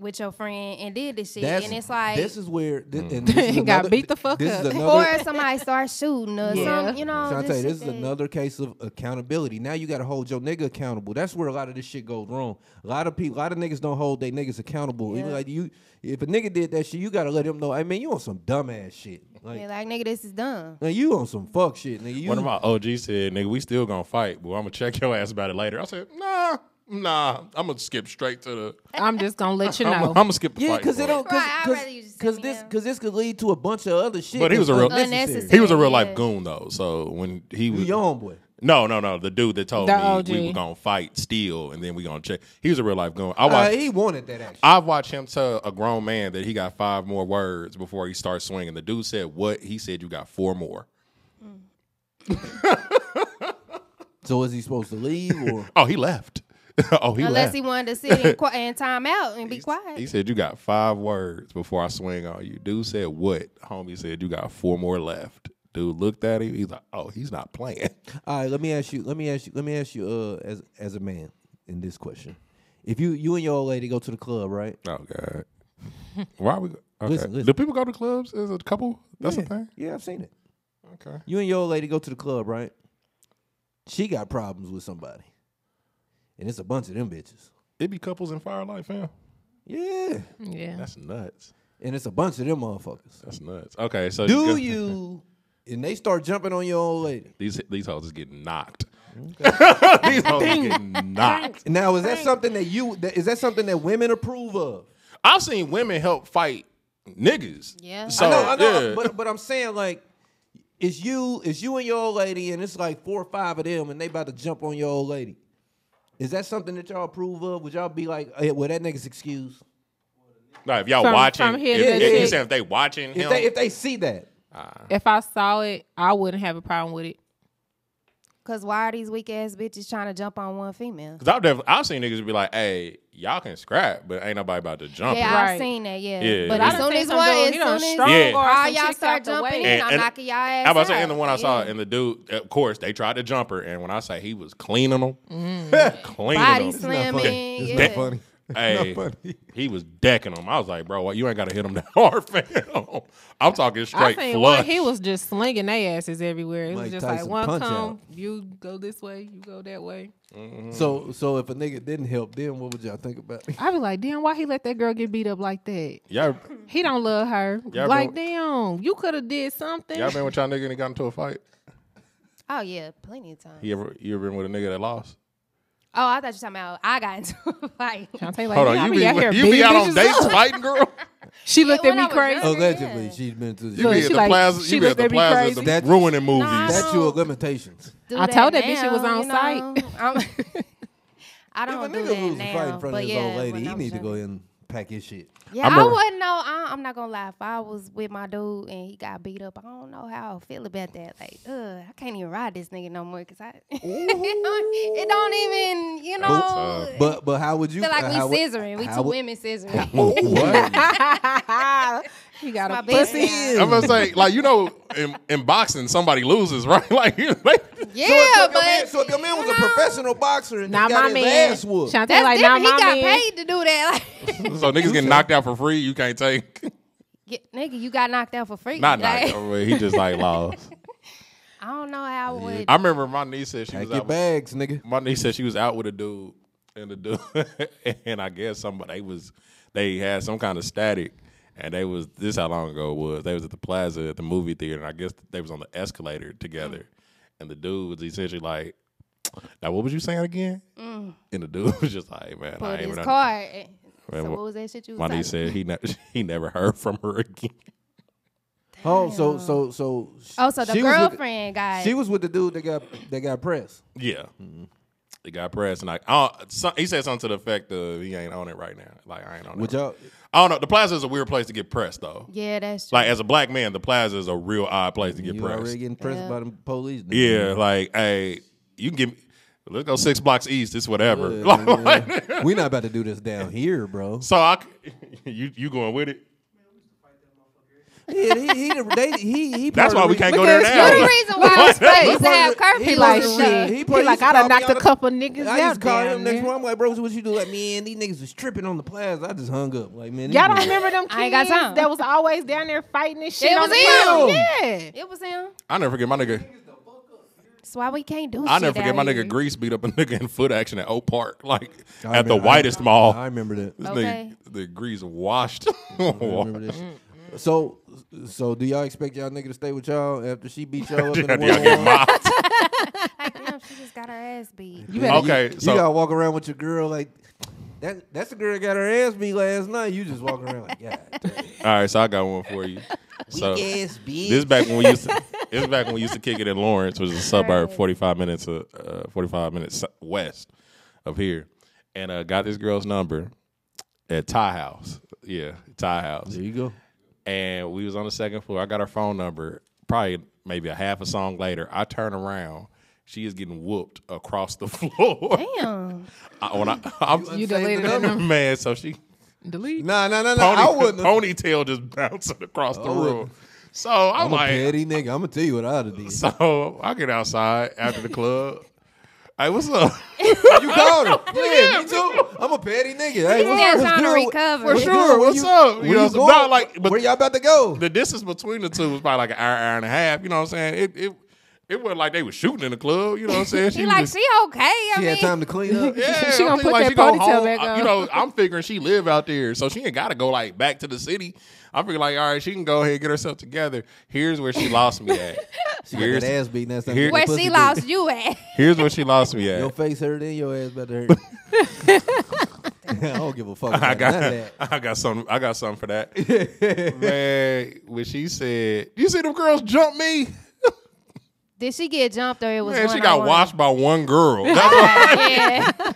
[SPEAKER 3] with your friend and did this shit,
[SPEAKER 5] That's,
[SPEAKER 3] and it's like.
[SPEAKER 5] this is where
[SPEAKER 4] Mm.
[SPEAKER 5] this, and this is
[SPEAKER 2] Got
[SPEAKER 5] another-
[SPEAKER 2] beat the fuck
[SPEAKER 5] this is
[SPEAKER 2] up.
[SPEAKER 5] another-
[SPEAKER 3] or somebody starts shooting or
[SPEAKER 2] Yeah.
[SPEAKER 3] some, you know.
[SPEAKER 5] So I tell
[SPEAKER 3] shit
[SPEAKER 5] you, this is
[SPEAKER 3] that-
[SPEAKER 5] another case of accountability. Now you got to hold your nigga accountable. That's where a lot of this shit goes wrong. A lot of people, a lot of niggas don't hold their niggas accountable. Even
[SPEAKER 3] Yeah.
[SPEAKER 5] Like you, if a nigga did that shit, you got to let him know. I mean, you on some dumbass shit. Like,
[SPEAKER 3] Be like, nigga, this is dumb.
[SPEAKER 5] man, you on some fuck shit, nigga. You,
[SPEAKER 4] One of my OGs said, "Nigga, we still gonna fight, but I'm gonna check your ass about it later." I said, "Nah, nah, I'm gonna skip straight to the.
[SPEAKER 2] I'm just gonna let you
[SPEAKER 4] I'm,
[SPEAKER 2] know.
[SPEAKER 4] I'm gonna skip the
[SPEAKER 5] yeah,
[SPEAKER 4] fight."
[SPEAKER 5] because it
[SPEAKER 4] bro.
[SPEAKER 5] don't,
[SPEAKER 3] Right, I'd
[SPEAKER 5] because
[SPEAKER 3] rather you just sit me
[SPEAKER 5] this,
[SPEAKER 3] down.
[SPEAKER 5] because this could lead to a bunch of other shit.
[SPEAKER 4] But he was a real-
[SPEAKER 5] unnecessary.
[SPEAKER 4] He was a real
[SPEAKER 3] Yeah.
[SPEAKER 4] life goon though, so when he was
[SPEAKER 5] You your homeboy.
[SPEAKER 4] no, no, no, the dude that told
[SPEAKER 2] The
[SPEAKER 4] me
[SPEAKER 2] OG.
[SPEAKER 4] we were gonna fight, steal, and then we gonna check. He was a real life goon. I
[SPEAKER 5] Uh,
[SPEAKER 4] watched.
[SPEAKER 5] he wanted that action.
[SPEAKER 4] I've watched him tell a grown man that he got five more words before he starts swinging. The dude said, "What?" He said, "You got four more."
[SPEAKER 5] So is he supposed to leave or?
[SPEAKER 4] Oh, he left. oh, he
[SPEAKER 3] Unless
[SPEAKER 4] left.
[SPEAKER 3] he wanted to sit in, qu- and time out and be quiet.
[SPEAKER 4] He said, You got five words before I swing on you. Dude said, What? Homie said, You got four more left. Dude looked at him. He's like, Oh, he's not playing.
[SPEAKER 5] All right, let me ask you. Let me ask you. Let me ask you. Uh, as as a man, in this question, if you you and your old lady go to the club, right?
[SPEAKER 4] Oh, God. Why we. Okay.
[SPEAKER 5] Listen, listen.
[SPEAKER 4] Do people go to clubs as a couple? That's
[SPEAKER 5] yeah.
[SPEAKER 4] a thing?
[SPEAKER 5] Yeah, I've seen it.
[SPEAKER 4] Okay.
[SPEAKER 5] You and your old lady go to the club, right? She got problems with somebody, and it's a bunch of them bitches.
[SPEAKER 4] It be couples in fire life, fam.
[SPEAKER 5] Yeah,
[SPEAKER 2] yeah.
[SPEAKER 4] That's nuts.
[SPEAKER 5] and it's a bunch of them motherfuckers.
[SPEAKER 4] That's nuts. Okay, so
[SPEAKER 5] Do
[SPEAKER 4] go-
[SPEAKER 5] you? And they start jumping on your old lady.
[SPEAKER 4] These these hoes is getting knocked. these hoes is getting knocked.
[SPEAKER 5] Now, is that something that you? That, is that something that women approve of?
[SPEAKER 4] I've seen women help fight niggas.
[SPEAKER 3] Yeah. I
[SPEAKER 4] So,
[SPEAKER 5] I know, I know,
[SPEAKER 4] yeah.
[SPEAKER 5] but but I'm saying like it's you, it's you and your old lady, and it's like four or five of them, and they about to jump on your old lady. Is that something that y'all approve of? Would y'all be like, hey, well, that nigga's excused
[SPEAKER 4] Like, if y'all
[SPEAKER 2] From-
[SPEAKER 4] watching,
[SPEAKER 2] from here
[SPEAKER 4] if-
[SPEAKER 5] to
[SPEAKER 4] if-
[SPEAKER 5] there.
[SPEAKER 4] you saying if they watching
[SPEAKER 5] if
[SPEAKER 4] him,
[SPEAKER 5] they if they see that?
[SPEAKER 2] If I saw it, I wouldn't have a problem with it.
[SPEAKER 3] Cause why are these weak ass bitches trying to jump on one female?
[SPEAKER 4] Cause I've definitely I've seen niggas be like, "Hey, y'all can scrap, but ain't nobody about to jump."
[SPEAKER 3] Yeah,
[SPEAKER 4] it."
[SPEAKER 2] Right.
[SPEAKER 3] I've seen that. Yeah,
[SPEAKER 4] Yeah,
[SPEAKER 3] but
[SPEAKER 4] yeah.
[SPEAKER 3] as
[SPEAKER 4] I
[SPEAKER 2] done
[SPEAKER 3] soon
[SPEAKER 2] seen
[SPEAKER 3] as
[SPEAKER 2] some
[SPEAKER 3] one,
[SPEAKER 2] dude,
[SPEAKER 3] as
[SPEAKER 2] he done
[SPEAKER 3] soon as
[SPEAKER 2] strong
[SPEAKER 4] Yeah.
[SPEAKER 2] guard
[SPEAKER 3] all
[SPEAKER 2] some
[SPEAKER 3] y'all
[SPEAKER 2] chicks
[SPEAKER 3] start
[SPEAKER 2] out the way.
[SPEAKER 3] jumping in,
[SPEAKER 4] And-
[SPEAKER 3] I'm
[SPEAKER 4] and-
[SPEAKER 3] knocking y'all ass
[SPEAKER 4] I was
[SPEAKER 3] out.
[SPEAKER 4] saying the one I saw,
[SPEAKER 3] Yeah.
[SPEAKER 4] and the dude, of course, they tried to jump her, and when I say he was cleaning them,
[SPEAKER 2] Mm-hmm.
[SPEAKER 4] cleaning
[SPEAKER 3] body
[SPEAKER 4] them,
[SPEAKER 3] slamming.
[SPEAKER 5] It's
[SPEAKER 3] yeah.
[SPEAKER 5] not funny.
[SPEAKER 4] hey, he was decking them. I was like, "Bro, you ain't got to hit them that hard, fam." I'm talking
[SPEAKER 2] I
[SPEAKER 4] straight
[SPEAKER 2] think
[SPEAKER 4] flush.
[SPEAKER 2] one, he was just slinging their asses everywhere. It was
[SPEAKER 5] Mike
[SPEAKER 2] just
[SPEAKER 5] Tyson
[SPEAKER 2] like one
[SPEAKER 5] punch
[SPEAKER 2] come,
[SPEAKER 5] out.
[SPEAKER 2] you go this way, you go that way.
[SPEAKER 5] Mm. So so if a nigga didn't help, then what would y'all think about? it?
[SPEAKER 2] I be like, damn, why he let that girl get beat up like that?
[SPEAKER 4] y'all,
[SPEAKER 2] He don't love her.
[SPEAKER 4] Y'all
[SPEAKER 2] like,
[SPEAKER 4] been-
[SPEAKER 2] damn, you could have did something.
[SPEAKER 4] y'all been with y'all nigga and got into a fight?
[SPEAKER 3] Oh yeah, plenty of times.
[SPEAKER 4] You ever you ever been with a nigga that lost?
[SPEAKER 3] Oh, I thought you were talking about I got into a fight.
[SPEAKER 2] I'll tell you, like,
[SPEAKER 4] Hold
[SPEAKER 2] yeah, I
[SPEAKER 4] on,
[SPEAKER 2] be
[SPEAKER 4] you be,
[SPEAKER 2] out here
[SPEAKER 4] you be
[SPEAKER 2] beating
[SPEAKER 4] out on
[SPEAKER 2] bitches
[SPEAKER 4] dates
[SPEAKER 2] up.
[SPEAKER 4] fighting, girl.
[SPEAKER 2] She looked at
[SPEAKER 3] Yeah, when
[SPEAKER 2] me
[SPEAKER 3] I was
[SPEAKER 2] crazy.
[SPEAKER 3] younger.
[SPEAKER 5] Allegedly,
[SPEAKER 3] yeah.
[SPEAKER 5] she's been to
[SPEAKER 4] You
[SPEAKER 5] the
[SPEAKER 2] Look,
[SPEAKER 4] be
[SPEAKER 2] she
[SPEAKER 4] at the
[SPEAKER 2] like-
[SPEAKER 4] plaza.
[SPEAKER 2] she
[SPEAKER 4] You be at
[SPEAKER 2] looked
[SPEAKER 4] the
[SPEAKER 2] at me
[SPEAKER 4] plaza.
[SPEAKER 2] crazy.
[SPEAKER 4] The ruining movies.
[SPEAKER 5] That's your limitations.
[SPEAKER 3] Do
[SPEAKER 2] I told that bitch she
[SPEAKER 3] now,
[SPEAKER 2] was on
[SPEAKER 3] you know.
[SPEAKER 2] site.
[SPEAKER 3] I'm- I don't
[SPEAKER 5] if a
[SPEAKER 3] do
[SPEAKER 5] nigga
[SPEAKER 3] that
[SPEAKER 5] loses a
[SPEAKER 3] now.
[SPEAKER 5] fight in front
[SPEAKER 3] but
[SPEAKER 5] of his
[SPEAKER 3] yeah,
[SPEAKER 5] old lady,
[SPEAKER 3] when
[SPEAKER 5] he
[SPEAKER 3] I was
[SPEAKER 5] need to go
[SPEAKER 3] younger.
[SPEAKER 5] in and pack his shit.
[SPEAKER 3] Yeah,
[SPEAKER 4] I
[SPEAKER 3] I,
[SPEAKER 4] remember-
[SPEAKER 3] wouldn't know. I, I'm not gonna lie. If I was with my dude and he got beat up, I don't know how I feel about that. Like, ugh, I can't even ride this nigga no more because I it, don't, it don't even, you know.
[SPEAKER 4] tough.
[SPEAKER 5] But but how would you uh,
[SPEAKER 3] feel like we
[SPEAKER 5] how would-
[SPEAKER 3] scissoring. We
[SPEAKER 5] how
[SPEAKER 3] two
[SPEAKER 5] would-
[SPEAKER 3] women scissoring.
[SPEAKER 5] What?
[SPEAKER 2] He got
[SPEAKER 3] My
[SPEAKER 2] a
[SPEAKER 3] best
[SPEAKER 2] pussy.
[SPEAKER 3] friend.
[SPEAKER 4] I'm gonna say, like you know, in, in boxing, somebody loses, right? Like,
[SPEAKER 3] Yeah,
[SPEAKER 5] So if your
[SPEAKER 3] but
[SPEAKER 5] man, so if your man was a
[SPEAKER 3] you know,
[SPEAKER 5] professional boxer and
[SPEAKER 2] Now
[SPEAKER 5] he got
[SPEAKER 2] my
[SPEAKER 5] his
[SPEAKER 2] man,
[SPEAKER 5] ass whooped,
[SPEAKER 2] Shantae
[SPEAKER 3] That's
[SPEAKER 2] like, now
[SPEAKER 3] different.
[SPEAKER 2] my
[SPEAKER 3] he got
[SPEAKER 2] man.
[SPEAKER 3] paid to do that. Like,
[SPEAKER 4] so niggas getting knocked out for free. You can't take.
[SPEAKER 3] get- nigga, you got knocked out for free.
[SPEAKER 4] Not
[SPEAKER 3] like,
[SPEAKER 4] knocked. out, but He just like lost.
[SPEAKER 3] I don't know how I would.
[SPEAKER 4] I remember my niece said she
[SPEAKER 5] pack
[SPEAKER 4] was
[SPEAKER 5] your
[SPEAKER 4] out. with-
[SPEAKER 5] bags, nigga.
[SPEAKER 4] My niece said she was out with a dude, and the dude, and I guess somebody was they had some kind of static. And they was this how long ago it was. They was at the plaza at the movie theater, and I guess they was on the escalator together. And the dude was essentially like, "Now what was you saying again?" And the dude was just like, "Man, I
[SPEAKER 3] Mm. Pulled
[SPEAKER 4] ain't
[SPEAKER 3] his
[SPEAKER 4] even
[SPEAKER 3] car. So
[SPEAKER 4] Man,
[SPEAKER 3] what
[SPEAKER 4] wh-
[SPEAKER 3] was that shit you was
[SPEAKER 4] My
[SPEAKER 3] talking
[SPEAKER 4] niece said he ne- he never heard from her again.
[SPEAKER 5] Oh, so so so. sh-
[SPEAKER 3] Oh, so the
[SPEAKER 5] she was with
[SPEAKER 3] girlfriend got-
[SPEAKER 5] She was with the dude that got that got pressed.
[SPEAKER 4] Yeah. They got pressed and like, oh, some, he said something to the effect of he ain't on it right now. Like I ain't on
[SPEAKER 5] Which
[SPEAKER 4] it.
[SPEAKER 5] y'all,
[SPEAKER 4] I don't know. The plaza is a weird place to get pressed though.
[SPEAKER 3] Yeah, that's true.
[SPEAKER 4] Like as a black man, the plaza is a real odd place to get
[SPEAKER 5] you
[SPEAKER 4] pressed.
[SPEAKER 5] already getting pressed
[SPEAKER 3] Yeah.
[SPEAKER 5] by the police. nigga.
[SPEAKER 4] Yeah, like hey, you can give me. Let's go six blocks east. It's whatever. Like,
[SPEAKER 5] we not about to do this down here, bro.
[SPEAKER 4] so I, c- you you going with it?
[SPEAKER 5] yeah, he, he, the- they, he, he
[SPEAKER 4] That's
[SPEAKER 5] part
[SPEAKER 4] why
[SPEAKER 5] of
[SPEAKER 4] we
[SPEAKER 5] the
[SPEAKER 4] can't
[SPEAKER 5] re-
[SPEAKER 4] go
[SPEAKER 5] Look
[SPEAKER 4] there
[SPEAKER 5] at-
[SPEAKER 4] now.
[SPEAKER 3] you the reason why I'm supposed to have curfew.
[SPEAKER 5] He
[SPEAKER 2] like,
[SPEAKER 5] was a
[SPEAKER 2] shit.
[SPEAKER 5] real-
[SPEAKER 2] He,
[SPEAKER 5] he probably
[SPEAKER 2] like,
[SPEAKER 5] just
[SPEAKER 2] I done
[SPEAKER 5] called me
[SPEAKER 2] knocked
[SPEAKER 5] out
[SPEAKER 2] a
[SPEAKER 5] of-
[SPEAKER 2] couple niggas
[SPEAKER 5] I
[SPEAKER 2] out
[SPEAKER 5] just called
[SPEAKER 2] down
[SPEAKER 5] him next
[SPEAKER 2] there.
[SPEAKER 5] morning. I'm like, bro, what you do? Like, man, these niggas was tripping on the plaza. I just hung up. Like, man, these
[SPEAKER 2] Y'all don't
[SPEAKER 5] niggas-
[SPEAKER 2] remember them kids
[SPEAKER 3] I ain't got time.
[SPEAKER 2] that was always down there fighting and shit?
[SPEAKER 3] It
[SPEAKER 2] on
[SPEAKER 3] was
[SPEAKER 2] the
[SPEAKER 3] him.
[SPEAKER 2] ground? Yeah.
[SPEAKER 3] It was him.
[SPEAKER 4] I never forget my nigga.
[SPEAKER 3] That's why we can't do
[SPEAKER 4] I
[SPEAKER 3] shit
[SPEAKER 4] never forget my
[SPEAKER 3] out
[SPEAKER 4] nigga
[SPEAKER 3] here.
[SPEAKER 4] Grease beat up a nigga in foot action at Oak Park, like
[SPEAKER 5] I
[SPEAKER 4] at the
[SPEAKER 5] remember- I-
[SPEAKER 4] whitest mall.
[SPEAKER 5] I remember that.
[SPEAKER 4] this
[SPEAKER 3] Okay.
[SPEAKER 4] nigga, the Grease washed.
[SPEAKER 5] remember this. So, so do y'all expect y'all nigga to stay with y'all after she beat y'all up in the
[SPEAKER 4] After y'all get
[SPEAKER 5] one on
[SPEAKER 4] mopped.
[SPEAKER 3] Damn, she just got her ass beat.
[SPEAKER 2] You better,
[SPEAKER 4] Okay,
[SPEAKER 5] You
[SPEAKER 4] so-
[SPEAKER 5] gotta walk around with your girl like that. That's the girl that got her ass beat last night. You just walking around like, God, damn,
[SPEAKER 4] All right, so I got one for you. So
[SPEAKER 5] weak ass bitch.
[SPEAKER 4] this is back when we used to this is back when we used to kick it in Lawrence, which is a suburb, forty five minutes uh, uh, forty five minutes s- west of here, and uh, got this girl's number at Thai House. Yeah, Thai House.
[SPEAKER 5] there you go.
[SPEAKER 4] and we was on the second floor. I got her phone number. Probably maybe a half a song later, I turn around. She is getting whooped across the floor.
[SPEAKER 3] Damn.
[SPEAKER 4] I, when I, I'm,
[SPEAKER 2] you deleted that number.
[SPEAKER 4] man, so she
[SPEAKER 2] Delete.
[SPEAKER 5] Nah, nah, nah, nah.
[SPEAKER 4] pony,
[SPEAKER 5] I wouldn't. have-
[SPEAKER 4] ponytail just bouncing across the
[SPEAKER 5] wouldn't.
[SPEAKER 4] room. So I'm,
[SPEAKER 5] I'm a
[SPEAKER 4] like,
[SPEAKER 5] petty nigga. I'm gonna tell you what I'd have did.
[SPEAKER 4] so I get outside after the club. hey, what's up?
[SPEAKER 5] You called him. Yeah, me too. I'm a petty nigga. Hey,
[SPEAKER 3] still
[SPEAKER 5] what's, what's
[SPEAKER 3] trying to
[SPEAKER 5] good?
[SPEAKER 3] recover.
[SPEAKER 5] What's
[SPEAKER 3] For
[SPEAKER 5] good?
[SPEAKER 4] sure,
[SPEAKER 5] Where
[SPEAKER 4] what's up? You
[SPEAKER 5] Where you,
[SPEAKER 4] know, it's
[SPEAKER 5] going?
[SPEAKER 4] about like- but-
[SPEAKER 5] where y'all about to go?
[SPEAKER 4] the distance between the two was probably like an hour, hour and a half. You know what I'm saying? It it it wasn't like they was shooting in the club. You know what I'm saying?
[SPEAKER 3] She
[SPEAKER 4] was
[SPEAKER 3] like,
[SPEAKER 4] just-
[SPEAKER 3] she okay. I
[SPEAKER 5] She
[SPEAKER 3] mean,
[SPEAKER 5] had time to clean up.
[SPEAKER 4] Yeah,
[SPEAKER 2] She
[SPEAKER 4] I'm
[SPEAKER 2] gonna
[SPEAKER 4] thinking,
[SPEAKER 2] put that
[SPEAKER 4] she go
[SPEAKER 2] ponytail
[SPEAKER 4] home.
[SPEAKER 2] back
[SPEAKER 4] I-
[SPEAKER 2] on.
[SPEAKER 4] You know, I'm figuring she live out there, so she ain't got to go like back to the city. I'm figuring like, all right, she can go ahead and get herself together. Here's where she lost me at.
[SPEAKER 5] She got
[SPEAKER 4] here's,
[SPEAKER 5] that ass beating that time.
[SPEAKER 4] Here-
[SPEAKER 5] that
[SPEAKER 3] where
[SPEAKER 5] pussy
[SPEAKER 3] she
[SPEAKER 5] beat.
[SPEAKER 3] lost you at.
[SPEAKER 4] here's where she lost me
[SPEAKER 5] Your
[SPEAKER 4] at.
[SPEAKER 5] face hurt and your ass about to hurt. I don't give a fuck.
[SPEAKER 4] I
[SPEAKER 5] About none of
[SPEAKER 4] got,
[SPEAKER 5] that.
[SPEAKER 4] I got something. I got something for that. Man, when she said, "You see them girls jump me,"
[SPEAKER 3] Did she get jumped or it was
[SPEAKER 4] man, she
[SPEAKER 3] one
[SPEAKER 4] got
[SPEAKER 3] on one?
[SPEAKER 4] washed by one girl. That's
[SPEAKER 3] Yeah.
[SPEAKER 4] why-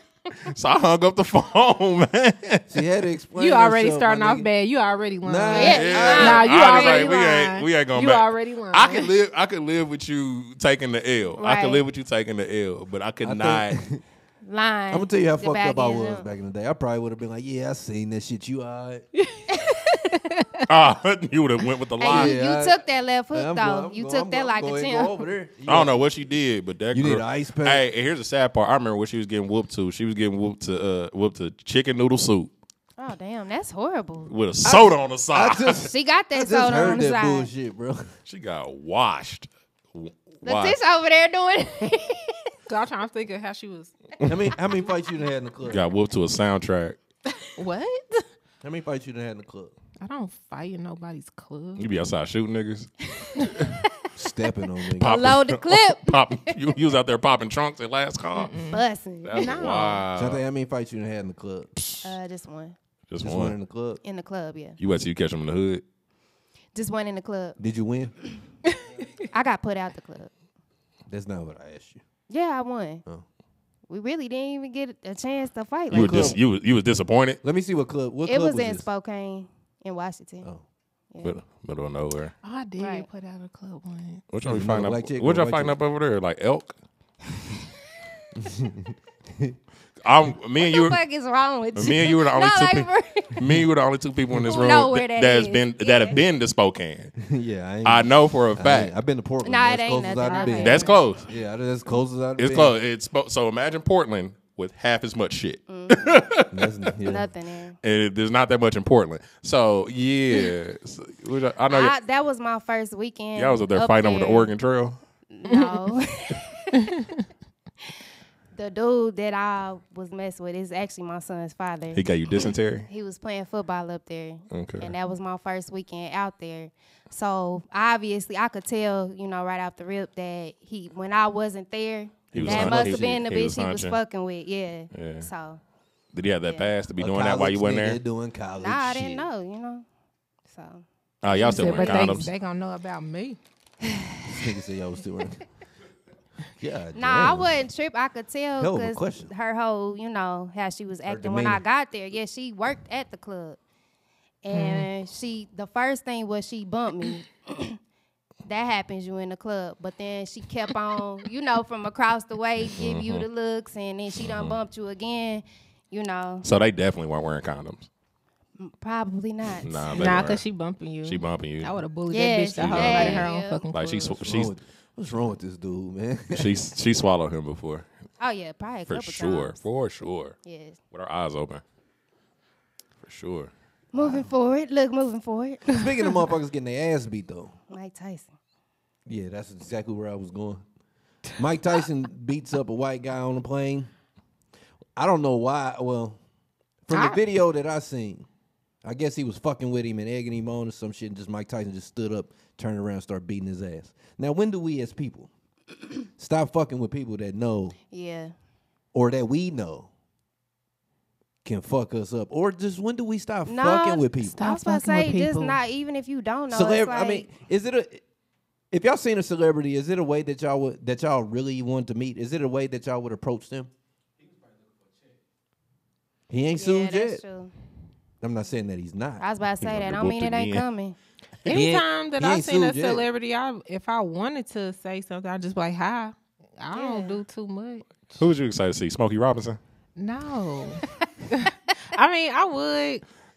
[SPEAKER 4] so I hung up the phone, man.
[SPEAKER 5] She had to explain.
[SPEAKER 2] You already
[SPEAKER 5] herself,
[SPEAKER 2] starting
[SPEAKER 5] my
[SPEAKER 2] off
[SPEAKER 5] nigga.
[SPEAKER 2] bad. You already lying.
[SPEAKER 5] Nah.
[SPEAKER 3] Yeah.
[SPEAKER 2] Nah, you
[SPEAKER 4] I was
[SPEAKER 2] already
[SPEAKER 4] like, we ain't
[SPEAKER 2] lying.
[SPEAKER 4] we ain't going
[SPEAKER 2] You
[SPEAKER 4] back.
[SPEAKER 2] already lying.
[SPEAKER 4] I could live I could live with you taking the L. I
[SPEAKER 3] Right.
[SPEAKER 4] could live with you taking the L, but I could
[SPEAKER 5] I
[SPEAKER 4] not.
[SPEAKER 5] think-
[SPEAKER 3] Lying.
[SPEAKER 5] I'm gonna tell you how
[SPEAKER 3] The
[SPEAKER 5] fucked up
[SPEAKER 3] back
[SPEAKER 5] I
[SPEAKER 3] end
[SPEAKER 5] was
[SPEAKER 3] up.
[SPEAKER 5] back in the day. I probably would have been like, "Yeah, I seen that shit. You alright?
[SPEAKER 4] Ah, you would have went with the
[SPEAKER 3] Hey,
[SPEAKER 4] lie.
[SPEAKER 3] you,
[SPEAKER 5] Yeah,
[SPEAKER 3] you
[SPEAKER 5] I-
[SPEAKER 3] took that left hook though.
[SPEAKER 5] I'm going- I'm
[SPEAKER 3] you
[SPEAKER 5] going-
[SPEAKER 3] took
[SPEAKER 5] I'm
[SPEAKER 3] that
[SPEAKER 5] going-
[SPEAKER 3] like a
[SPEAKER 5] going
[SPEAKER 3] ten.
[SPEAKER 5] over there. You
[SPEAKER 4] I don't know what she did, but that
[SPEAKER 5] You
[SPEAKER 4] girl,
[SPEAKER 5] need an ice pack.
[SPEAKER 4] Hey, and here's the sad part. I remember what she was getting whooped to. She was getting whooped to uh, whooped to chicken noodle soup
[SPEAKER 3] Oh damn, that's horrible.
[SPEAKER 4] with a soda on the
[SPEAKER 5] I
[SPEAKER 4] side.
[SPEAKER 5] just,
[SPEAKER 3] She got
[SPEAKER 5] I
[SPEAKER 3] that
[SPEAKER 5] just
[SPEAKER 3] soda on
[SPEAKER 5] heard
[SPEAKER 3] the
[SPEAKER 5] that
[SPEAKER 3] side.
[SPEAKER 5] bullshit, bro.
[SPEAKER 4] she got washed. W- washed.
[SPEAKER 3] Letitia over there doing.
[SPEAKER 2] So I'm trying to think of how she was.
[SPEAKER 5] I mean, how many fights you done had in the club?
[SPEAKER 4] Got whooped to a soundtrack.
[SPEAKER 2] What?
[SPEAKER 5] How many fights you done had in the club?
[SPEAKER 2] I don't fight in nobody's club.
[SPEAKER 4] You be outside shooting niggas.
[SPEAKER 5] Stepping on me.
[SPEAKER 4] Popping,
[SPEAKER 3] Load the clip.
[SPEAKER 4] Popping. You, you was out there popping trunks at last call.
[SPEAKER 3] Bussing.
[SPEAKER 4] That's
[SPEAKER 2] No.
[SPEAKER 5] So I
[SPEAKER 4] wild.
[SPEAKER 5] think how many fights you done had in the club? Just
[SPEAKER 3] Uh, just one
[SPEAKER 4] Just
[SPEAKER 5] one in
[SPEAKER 4] one.
[SPEAKER 5] the club.
[SPEAKER 3] in the club. Yeah,
[SPEAKER 4] You wait till you catch them in the hood.
[SPEAKER 3] just one in the club.
[SPEAKER 5] Did you win?
[SPEAKER 3] I got put out the club.
[SPEAKER 5] That's not what I asked you.
[SPEAKER 3] Yeah, I won.
[SPEAKER 5] Oh.
[SPEAKER 3] We really didn't even get a chance to fight.
[SPEAKER 4] You were
[SPEAKER 3] Like
[SPEAKER 5] club?
[SPEAKER 4] dis- you was, you was disappointed.
[SPEAKER 5] Let me see what club. What
[SPEAKER 3] it
[SPEAKER 5] club
[SPEAKER 3] was,
[SPEAKER 5] was,
[SPEAKER 3] in
[SPEAKER 5] this?
[SPEAKER 3] Spokane, in Washington.
[SPEAKER 5] Oh.
[SPEAKER 4] Middle, middle of nowhere.
[SPEAKER 2] Oh, I did
[SPEAKER 3] Right.
[SPEAKER 2] get put out of club one.
[SPEAKER 4] What y'all be
[SPEAKER 5] Middle,
[SPEAKER 4] fighting up?
[SPEAKER 5] like chicken,
[SPEAKER 4] what y'all
[SPEAKER 5] white
[SPEAKER 4] fighting
[SPEAKER 5] chicken.
[SPEAKER 4] up over there? Like elk? I'm me and you.
[SPEAKER 3] What the
[SPEAKER 4] Were,
[SPEAKER 3] fuck is wrong with you?
[SPEAKER 4] me and you were the only
[SPEAKER 3] No,
[SPEAKER 4] two.
[SPEAKER 3] like, for
[SPEAKER 4] people, me and you were the only two people in this
[SPEAKER 3] Who
[SPEAKER 4] room
[SPEAKER 3] know where that
[SPEAKER 4] that, that has
[SPEAKER 3] is.
[SPEAKER 4] been
[SPEAKER 3] Yeah.
[SPEAKER 4] that have been to Spokane.
[SPEAKER 5] yeah, I ain't.
[SPEAKER 4] I know for a
[SPEAKER 5] I
[SPEAKER 4] fact
[SPEAKER 5] have been to Portland.
[SPEAKER 3] Nah, it
[SPEAKER 5] that's
[SPEAKER 3] ain't
[SPEAKER 5] close as
[SPEAKER 3] nothing.
[SPEAKER 5] I've been.
[SPEAKER 4] that's close.
[SPEAKER 5] yeah, that's close as I've been.
[SPEAKER 4] It's close. It's Spo- so imagine Portland with half as much shit.
[SPEAKER 5] That's, yeah.
[SPEAKER 3] nothing. Man.
[SPEAKER 4] And it- there's not that much in Portland. So yeah, So, what y'all- I know.
[SPEAKER 3] I,
[SPEAKER 4] y'all-
[SPEAKER 3] that was my first weekend.
[SPEAKER 4] Oh, Y'all was up there fighting over the
[SPEAKER 3] there.
[SPEAKER 4] Oregon Trail.
[SPEAKER 3] No. the dude that I was messing with is actually my son's father.
[SPEAKER 4] He got you dysentery.
[SPEAKER 3] He was playing football up there.
[SPEAKER 4] Okay.
[SPEAKER 3] And that was my first weekend out there. So obviously I could tell, you know, right off the rip that he when I wasn't there,
[SPEAKER 4] He was
[SPEAKER 3] that
[SPEAKER 4] hunting.
[SPEAKER 3] must
[SPEAKER 4] He
[SPEAKER 3] have
[SPEAKER 4] was-
[SPEAKER 3] been the
[SPEAKER 4] he
[SPEAKER 3] bitch
[SPEAKER 4] was
[SPEAKER 3] he was
[SPEAKER 4] hunting.
[SPEAKER 3] fucking with. Yeah.
[SPEAKER 4] Yeah.
[SPEAKER 3] So
[SPEAKER 4] Did he have that pass to be
[SPEAKER 5] A
[SPEAKER 4] doing that while you
[SPEAKER 5] college
[SPEAKER 4] went
[SPEAKER 5] nigga
[SPEAKER 4] there?
[SPEAKER 5] Doing college
[SPEAKER 3] nah, I
[SPEAKER 5] shit.
[SPEAKER 3] didn't know, you know. So
[SPEAKER 4] Oh, y'all still wearing
[SPEAKER 2] but they,
[SPEAKER 4] condoms?
[SPEAKER 2] they gonna know about me.
[SPEAKER 5] Nigga said y'all was still wearing. Yeah.
[SPEAKER 3] Nah, I
[SPEAKER 5] damn.
[SPEAKER 3] wouldn't trip. I could tell
[SPEAKER 5] Hell of a
[SPEAKER 3] because
[SPEAKER 5] question.
[SPEAKER 3] her whole, you know, how she was acting when I
[SPEAKER 5] demeanor.
[SPEAKER 3] got there. Yeah, she worked at the club, and she the first thing was she bumped me. that happens, you in the club, but then she kept on, you know, from across the way, give you
[SPEAKER 5] Mm-hmm.
[SPEAKER 3] the looks, and then she done bumped you again. You know,
[SPEAKER 4] So they definitely weren't wearing condoms.
[SPEAKER 3] probably not.
[SPEAKER 4] Nah, they
[SPEAKER 2] Nah,
[SPEAKER 4] weren't.
[SPEAKER 2] cause she bumping you.
[SPEAKER 4] She bumping you.
[SPEAKER 2] I would have bullied
[SPEAKER 3] Yeah,
[SPEAKER 2] that bitch the
[SPEAKER 3] she
[SPEAKER 2] whole
[SPEAKER 4] did.
[SPEAKER 2] night. of Her own
[SPEAKER 3] Yeah.
[SPEAKER 2] fucking
[SPEAKER 4] like she
[SPEAKER 2] club.
[SPEAKER 4] sw-
[SPEAKER 5] What's wrong
[SPEAKER 4] she's
[SPEAKER 5] with- What's wrong with this dude, man?
[SPEAKER 4] she's she swallowed him before
[SPEAKER 3] Oh yeah, probably a
[SPEAKER 4] for
[SPEAKER 3] couple
[SPEAKER 4] sure,
[SPEAKER 3] times.
[SPEAKER 4] for sure,
[SPEAKER 3] Yes.
[SPEAKER 4] with her eyes open, for sure.
[SPEAKER 3] Moving forward, look, moving forward,
[SPEAKER 5] Speaking of motherfuckers getting their ass beat though.
[SPEAKER 3] Mike Tyson.
[SPEAKER 5] Yeah, that's exactly where I was going. Mike Tyson beats up a white guy on a plane. I don't know why. Well, from the video that I seen, I guess he was fucking with him and egging him on or some shit, and just Mike Tyson just stood up, turned around, started beating his ass. Now, when do we as people stop fucking with people that know
[SPEAKER 3] Yeah.
[SPEAKER 5] or that we know can fuck us up, or just when do we stop
[SPEAKER 3] No,
[SPEAKER 5] fucking with people?
[SPEAKER 3] I
[SPEAKER 2] Stop
[SPEAKER 3] was about to
[SPEAKER 2] fucking
[SPEAKER 3] say,
[SPEAKER 2] with
[SPEAKER 3] just
[SPEAKER 2] people.
[SPEAKER 3] not even if you don't know.
[SPEAKER 5] Celeb-
[SPEAKER 3] it's like,
[SPEAKER 5] I mean, is it a if y'all seen a celebrity, is it a way that y'all would that y'all really want to meet? Is it a way that y'all would approach them? He ain't
[SPEAKER 3] yeah,
[SPEAKER 5] sued
[SPEAKER 3] that's
[SPEAKER 5] yet.
[SPEAKER 3] true.
[SPEAKER 5] I'm not saying that he's not.
[SPEAKER 3] I was about to say
[SPEAKER 4] gonna
[SPEAKER 3] that.
[SPEAKER 4] be
[SPEAKER 3] I don't mean
[SPEAKER 4] booked
[SPEAKER 3] it ain't
[SPEAKER 4] again.
[SPEAKER 3] coming.
[SPEAKER 5] He ain't-
[SPEAKER 2] Anytime that
[SPEAKER 5] he
[SPEAKER 2] I
[SPEAKER 5] ain't
[SPEAKER 2] seen a
[SPEAKER 5] sued yet.
[SPEAKER 2] celebrity, I if I wanted to say something, I just be like hi. I
[SPEAKER 3] Yeah.
[SPEAKER 2] don't do too much.
[SPEAKER 4] Who was you excited to see? Smokey Robinson.
[SPEAKER 2] No, I mean I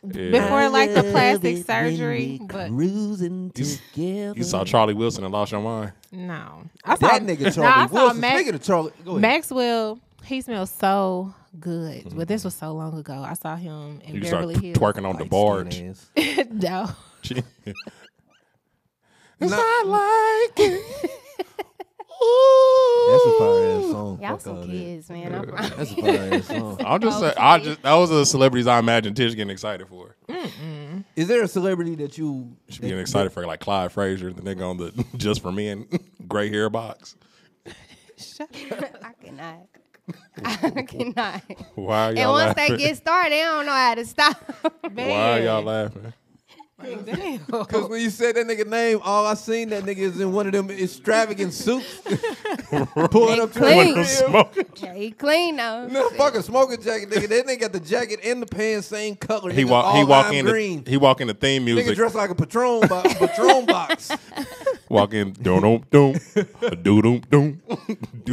[SPEAKER 2] would
[SPEAKER 4] Yeah.
[SPEAKER 2] before like the plastic surgery, but
[SPEAKER 5] cruising together.
[SPEAKER 4] You saw Charlie Wilson and lost your mind.
[SPEAKER 2] no. I saw
[SPEAKER 5] that nigga Charlie
[SPEAKER 2] nah, I saw
[SPEAKER 5] Wilson.
[SPEAKER 2] Max-
[SPEAKER 5] Speaking of Charlie, go ahead.
[SPEAKER 2] Maxwell. He smells so good, but this was so long ago. I saw him in
[SPEAKER 4] Mm-hmm. You saw
[SPEAKER 2] Beverly
[SPEAKER 4] t-
[SPEAKER 2] Hills.
[SPEAKER 4] twerking on the barge.
[SPEAKER 5] Skinny ass.
[SPEAKER 2] no.
[SPEAKER 5] Nah, that's a fire ass song.
[SPEAKER 3] Y'all
[SPEAKER 5] Fuck
[SPEAKER 3] some
[SPEAKER 5] all that.
[SPEAKER 3] kids, man. I'm fine.
[SPEAKER 5] That's a fire ass song.
[SPEAKER 4] I'm
[SPEAKER 3] Oh,
[SPEAKER 4] just saying, I just that was the celebrities I imagine Tish getting excited for.
[SPEAKER 5] Is there a celebrity that you
[SPEAKER 4] She getting excited for like Clyde Frazier, the nigga on the Just for Men gray hair box.
[SPEAKER 3] I cannot. I cannot.
[SPEAKER 4] Why are
[SPEAKER 3] And
[SPEAKER 4] y'all
[SPEAKER 3] once they
[SPEAKER 4] laughing?
[SPEAKER 3] get started, they don't know how to stop.
[SPEAKER 4] Why are y'all laughing?
[SPEAKER 2] Damn.
[SPEAKER 5] Because when you said that nigga name, all I seen that nigga is in one of them extravagant suits, pulling up to
[SPEAKER 3] Clean.
[SPEAKER 5] the crib.
[SPEAKER 3] yeah, he clean though.
[SPEAKER 5] No fucking smoking jacket, nigga. That nigga got the jacket and the pants same color.
[SPEAKER 4] He
[SPEAKER 5] nigga,
[SPEAKER 4] walk.
[SPEAKER 5] all
[SPEAKER 4] He walk
[SPEAKER 5] lime
[SPEAKER 4] in.
[SPEAKER 5] green.
[SPEAKER 4] The, he walk in the theme
[SPEAKER 5] nigga
[SPEAKER 4] music.
[SPEAKER 5] dressed like a patron box. patron box.
[SPEAKER 4] Walk in. Dum dum dum. Do dum dum.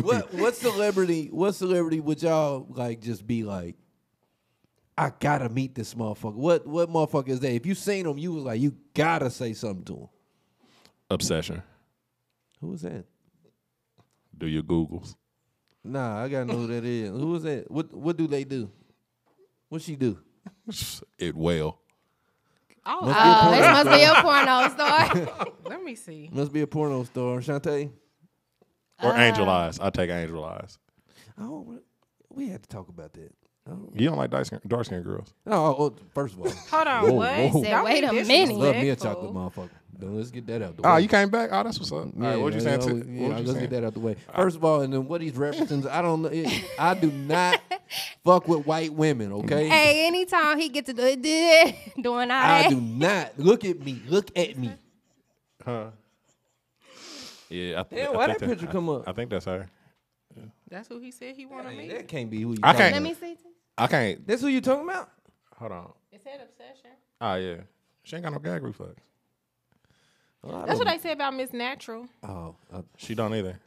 [SPEAKER 5] What what celebrity? What celebrity would y'all like? Just be like, I gotta meet this motherfucker. What what motherfucker is that? If you seen him, you was like, you gotta say something to him.
[SPEAKER 4] Obsession.
[SPEAKER 5] Who was that?
[SPEAKER 4] Do your googles.
[SPEAKER 5] Nah, I gotta know who that is. Who was that? What what do they do? What she do?
[SPEAKER 4] It well.
[SPEAKER 2] Oh,
[SPEAKER 5] Must be a
[SPEAKER 3] Oh,
[SPEAKER 5] porno
[SPEAKER 3] this must
[SPEAKER 5] star.
[SPEAKER 3] be a porno star.
[SPEAKER 2] let me see.
[SPEAKER 5] Must be a porno star, Shantae.
[SPEAKER 4] Or
[SPEAKER 3] Ah.
[SPEAKER 4] angel eyes. I take angel eyes.
[SPEAKER 5] I don't. re- We had to talk about that.
[SPEAKER 4] You don't like dark skin, dark skin girls.
[SPEAKER 5] No, oh, oh, first of all,
[SPEAKER 2] Hold on,
[SPEAKER 5] Whoa,
[SPEAKER 2] what?
[SPEAKER 5] whoa.
[SPEAKER 2] Don't
[SPEAKER 3] Said,
[SPEAKER 2] be
[SPEAKER 3] wait a minute.
[SPEAKER 2] disrespectful.
[SPEAKER 5] love me a chocolate motherfucker. No, let's get that out the way.
[SPEAKER 4] Oh, you came back. Oh, that's what's up.
[SPEAKER 5] Yeah,
[SPEAKER 4] All right, what you
[SPEAKER 5] yeah,
[SPEAKER 4] saying?
[SPEAKER 5] yeah,
[SPEAKER 4] To,
[SPEAKER 5] we- yeah,
[SPEAKER 4] what you Ah.
[SPEAKER 5] let's
[SPEAKER 4] saying?
[SPEAKER 5] get that out the way. First of all, and then what he's referencing, I don't know. it- I do not fuck with white women. Okay,
[SPEAKER 3] hey, anytime he get to do doing all
[SPEAKER 5] I
[SPEAKER 3] that.
[SPEAKER 5] do not. Look at me. Look at me.
[SPEAKER 4] Yeah. I th-
[SPEAKER 5] Damn,
[SPEAKER 4] I
[SPEAKER 5] why
[SPEAKER 4] think
[SPEAKER 5] that picture
[SPEAKER 4] I-
[SPEAKER 5] come up?
[SPEAKER 4] I think that's her.
[SPEAKER 2] That's who he said he wanted me.
[SPEAKER 5] That can't be who you.
[SPEAKER 4] I
[SPEAKER 5] talking
[SPEAKER 4] can't-
[SPEAKER 3] Let
[SPEAKER 5] about.
[SPEAKER 3] me see.
[SPEAKER 4] I can't.
[SPEAKER 5] That's who you talking about?
[SPEAKER 4] Hold on.
[SPEAKER 2] It said obsession.
[SPEAKER 4] Oh yeah. She ain't got no gag reflex.
[SPEAKER 2] That's what they said about Miss Natural.
[SPEAKER 5] Oh, uh,
[SPEAKER 4] She don't either.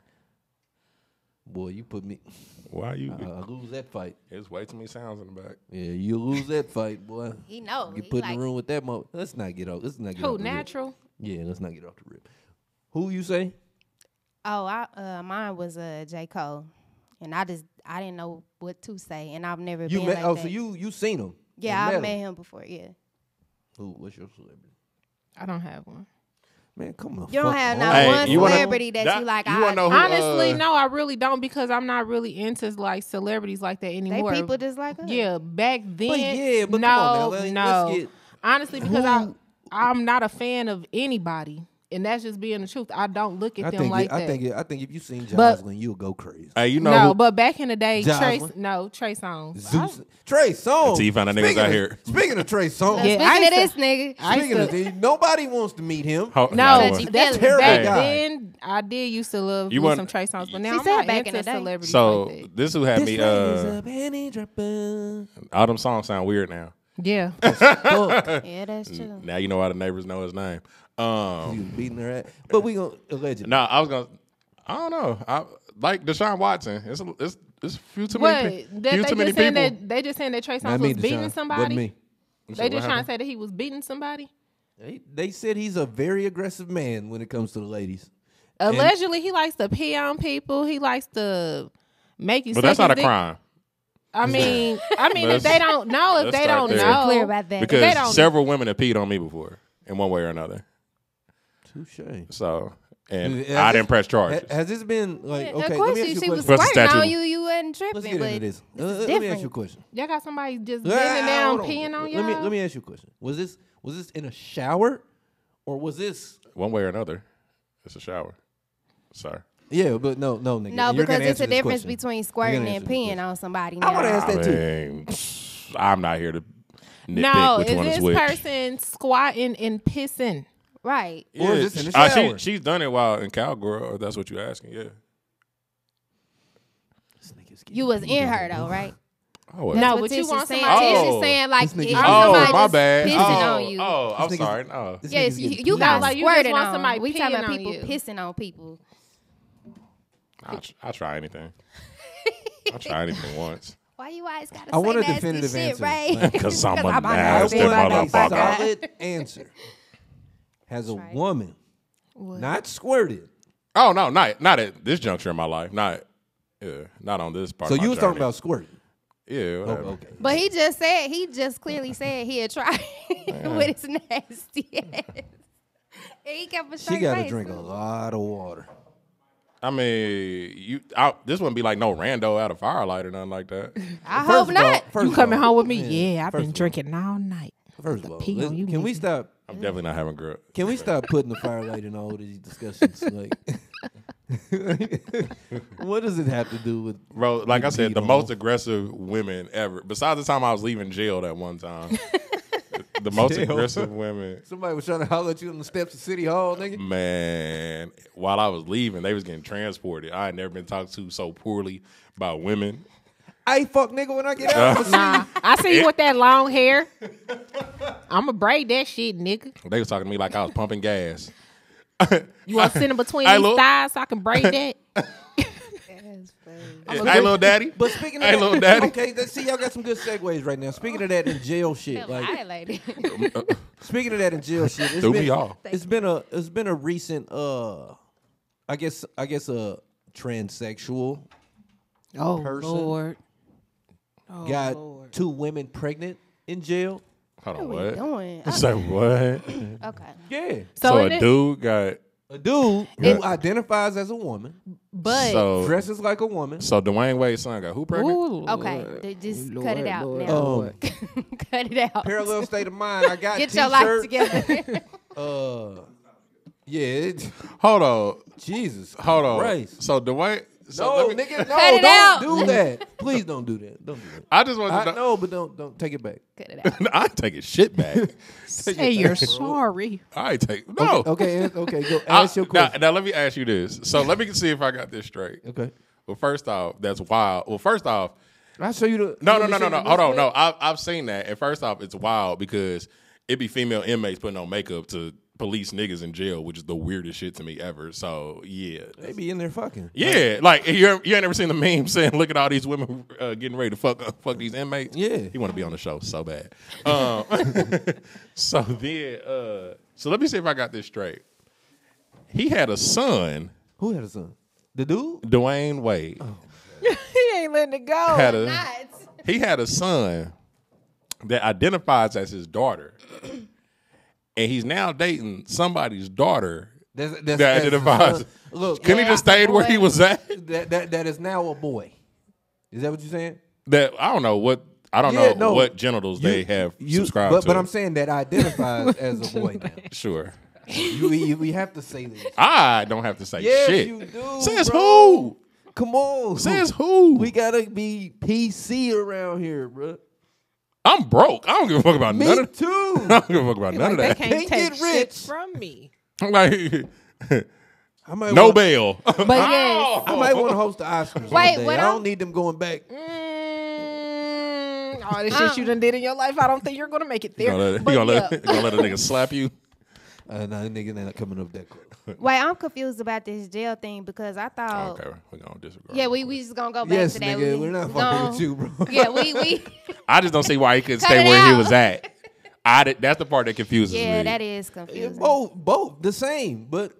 [SPEAKER 5] boy, you put me. uh,
[SPEAKER 4] Why you?
[SPEAKER 5] I I lose that fight.
[SPEAKER 4] It's way too many sounds in the back.
[SPEAKER 5] Yeah, you lose that fight, boy.
[SPEAKER 3] He know.
[SPEAKER 5] You
[SPEAKER 3] He
[SPEAKER 5] put in
[SPEAKER 3] like, Oh,
[SPEAKER 5] the room with that mo. Let's not get off. Let's not get
[SPEAKER 2] Who
[SPEAKER 5] off the
[SPEAKER 2] Natural?
[SPEAKER 5] Rip. Yeah, let's not get off the rip. Who you say?
[SPEAKER 3] Oh, I, uh, mine was uh, J Cole, and I just I didn't know what to say, and I've never
[SPEAKER 5] You
[SPEAKER 3] been
[SPEAKER 5] met?
[SPEAKER 3] like
[SPEAKER 5] oh,
[SPEAKER 3] that.
[SPEAKER 5] so you you seen him?
[SPEAKER 3] yeah,
[SPEAKER 5] You
[SPEAKER 3] I've
[SPEAKER 5] him.
[SPEAKER 3] met him before. Yeah,
[SPEAKER 5] Who? What's your celebrity?
[SPEAKER 2] I don't have one.
[SPEAKER 5] Man, come on.
[SPEAKER 3] you don't
[SPEAKER 5] fuck
[SPEAKER 3] have
[SPEAKER 5] off.
[SPEAKER 3] not
[SPEAKER 4] Hey,
[SPEAKER 3] one
[SPEAKER 4] you wanna-
[SPEAKER 3] celebrity that,
[SPEAKER 4] that-
[SPEAKER 3] you like.
[SPEAKER 4] you
[SPEAKER 3] I
[SPEAKER 4] wanna know who-
[SPEAKER 2] Honestly,
[SPEAKER 4] uh,
[SPEAKER 2] no, I really don't because I'm not really into like celebrities like that
[SPEAKER 3] they
[SPEAKER 2] anymore.
[SPEAKER 3] people just like us.
[SPEAKER 2] yeah, back then.
[SPEAKER 5] yeah, but come
[SPEAKER 2] no,
[SPEAKER 5] on now, let- let's
[SPEAKER 2] no.
[SPEAKER 5] get-
[SPEAKER 2] Honestly, because I I'm not a fan of anybody. and that's just being the truth. I don't look at
[SPEAKER 5] I
[SPEAKER 2] them
[SPEAKER 5] think,
[SPEAKER 2] like
[SPEAKER 5] I
[SPEAKER 2] that.
[SPEAKER 5] think, I think if you seen
[SPEAKER 2] But-
[SPEAKER 5] Jocelyn, you'll go crazy.
[SPEAKER 4] Hey, you know
[SPEAKER 2] no,
[SPEAKER 4] who-
[SPEAKER 2] but back in the day,
[SPEAKER 5] Jocelyn?
[SPEAKER 2] Trey, no Trey Songs.
[SPEAKER 5] Zeus, Trey Songz.
[SPEAKER 4] Until you find out niggas
[SPEAKER 5] Speaking
[SPEAKER 4] out
[SPEAKER 5] of-
[SPEAKER 4] here.
[SPEAKER 5] Speaking of Trey Songz,
[SPEAKER 2] Yeah, I
[SPEAKER 3] Speaking of this
[SPEAKER 2] used
[SPEAKER 3] nigga,
[SPEAKER 2] I used
[SPEAKER 5] speaking of
[SPEAKER 2] to-
[SPEAKER 5] this, nobody wants to meet him.
[SPEAKER 4] Ho-
[SPEAKER 2] No,
[SPEAKER 4] one.
[SPEAKER 3] How'd you
[SPEAKER 2] that's
[SPEAKER 3] feel?
[SPEAKER 2] back
[SPEAKER 4] Terrible guy.
[SPEAKER 2] then. I did used to love
[SPEAKER 4] You
[SPEAKER 2] me
[SPEAKER 4] weren't-
[SPEAKER 2] some Trey Songs, but now
[SPEAKER 3] She
[SPEAKER 2] I'm
[SPEAKER 3] said
[SPEAKER 2] not
[SPEAKER 3] back
[SPEAKER 2] into
[SPEAKER 3] in the day.
[SPEAKER 2] celebrities
[SPEAKER 4] So
[SPEAKER 2] like that.
[SPEAKER 4] this who had me. Uh,
[SPEAKER 5] penny dropper.
[SPEAKER 4] all them songs sound weird now.
[SPEAKER 2] Yeah,
[SPEAKER 3] yeah,
[SPEAKER 4] Mm.
[SPEAKER 3] that's true.
[SPEAKER 4] Now you know why the neighbors know his name. Um,
[SPEAKER 5] You beating her at, but we gonna allegedly.
[SPEAKER 4] No, I was gonna. I don't know. I like Deshaun Watson. It's a, it's it's few too
[SPEAKER 2] what?
[SPEAKER 4] many pe-
[SPEAKER 2] That
[SPEAKER 4] few
[SPEAKER 2] they
[SPEAKER 4] too many
[SPEAKER 2] just saying
[SPEAKER 4] people.
[SPEAKER 2] that they just saying that Trey Songs
[SPEAKER 5] Not
[SPEAKER 2] was
[SPEAKER 5] me,
[SPEAKER 2] beating
[SPEAKER 5] Deshaun. Wasn't
[SPEAKER 2] somebody.
[SPEAKER 5] me.
[SPEAKER 2] They just trying
[SPEAKER 4] What
[SPEAKER 2] to
[SPEAKER 4] happened?
[SPEAKER 2] say that he was beating somebody.
[SPEAKER 5] They, they said he's a very aggressive man when it comes to the ladies.
[SPEAKER 2] Allegedly, he likes to pee on people. He likes to make you.
[SPEAKER 4] But
[SPEAKER 2] suck
[SPEAKER 4] that's not
[SPEAKER 2] his
[SPEAKER 4] a
[SPEAKER 2] dick.
[SPEAKER 4] crime
[SPEAKER 2] I mean, I mean, if
[SPEAKER 4] Let's-
[SPEAKER 2] they don't know, if
[SPEAKER 4] let's
[SPEAKER 2] they
[SPEAKER 4] start
[SPEAKER 2] don't
[SPEAKER 4] there.
[SPEAKER 2] know,
[SPEAKER 3] Clear about that.
[SPEAKER 2] they don't-
[SPEAKER 4] because several women have peed on me before in one way or another.
[SPEAKER 5] Touche.
[SPEAKER 4] So and
[SPEAKER 5] Has
[SPEAKER 4] I
[SPEAKER 5] this-
[SPEAKER 4] didn't press
[SPEAKER 5] Ha-
[SPEAKER 4] charges.
[SPEAKER 5] has this been like okay?
[SPEAKER 3] of
[SPEAKER 5] let
[SPEAKER 3] course,
[SPEAKER 5] me
[SPEAKER 3] if
[SPEAKER 5] ask you
[SPEAKER 3] she
[SPEAKER 5] a
[SPEAKER 3] was
[SPEAKER 4] What's
[SPEAKER 5] question.
[SPEAKER 4] the
[SPEAKER 3] squirting on
[SPEAKER 4] statute?
[SPEAKER 3] you, you wasn't tripping.
[SPEAKER 5] Let's get
[SPEAKER 3] but
[SPEAKER 5] into this.
[SPEAKER 3] this
[SPEAKER 5] Uh,
[SPEAKER 3] is
[SPEAKER 5] let me ask you a
[SPEAKER 3] different.
[SPEAKER 5] question.
[SPEAKER 2] y'all got somebody just
[SPEAKER 5] Ah,
[SPEAKER 2] bending down,
[SPEAKER 5] hold on.
[SPEAKER 2] peeing on y'all.
[SPEAKER 5] Let me let me ask you a question. Was this was this in a shower, or was this?
[SPEAKER 4] one way or another, it's a shower. Sorry.
[SPEAKER 5] Yeah, but no, no, nigga.
[SPEAKER 3] No,
[SPEAKER 5] You're
[SPEAKER 3] because
[SPEAKER 5] gonna
[SPEAKER 3] it's
[SPEAKER 5] answer
[SPEAKER 3] a
[SPEAKER 5] this
[SPEAKER 3] difference
[SPEAKER 5] question.
[SPEAKER 3] between
[SPEAKER 5] You're
[SPEAKER 3] squirting
[SPEAKER 5] gonna
[SPEAKER 3] and
[SPEAKER 5] answer this
[SPEAKER 3] peeing
[SPEAKER 5] question.
[SPEAKER 3] on somebody.
[SPEAKER 5] I
[SPEAKER 3] Now.
[SPEAKER 5] want to ask
[SPEAKER 4] I
[SPEAKER 5] that too.
[SPEAKER 4] mean, I'm not here to nitpick
[SPEAKER 2] No,
[SPEAKER 4] which
[SPEAKER 2] is
[SPEAKER 4] one
[SPEAKER 2] this
[SPEAKER 4] is which.
[SPEAKER 2] person squatting and pissing?
[SPEAKER 3] Right.
[SPEAKER 5] Or is this in the
[SPEAKER 4] Ah,
[SPEAKER 5] shower?
[SPEAKER 4] she, she's done it while in cowgirl. If that's what you're asking, yeah.
[SPEAKER 5] This nigga's getting
[SPEAKER 3] You was
[SPEAKER 5] peed
[SPEAKER 3] in
[SPEAKER 5] on.
[SPEAKER 3] her though, right?
[SPEAKER 4] Oh, well.
[SPEAKER 2] No,
[SPEAKER 3] That's what
[SPEAKER 2] but you
[SPEAKER 3] Tisha's
[SPEAKER 2] want
[SPEAKER 3] saying.
[SPEAKER 2] somebody-
[SPEAKER 3] Tisha's
[SPEAKER 4] Oh.
[SPEAKER 3] saying like
[SPEAKER 5] This nigga-
[SPEAKER 3] if
[SPEAKER 5] Oh,
[SPEAKER 3] somebody
[SPEAKER 4] my
[SPEAKER 3] was
[SPEAKER 4] bad.
[SPEAKER 3] pissing
[SPEAKER 4] oh,
[SPEAKER 3] on you.
[SPEAKER 4] Oh, I'm
[SPEAKER 5] This nigga's-
[SPEAKER 4] sorry. No.
[SPEAKER 5] This
[SPEAKER 3] Yes,
[SPEAKER 5] nigga's
[SPEAKER 3] you,
[SPEAKER 5] getting
[SPEAKER 3] you
[SPEAKER 5] peed
[SPEAKER 3] got
[SPEAKER 5] on.
[SPEAKER 2] like, you just
[SPEAKER 3] squirted
[SPEAKER 2] want
[SPEAKER 3] on.
[SPEAKER 2] somebody
[SPEAKER 3] we talking
[SPEAKER 2] peeing
[SPEAKER 3] about
[SPEAKER 2] on
[SPEAKER 3] people
[SPEAKER 2] you.
[SPEAKER 3] pissing on people.
[SPEAKER 4] I'll, tr- I'll try anything. I'll try anything once.
[SPEAKER 3] Why you always gotta
[SPEAKER 5] I
[SPEAKER 3] say
[SPEAKER 5] want a
[SPEAKER 3] nasty
[SPEAKER 5] definitive
[SPEAKER 3] shit,
[SPEAKER 5] answer.
[SPEAKER 3] right?
[SPEAKER 5] Like,
[SPEAKER 4] Because I'm a
[SPEAKER 3] I'm a
[SPEAKER 5] I
[SPEAKER 4] nasty
[SPEAKER 3] nasty
[SPEAKER 5] want a
[SPEAKER 3] motherfucker.
[SPEAKER 4] motherfucker.
[SPEAKER 5] solid answer. Has a woman not squirted?
[SPEAKER 4] Oh no, not not at this juncture in my life. Not yeah, not on this part.
[SPEAKER 5] So
[SPEAKER 4] of my
[SPEAKER 5] you was talking
[SPEAKER 4] journey.
[SPEAKER 5] about squirting.
[SPEAKER 4] yeah.
[SPEAKER 5] Oh,
[SPEAKER 4] Whatever.
[SPEAKER 5] okay.
[SPEAKER 3] But he just said he just clearly said he had tried with his nasty ass. And he kept a
[SPEAKER 5] She
[SPEAKER 3] straight
[SPEAKER 5] got to
[SPEAKER 3] face.
[SPEAKER 5] drink a lot of water.
[SPEAKER 4] I mean, you. I, this wouldn't be like no rando out of firelight or nothing like that.
[SPEAKER 3] I hope
[SPEAKER 5] First of all-
[SPEAKER 3] not.
[SPEAKER 5] first
[SPEAKER 2] You
[SPEAKER 5] of
[SPEAKER 2] coming
[SPEAKER 5] all-
[SPEAKER 2] home with me?
[SPEAKER 5] yeah,
[SPEAKER 2] Yeah, I've
[SPEAKER 5] first
[SPEAKER 2] been
[SPEAKER 5] of
[SPEAKER 2] drinking all night.
[SPEAKER 5] First of all,
[SPEAKER 2] pee on
[SPEAKER 5] let's-
[SPEAKER 2] you,
[SPEAKER 5] can we
[SPEAKER 2] nigga.
[SPEAKER 5] stop?
[SPEAKER 4] I'm definitely not having grip.
[SPEAKER 5] Can we stop putting the firelight in all these discussions? Like, what does it have to do with?
[SPEAKER 4] Bro, like I said, the
[SPEAKER 5] Beat
[SPEAKER 4] most
[SPEAKER 5] on.
[SPEAKER 4] aggressive women ever. Besides the time I was leaving jail that one time, the most
[SPEAKER 5] Jail.
[SPEAKER 4] aggressive women.
[SPEAKER 5] Somebody was trying to holler at you on the steps of City Hall, nigga.
[SPEAKER 4] Man, while I was leaving, they was getting transported. I had never been talked to so poorly by women.
[SPEAKER 5] I fuck nigga when I get out.
[SPEAKER 2] Nah, I see you with that long hair. I'ma braid that shit, nigga.
[SPEAKER 4] They was talking to me like I was pumping gas.
[SPEAKER 2] You want to sit in between
[SPEAKER 4] Hey,
[SPEAKER 2] these
[SPEAKER 4] look.
[SPEAKER 2] thighs so I can braid that?
[SPEAKER 4] Hey, little daddy.
[SPEAKER 5] But speaking of
[SPEAKER 4] Hey,
[SPEAKER 5] that,
[SPEAKER 4] little daddy.
[SPEAKER 5] okay, let's see y'all got some good segues right now. Speaking of that in jail shit, like
[SPEAKER 3] Violated.
[SPEAKER 5] speaking of that in jail shit, it's
[SPEAKER 4] Do
[SPEAKER 5] been,
[SPEAKER 4] we all?
[SPEAKER 5] it's been a it's been a recent uh, I guess I guess a transsexual
[SPEAKER 2] Oh
[SPEAKER 5] Person.
[SPEAKER 2] Lord,
[SPEAKER 5] got two women pregnant in jail.
[SPEAKER 4] Hold on,
[SPEAKER 3] What are we
[SPEAKER 4] what?
[SPEAKER 3] doing? Oh,
[SPEAKER 4] Say what?
[SPEAKER 3] okay.
[SPEAKER 5] Yeah,
[SPEAKER 4] So,
[SPEAKER 2] it
[SPEAKER 4] a
[SPEAKER 2] is-
[SPEAKER 4] dude got
[SPEAKER 5] a dude who identifies as a woman,
[SPEAKER 2] but
[SPEAKER 4] so
[SPEAKER 5] dresses like a woman.
[SPEAKER 4] Oh. so Dwayne Wade's son got who pregnant?
[SPEAKER 2] Ooh,
[SPEAKER 3] Okay. They just cut it out now.
[SPEAKER 5] Lord. Oh.
[SPEAKER 3] cut it out.
[SPEAKER 5] um, Parallel state of mind. I got
[SPEAKER 3] Get your
[SPEAKER 5] t-shirt.
[SPEAKER 3] life together.
[SPEAKER 5] Uh, yeah, it,
[SPEAKER 4] Hold on,
[SPEAKER 5] Jesus,
[SPEAKER 4] hold on.
[SPEAKER 5] Christ.
[SPEAKER 4] So Dwayne, so
[SPEAKER 5] No,
[SPEAKER 4] let me,
[SPEAKER 5] nigga, no,
[SPEAKER 3] Cut it
[SPEAKER 5] don't
[SPEAKER 3] out.
[SPEAKER 5] do that. Please don't do that. Don't do that.
[SPEAKER 4] I just wanted
[SPEAKER 5] I
[SPEAKER 4] to know.
[SPEAKER 5] know, but don't don't take it back.
[SPEAKER 3] cut it out.
[SPEAKER 4] I ain't taking shit back.
[SPEAKER 2] say you're sorry.
[SPEAKER 4] I ain't take no.
[SPEAKER 5] Okay, an- okay, go
[SPEAKER 4] I-
[SPEAKER 5] ask your
[SPEAKER 4] now,
[SPEAKER 5] question.
[SPEAKER 4] now let me ask you this. So let me see if I got this straight.
[SPEAKER 5] okay,
[SPEAKER 4] Well, first off, that's wild. Well, first off,
[SPEAKER 5] I'll show you the.
[SPEAKER 4] no,
[SPEAKER 5] you
[SPEAKER 4] no,
[SPEAKER 5] want
[SPEAKER 4] no,
[SPEAKER 5] me
[SPEAKER 4] no, no.
[SPEAKER 5] to show you
[SPEAKER 4] Hold
[SPEAKER 5] the
[SPEAKER 4] on, no.
[SPEAKER 5] list?
[SPEAKER 4] I've I've seen that, and first off, it's wild because it be female inmates putting on makeup to police niggas in jail, which is the weirdest shit to me ever. So yeah,
[SPEAKER 5] They be in there fucking.
[SPEAKER 4] yeah. Like you you ain't ever seen the meme saying, "Look at all these women uh, getting ready to fuck up, fuck these inmates."
[SPEAKER 5] Yeah.
[SPEAKER 4] he want to be on the show so bad. Um, so then, uh, so let me see if I got this straight. He had a son,
[SPEAKER 5] Who had a son? The dude.
[SPEAKER 4] Dwayne Wade.
[SPEAKER 2] He ain't letting it go.
[SPEAKER 4] had
[SPEAKER 5] Oh,
[SPEAKER 4] a
[SPEAKER 3] Nuts.
[SPEAKER 4] he had a son that identifies as his daughter, and he's now dating somebody's daughter
[SPEAKER 5] That's,
[SPEAKER 4] that
[SPEAKER 5] that's, that's the son.
[SPEAKER 4] identifies.
[SPEAKER 5] Look,
[SPEAKER 4] Can he just stayed where he was at?
[SPEAKER 5] that, that that is now a boy. Is that what you're saying?
[SPEAKER 4] That I don't know what I don't
[SPEAKER 5] Yeah,
[SPEAKER 4] know
[SPEAKER 5] no.
[SPEAKER 4] what genitals they
[SPEAKER 5] You-
[SPEAKER 4] have
[SPEAKER 5] you-
[SPEAKER 4] subscribed
[SPEAKER 5] but,
[SPEAKER 4] to.
[SPEAKER 5] But I'm saying that identifies as a boy now.
[SPEAKER 4] sure.
[SPEAKER 5] You, you we have to say this.
[SPEAKER 4] I don't have to say
[SPEAKER 5] Yes,
[SPEAKER 4] shit.
[SPEAKER 5] you do.
[SPEAKER 4] Says
[SPEAKER 5] bro.
[SPEAKER 4] who?
[SPEAKER 5] Come on.
[SPEAKER 4] Says who?
[SPEAKER 5] We gotta be PC around here, bro.
[SPEAKER 4] I'm broke. I don't give a fuck about
[SPEAKER 5] Me
[SPEAKER 4] none of.
[SPEAKER 5] too.
[SPEAKER 4] I don't give a fuck about
[SPEAKER 2] Like,
[SPEAKER 4] none
[SPEAKER 2] they
[SPEAKER 4] of that.
[SPEAKER 2] can't
[SPEAKER 5] They
[SPEAKER 2] take
[SPEAKER 5] get
[SPEAKER 2] shit
[SPEAKER 5] rich.
[SPEAKER 2] from me.
[SPEAKER 4] I'm like
[SPEAKER 5] I might
[SPEAKER 4] no
[SPEAKER 5] want,
[SPEAKER 4] bail. Oh,
[SPEAKER 3] But yes.
[SPEAKER 5] I might want to host the
[SPEAKER 3] Wait,
[SPEAKER 5] Oscars. one day.
[SPEAKER 3] what
[SPEAKER 5] I don't
[SPEAKER 3] I'm-
[SPEAKER 5] need them going back.
[SPEAKER 2] Mm, all this shit you done did in your life, I don't think you're gonna make it
[SPEAKER 4] You
[SPEAKER 2] there.
[SPEAKER 4] gonna let, you
[SPEAKER 2] But
[SPEAKER 4] gonna let,
[SPEAKER 2] yeah.
[SPEAKER 4] you gonna let a nigga slap you?
[SPEAKER 5] Uh, nah, nigga, they not coming up that close.
[SPEAKER 3] Wait, I'm confused about this jail thing because I thought.
[SPEAKER 4] Okay, we're gonna disagree.
[SPEAKER 3] Yeah, we, we just gonna go back
[SPEAKER 5] yes,
[SPEAKER 3] to that.
[SPEAKER 5] nigga,
[SPEAKER 3] we,
[SPEAKER 5] we're not fucking
[SPEAKER 3] gonna-
[SPEAKER 5] with you, bro.
[SPEAKER 3] Yeah, we we
[SPEAKER 4] I just don't see why he couldn't
[SPEAKER 3] Cut
[SPEAKER 4] stay
[SPEAKER 3] it
[SPEAKER 4] where he
[SPEAKER 3] out.
[SPEAKER 4] was at. I did, that's the part that confuses me.
[SPEAKER 3] yeah, that is confusing.
[SPEAKER 5] both, both the same, but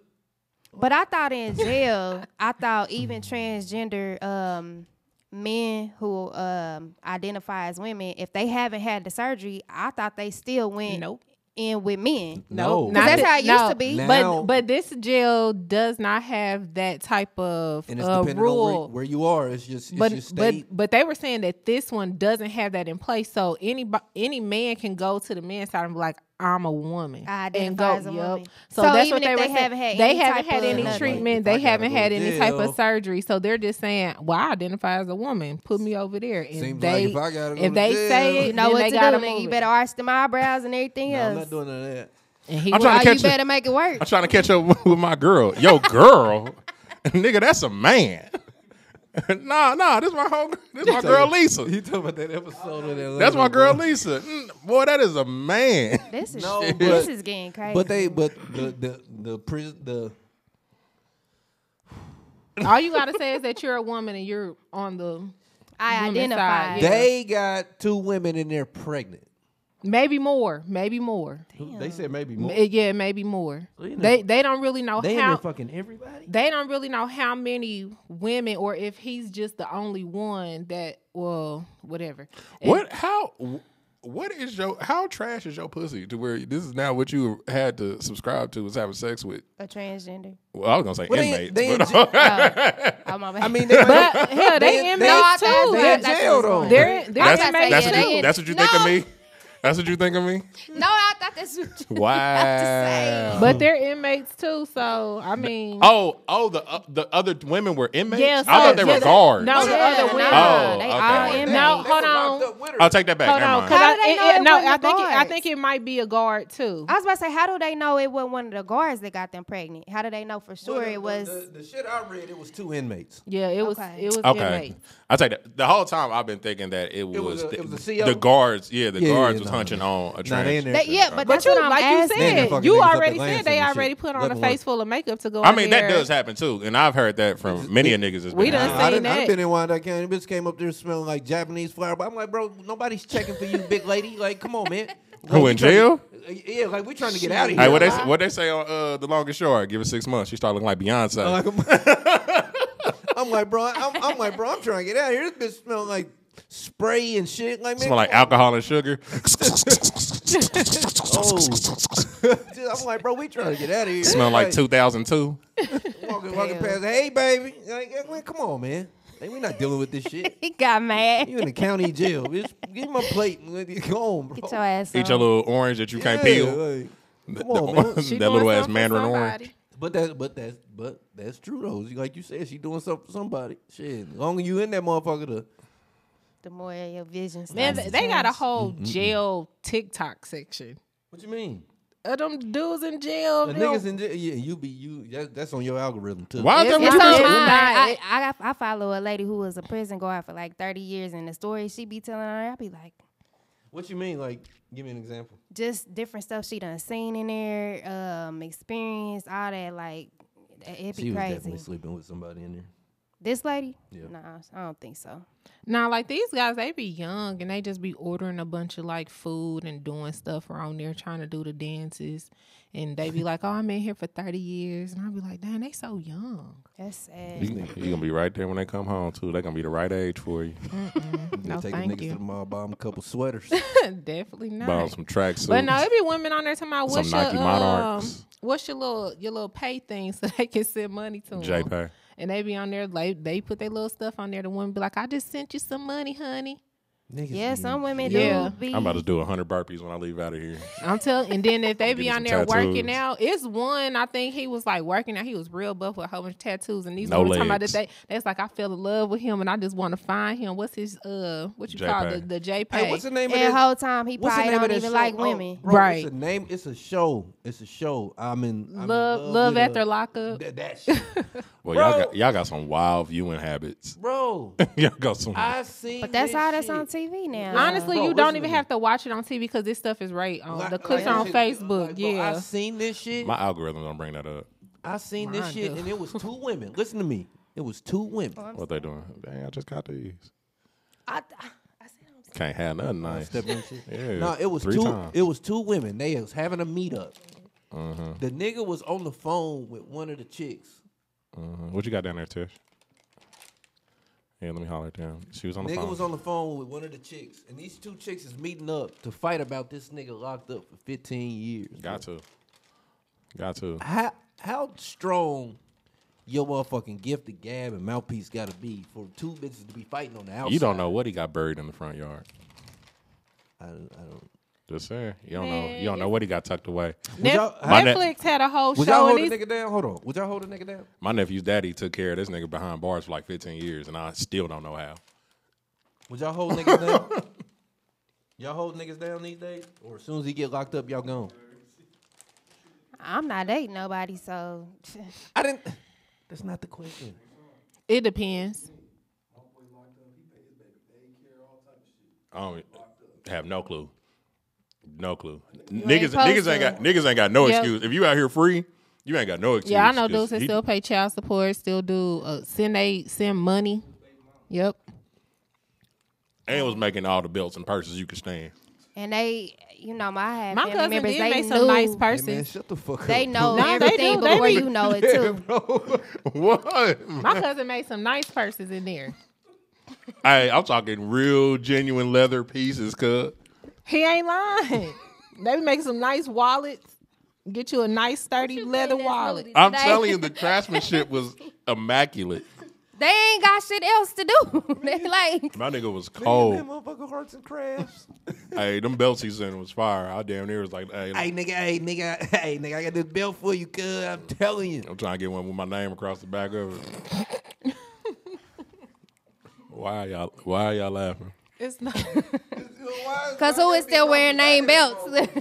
[SPEAKER 3] But I thought in jail, I thought even transgender um, men who um, identify as women, if they haven't had the surgery, I thought they still went
[SPEAKER 2] Nope.
[SPEAKER 3] in with men.
[SPEAKER 5] no,
[SPEAKER 2] not
[SPEAKER 3] that's
[SPEAKER 2] that-
[SPEAKER 3] how it used to be.
[SPEAKER 5] Now-
[SPEAKER 2] But but this jail does not have that type of
[SPEAKER 5] and it's
[SPEAKER 2] uh,
[SPEAKER 5] depending on
[SPEAKER 2] rule.
[SPEAKER 5] where, where you are. It's just, it's your
[SPEAKER 2] but but
[SPEAKER 5] state.
[SPEAKER 2] but they were saying that this one doesn't have that in place. So any any man can go to the man's side and be like, "I'm a woman,"
[SPEAKER 3] I
[SPEAKER 2] and
[SPEAKER 3] identify as a
[SPEAKER 2] yup.
[SPEAKER 3] woman.
[SPEAKER 2] So,
[SPEAKER 3] So
[SPEAKER 2] that's
[SPEAKER 3] even
[SPEAKER 2] what they,
[SPEAKER 3] if they
[SPEAKER 2] were saying.
[SPEAKER 3] haven't had
[SPEAKER 2] they
[SPEAKER 3] any
[SPEAKER 2] haven't
[SPEAKER 3] type
[SPEAKER 2] had
[SPEAKER 3] of
[SPEAKER 2] any
[SPEAKER 3] nothing.
[SPEAKER 2] treatment.
[SPEAKER 5] Like, if
[SPEAKER 2] they
[SPEAKER 5] I gotta
[SPEAKER 2] haven't
[SPEAKER 5] go
[SPEAKER 2] had
[SPEAKER 5] to
[SPEAKER 2] any type
[SPEAKER 5] jail.
[SPEAKER 2] of surgery. So they're just saying, "Well, I identify as a woman. Put me over there." And
[SPEAKER 5] Seems like
[SPEAKER 2] they
[SPEAKER 5] if I gotta go to
[SPEAKER 2] they
[SPEAKER 5] jail-
[SPEAKER 2] say it,
[SPEAKER 5] You
[SPEAKER 3] You know
[SPEAKER 2] then
[SPEAKER 3] what
[SPEAKER 2] they
[SPEAKER 3] to do,
[SPEAKER 2] gotta
[SPEAKER 3] nigga.
[SPEAKER 2] move
[SPEAKER 3] You
[SPEAKER 2] it.
[SPEAKER 3] better arch them eyebrows and everything
[SPEAKER 5] No, I'm
[SPEAKER 3] else.
[SPEAKER 5] not doing none of that.
[SPEAKER 2] And he
[SPEAKER 4] I'm
[SPEAKER 2] was
[SPEAKER 4] trying
[SPEAKER 3] Oh,
[SPEAKER 4] to
[SPEAKER 3] you
[SPEAKER 4] catch you.
[SPEAKER 3] better make it work.
[SPEAKER 4] I'm trying to catch up with my girl. Yo, girl, nigga, that's a man. nah, nah, this my home. This my girl Lisa.
[SPEAKER 5] You talking about that episode of that?
[SPEAKER 4] That's my
[SPEAKER 5] Atlanta,
[SPEAKER 4] girl
[SPEAKER 5] bro.
[SPEAKER 4] Lisa. Mm, boy, that is a man.
[SPEAKER 3] This is
[SPEAKER 5] No,
[SPEAKER 3] this
[SPEAKER 5] but-
[SPEAKER 3] is getting crazy.
[SPEAKER 5] But they, but the the the prison the.
[SPEAKER 2] All you gotta say is that you're a woman and you're on the
[SPEAKER 3] I
[SPEAKER 2] woman's
[SPEAKER 3] identify.
[SPEAKER 2] side, yeah.
[SPEAKER 5] They got two women and they're pregnant.
[SPEAKER 2] maybe more, maybe more.
[SPEAKER 5] They said maybe more.
[SPEAKER 2] Eh, Yeah, maybe more.
[SPEAKER 5] you know-
[SPEAKER 2] They they don't really know
[SPEAKER 5] They in
[SPEAKER 2] how
[SPEAKER 5] there fucking everybody.
[SPEAKER 2] they don't really know how many women or if he's just the only one that well whatever
[SPEAKER 4] What? How? What is your? How trash is your pussy to where this is now what you had to subscribe to was having sex with?
[SPEAKER 3] a transgender.
[SPEAKER 4] Well, I was gonna say
[SPEAKER 5] Well, they-
[SPEAKER 4] inmates.
[SPEAKER 5] they in
[SPEAKER 4] but-
[SPEAKER 5] jail-
[SPEAKER 3] Oh, my bad.
[SPEAKER 5] I mean, they
[SPEAKER 2] but hell they,
[SPEAKER 5] They-
[SPEAKER 2] inmates
[SPEAKER 3] they-
[SPEAKER 2] too
[SPEAKER 5] they
[SPEAKER 3] Well,
[SPEAKER 5] in
[SPEAKER 3] that's
[SPEAKER 5] jail
[SPEAKER 3] what's
[SPEAKER 5] though.
[SPEAKER 3] going
[SPEAKER 2] they're, they're
[SPEAKER 4] that's
[SPEAKER 3] I was gonna
[SPEAKER 2] inmates
[SPEAKER 4] that's
[SPEAKER 3] say,
[SPEAKER 4] what
[SPEAKER 3] yeah,
[SPEAKER 2] too.
[SPEAKER 4] you,
[SPEAKER 3] they-
[SPEAKER 4] that's what you think of
[SPEAKER 3] No.
[SPEAKER 4] me. That's what you think of me.
[SPEAKER 3] no, I thought that's what you
[SPEAKER 4] Wow.
[SPEAKER 2] but they're inmates too so i mean
[SPEAKER 4] Oh, oh, the uh, the other women were inmates.
[SPEAKER 2] Yeah, so-
[SPEAKER 4] I thought they
[SPEAKER 2] yeah,
[SPEAKER 4] were
[SPEAKER 2] the-
[SPEAKER 4] guards.
[SPEAKER 2] no, the
[SPEAKER 3] Yeah,
[SPEAKER 2] other
[SPEAKER 3] nah,
[SPEAKER 2] women.
[SPEAKER 4] Oh,
[SPEAKER 3] they
[SPEAKER 4] okay.
[SPEAKER 3] all
[SPEAKER 4] No,
[SPEAKER 3] inmates.
[SPEAKER 2] no hold on
[SPEAKER 4] I'll take that back.
[SPEAKER 2] hold
[SPEAKER 4] Never
[SPEAKER 2] on
[SPEAKER 4] mind.
[SPEAKER 2] 'cause
[SPEAKER 3] How
[SPEAKER 2] I-
[SPEAKER 3] do they
[SPEAKER 2] it-
[SPEAKER 3] know
[SPEAKER 2] it- no
[SPEAKER 3] it wasn't
[SPEAKER 2] i
[SPEAKER 3] the
[SPEAKER 2] think it, i
[SPEAKER 3] guards?
[SPEAKER 2] think it might be a guard too
[SPEAKER 3] I was about to say, how do they know it wasn't one of the guards that got them pregnant? How do they know for sure it was?
[SPEAKER 5] The, the shit I read, it was two inmates.
[SPEAKER 2] yeah it was
[SPEAKER 3] Okay.
[SPEAKER 2] it was
[SPEAKER 4] Okay,
[SPEAKER 2] inmates
[SPEAKER 4] I take that. The whole time I've been thinking that it was,
[SPEAKER 5] was a-
[SPEAKER 4] the,
[SPEAKER 5] it was a CO?
[SPEAKER 4] the guards. Yeah, the
[SPEAKER 5] Yeah, yeah,
[SPEAKER 4] guards
[SPEAKER 5] yeah,
[SPEAKER 4] was
[SPEAKER 5] nah,
[SPEAKER 4] hunching
[SPEAKER 5] nah.
[SPEAKER 4] on a
[SPEAKER 5] Nah, they
[SPEAKER 4] trans.
[SPEAKER 5] in there.
[SPEAKER 3] They- yeah, but that's
[SPEAKER 2] but you
[SPEAKER 3] what I'm
[SPEAKER 2] like you
[SPEAKER 3] asking.
[SPEAKER 5] They done
[SPEAKER 2] said
[SPEAKER 5] fucking
[SPEAKER 2] you
[SPEAKER 5] niggas up
[SPEAKER 2] already
[SPEAKER 5] Atlanta
[SPEAKER 2] said they
[SPEAKER 5] and shit.
[SPEAKER 2] already put on
[SPEAKER 5] Looking
[SPEAKER 2] a
[SPEAKER 5] like-
[SPEAKER 2] face full of makeup to go
[SPEAKER 4] I
[SPEAKER 2] in
[SPEAKER 4] mean,
[SPEAKER 2] there.
[SPEAKER 4] that does happen too, and I've heard that from many a niggas. that's
[SPEAKER 2] We
[SPEAKER 4] been
[SPEAKER 2] done
[SPEAKER 4] out.
[SPEAKER 2] seen
[SPEAKER 5] I done, I done
[SPEAKER 2] that.
[SPEAKER 5] been in Wyandotte County. Bitch came up there smelling like Japanese flour. But I'm like, bro, nobody's checking for you, big lady. Like, come on, man.
[SPEAKER 4] Who
[SPEAKER 5] we
[SPEAKER 4] in
[SPEAKER 5] tryna-
[SPEAKER 4] jail?
[SPEAKER 5] yeah, like we're trying to get out of here.
[SPEAKER 4] Hey, what they what they say on uh, the longest yard? Give it six months. She start looking like Beyonce.
[SPEAKER 5] Like, I'm, I'm like, bro, I'm, I'm like, bro, I'm trying to get out of here. This bitch smelling like spray and shit. Like, man,
[SPEAKER 4] Smell like
[SPEAKER 5] come on.
[SPEAKER 4] alcohol and sugar.
[SPEAKER 5] Just- I'm like, bro, we trying to get out of here.
[SPEAKER 4] Smell like 2002.
[SPEAKER 5] Walking, walking past, hey, baby. Like, yeah, man, come on, man. Like, we're not dealing with this shit.
[SPEAKER 3] he got mad.
[SPEAKER 5] You in the county jail, bitch. Give me my plate and let you go on, bro.
[SPEAKER 3] Get your ass
[SPEAKER 4] Eat your
[SPEAKER 3] on.
[SPEAKER 4] little orange that you can't
[SPEAKER 5] Yeah,
[SPEAKER 4] peel.
[SPEAKER 5] like,
[SPEAKER 4] The-
[SPEAKER 5] come on,
[SPEAKER 4] the-
[SPEAKER 5] man.
[SPEAKER 2] She
[SPEAKER 4] that
[SPEAKER 2] doing
[SPEAKER 4] little ass
[SPEAKER 2] something for
[SPEAKER 4] Mandarin
[SPEAKER 2] somebody.
[SPEAKER 4] orange.
[SPEAKER 5] But that's but that's but that's true though. You- Like you said, she doing something for somebody. Shit, as long as you in that motherfucker, the
[SPEAKER 3] The more your vision.
[SPEAKER 2] Man,
[SPEAKER 3] starts
[SPEAKER 2] th-
[SPEAKER 3] to
[SPEAKER 2] they got a
[SPEAKER 3] change.
[SPEAKER 2] whole jail TikTok section.
[SPEAKER 5] what you mean?
[SPEAKER 2] Of them dudes in jail.
[SPEAKER 5] The
[SPEAKER 2] they don't-
[SPEAKER 5] niggas in jail, yeah, you be you. That, that's on your algorithm too.
[SPEAKER 4] Why is
[SPEAKER 2] It's
[SPEAKER 4] that
[SPEAKER 3] It's
[SPEAKER 4] what
[SPEAKER 3] on
[SPEAKER 4] you
[SPEAKER 2] not-
[SPEAKER 3] mine.
[SPEAKER 4] just-
[SPEAKER 2] it's
[SPEAKER 3] I, I, got- I follow a lady who was a prison guard for like 30 years, and the stories she be telling her, I be like,
[SPEAKER 5] What you mean? Like, give me an example.
[SPEAKER 3] just different stuff she done seen in there, um, experience, all that. Like, it'd be
[SPEAKER 5] She was
[SPEAKER 3] crazy.
[SPEAKER 5] definitely sleeping with somebody in there.
[SPEAKER 3] This lady?
[SPEAKER 5] Yeah.
[SPEAKER 3] Nah, I don't think so.
[SPEAKER 2] Now, like these guys, they be young and they just be ordering a bunch of like food and doing stuff around there, trying to do the dances. And they be like, "Oh, I'm in here for thirty years," and I be like, "Damn, they so young."
[SPEAKER 3] That's sad.
[SPEAKER 4] You you gonna be right there when they come home too. They gonna be the right age for you.
[SPEAKER 5] You
[SPEAKER 2] No,
[SPEAKER 5] take the
[SPEAKER 2] thank
[SPEAKER 5] niggas to the
[SPEAKER 2] you.
[SPEAKER 5] mall, buy 'em a couple sweaters.
[SPEAKER 2] Definitely not.
[SPEAKER 4] Buy 'em some tracksuits.
[SPEAKER 2] But no, it be women on there talking about what's
[SPEAKER 4] Some Nike
[SPEAKER 2] your um,
[SPEAKER 4] Monarchs.
[SPEAKER 2] what's your little your little pay thing so they can send money to them.
[SPEAKER 4] JPay.
[SPEAKER 2] And they be on there like they put their little stuff on there. The woman be like, "I just sent you some money, honey."
[SPEAKER 5] Niggas
[SPEAKER 3] Yeah,
[SPEAKER 5] be-
[SPEAKER 3] some women
[SPEAKER 2] Yeah.
[SPEAKER 3] do be.
[SPEAKER 4] I'm about to do 100 burpees when I leave out of here.
[SPEAKER 2] I'm telling. And then if they
[SPEAKER 4] Give
[SPEAKER 2] be
[SPEAKER 4] me
[SPEAKER 2] on
[SPEAKER 4] some
[SPEAKER 2] there working
[SPEAKER 4] tattoos.
[SPEAKER 2] out, it's one. I think he was like working out. He was real buff with a whole bunch of tattoos, and these
[SPEAKER 4] No
[SPEAKER 2] women talking about
[SPEAKER 4] legs.
[SPEAKER 2] that they. That's like I fell in love with him, and I just want to find him. What's his uh? What you call the
[SPEAKER 4] JPEG.
[SPEAKER 2] the JPEG?
[SPEAKER 5] Hey, what's the name of
[SPEAKER 3] and
[SPEAKER 5] that?
[SPEAKER 3] whole time he
[SPEAKER 5] What's the
[SPEAKER 3] probably
[SPEAKER 5] name of
[SPEAKER 3] don't
[SPEAKER 5] that
[SPEAKER 3] even
[SPEAKER 5] show?
[SPEAKER 3] like
[SPEAKER 5] Oh,
[SPEAKER 3] women.
[SPEAKER 5] bro,
[SPEAKER 2] Right.
[SPEAKER 5] It's a name. It's a show. It's a show. I'm in. I'm
[SPEAKER 2] love,
[SPEAKER 5] in love,
[SPEAKER 2] love
[SPEAKER 5] with
[SPEAKER 2] after
[SPEAKER 5] a-
[SPEAKER 2] lockup.
[SPEAKER 5] That, that shit.
[SPEAKER 4] Well, y'all
[SPEAKER 5] Bro.
[SPEAKER 4] got, y'all got some wild viewing habits.
[SPEAKER 5] bro.
[SPEAKER 4] y'all got some.
[SPEAKER 5] I see.
[SPEAKER 3] But that's all that's on TV now.
[SPEAKER 2] Honestly,
[SPEAKER 5] Bro,
[SPEAKER 2] you don't
[SPEAKER 5] listen
[SPEAKER 2] even
[SPEAKER 5] to me.
[SPEAKER 2] have to watch it on TV because this stuff is right on. the clips are on Facebook. yeah.
[SPEAKER 5] I seen this shit.
[SPEAKER 4] my algorithm don't bring that up.
[SPEAKER 5] I seen this
[SPEAKER 2] Mine
[SPEAKER 5] shit,
[SPEAKER 2] do.
[SPEAKER 5] and it was two women. Listen to me. It was two women.
[SPEAKER 2] Oh,
[SPEAKER 4] What they doing? Dang, I just got these.
[SPEAKER 3] I,
[SPEAKER 4] Can't have nothing nice.
[SPEAKER 5] Step on shit.
[SPEAKER 4] Yeah,
[SPEAKER 5] no, it was
[SPEAKER 4] three
[SPEAKER 5] two.
[SPEAKER 4] times.
[SPEAKER 5] It was two women. They was having a meetup. The nigga was on the phone with one of the chicks.
[SPEAKER 4] Mhm. What you got down there, Tish? Yeah, let me holler it down. She was on the
[SPEAKER 5] Nigga
[SPEAKER 4] phone.
[SPEAKER 5] was on the phone with one of the chicks, and these two chicks is meeting up to fight about this nigga locked up for 15 years.
[SPEAKER 4] got to. Got to.
[SPEAKER 5] How how strong your motherfucking gift of gab and mouthpiece gotta be for two bitches to be fighting on the outside?
[SPEAKER 4] You don't know what he got buried in the front yard.
[SPEAKER 5] I don't. I don't.
[SPEAKER 4] Just saying. You don't know. You don't know what he got tucked away.
[SPEAKER 2] Nef-
[SPEAKER 5] y'all-
[SPEAKER 4] My ne-
[SPEAKER 2] Netflix had a whole
[SPEAKER 5] Would
[SPEAKER 2] show.
[SPEAKER 5] y'all
[SPEAKER 2] And
[SPEAKER 5] hold
[SPEAKER 2] these,
[SPEAKER 5] the nigga down? Hold on. Would y'all hold the nigga down?
[SPEAKER 4] My nephew's daddy took care of this nigga behind bars for like 15 years, and I still don't know how.
[SPEAKER 5] Would y'all hold niggas down? Y'all hold niggas down these days, or as soon as he get locked up, y'all gone?
[SPEAKER 3] I'm not dating nobody, so
[SPEAKER 5] I didn't. That's not the question.
[SPEAKER 2] it depends.
[SPEAKER 4] I don't have no clue. No clue.
[SPEAKER 3] ain't
[SPEAKER 4] Niggas,
[SPEAKER 3] supposed
[SPEAKER 4] niggas ain't got
[SPEAKER 3] to.
[SPEAKER 4] niggas ain't got no
[SPEAKER 2] Yep.
[SPEAKER 4] excuse. If you out here free, you ain't got no excuse.
[SPEAKER 2] Yeah, I know dudes
[SPEAKER 4] 'cause
[SPEAKER 2] that
[SPEAKER 4] he-
[SPEAKER 2] still pay child support, still do uh, send they send money. Yep.
[SPEAKER 4] And was making all the belts and purses you could stand.
[SPEAKER 3] and they, you know, my I had
[SPEAKER 2] My
[SPEAKER 3] family
[SPEAKER 2] cousin
[SPEAKER 3] members,
[SPEAKER 2] did
[SPEAKER 3] they
[SPEAKER 2] make
[SPEAKER 3] knew,
[SPEAKER 2] some nice
[SPEAKER 5] Hey man,
[SPEAKER 2] purses.
[SPEAKER 5] shut the fuck up.
[SPEAKER 3] they know
[SPEAKER 2] No, they
[SPEAKER 3] everything
[SPEAKER 2] do. They
[SPEAKER 3] before
[SPEAKER 2] be-
[SPEAKER 3] you know it too.
[SPEAKER 4] what?
[SPEAKER 2] My cousin made some nice purses in there.
[SPEAKER 4] Hey, I'm talking real genuine leather pieces, cuz.
[SPEAKER 2] He ain't lying. they be making some nice wallets. Get you a nice sturdy leather wallet.
[SPEAKER 4] I'm telling you, the craftsmanship was immaculate.
[SPEAKER 3] They ain't got shit else to do. they like
[SPEAKER 4] My nigga was
[SPEAKER 5] Oh.
[SPEAKER 4] cold.
[SPEAKER 5] motherfucker arts and crafts.
[SPEAKER 4] hey, them belts he sent was fire. I damn near was like, hey,
[SPEAKER 5] hey nigga, hey nigga, hey nigga, I got this belt for you, cuz. I'm telling you.
[SPEAKER 4] I'm trying to get one with my name across the back of it. why y'all? Why y'all laughing?
[SPEAKER 2] It's not.
[SPEAKER 3] cause who is still wearing name belts?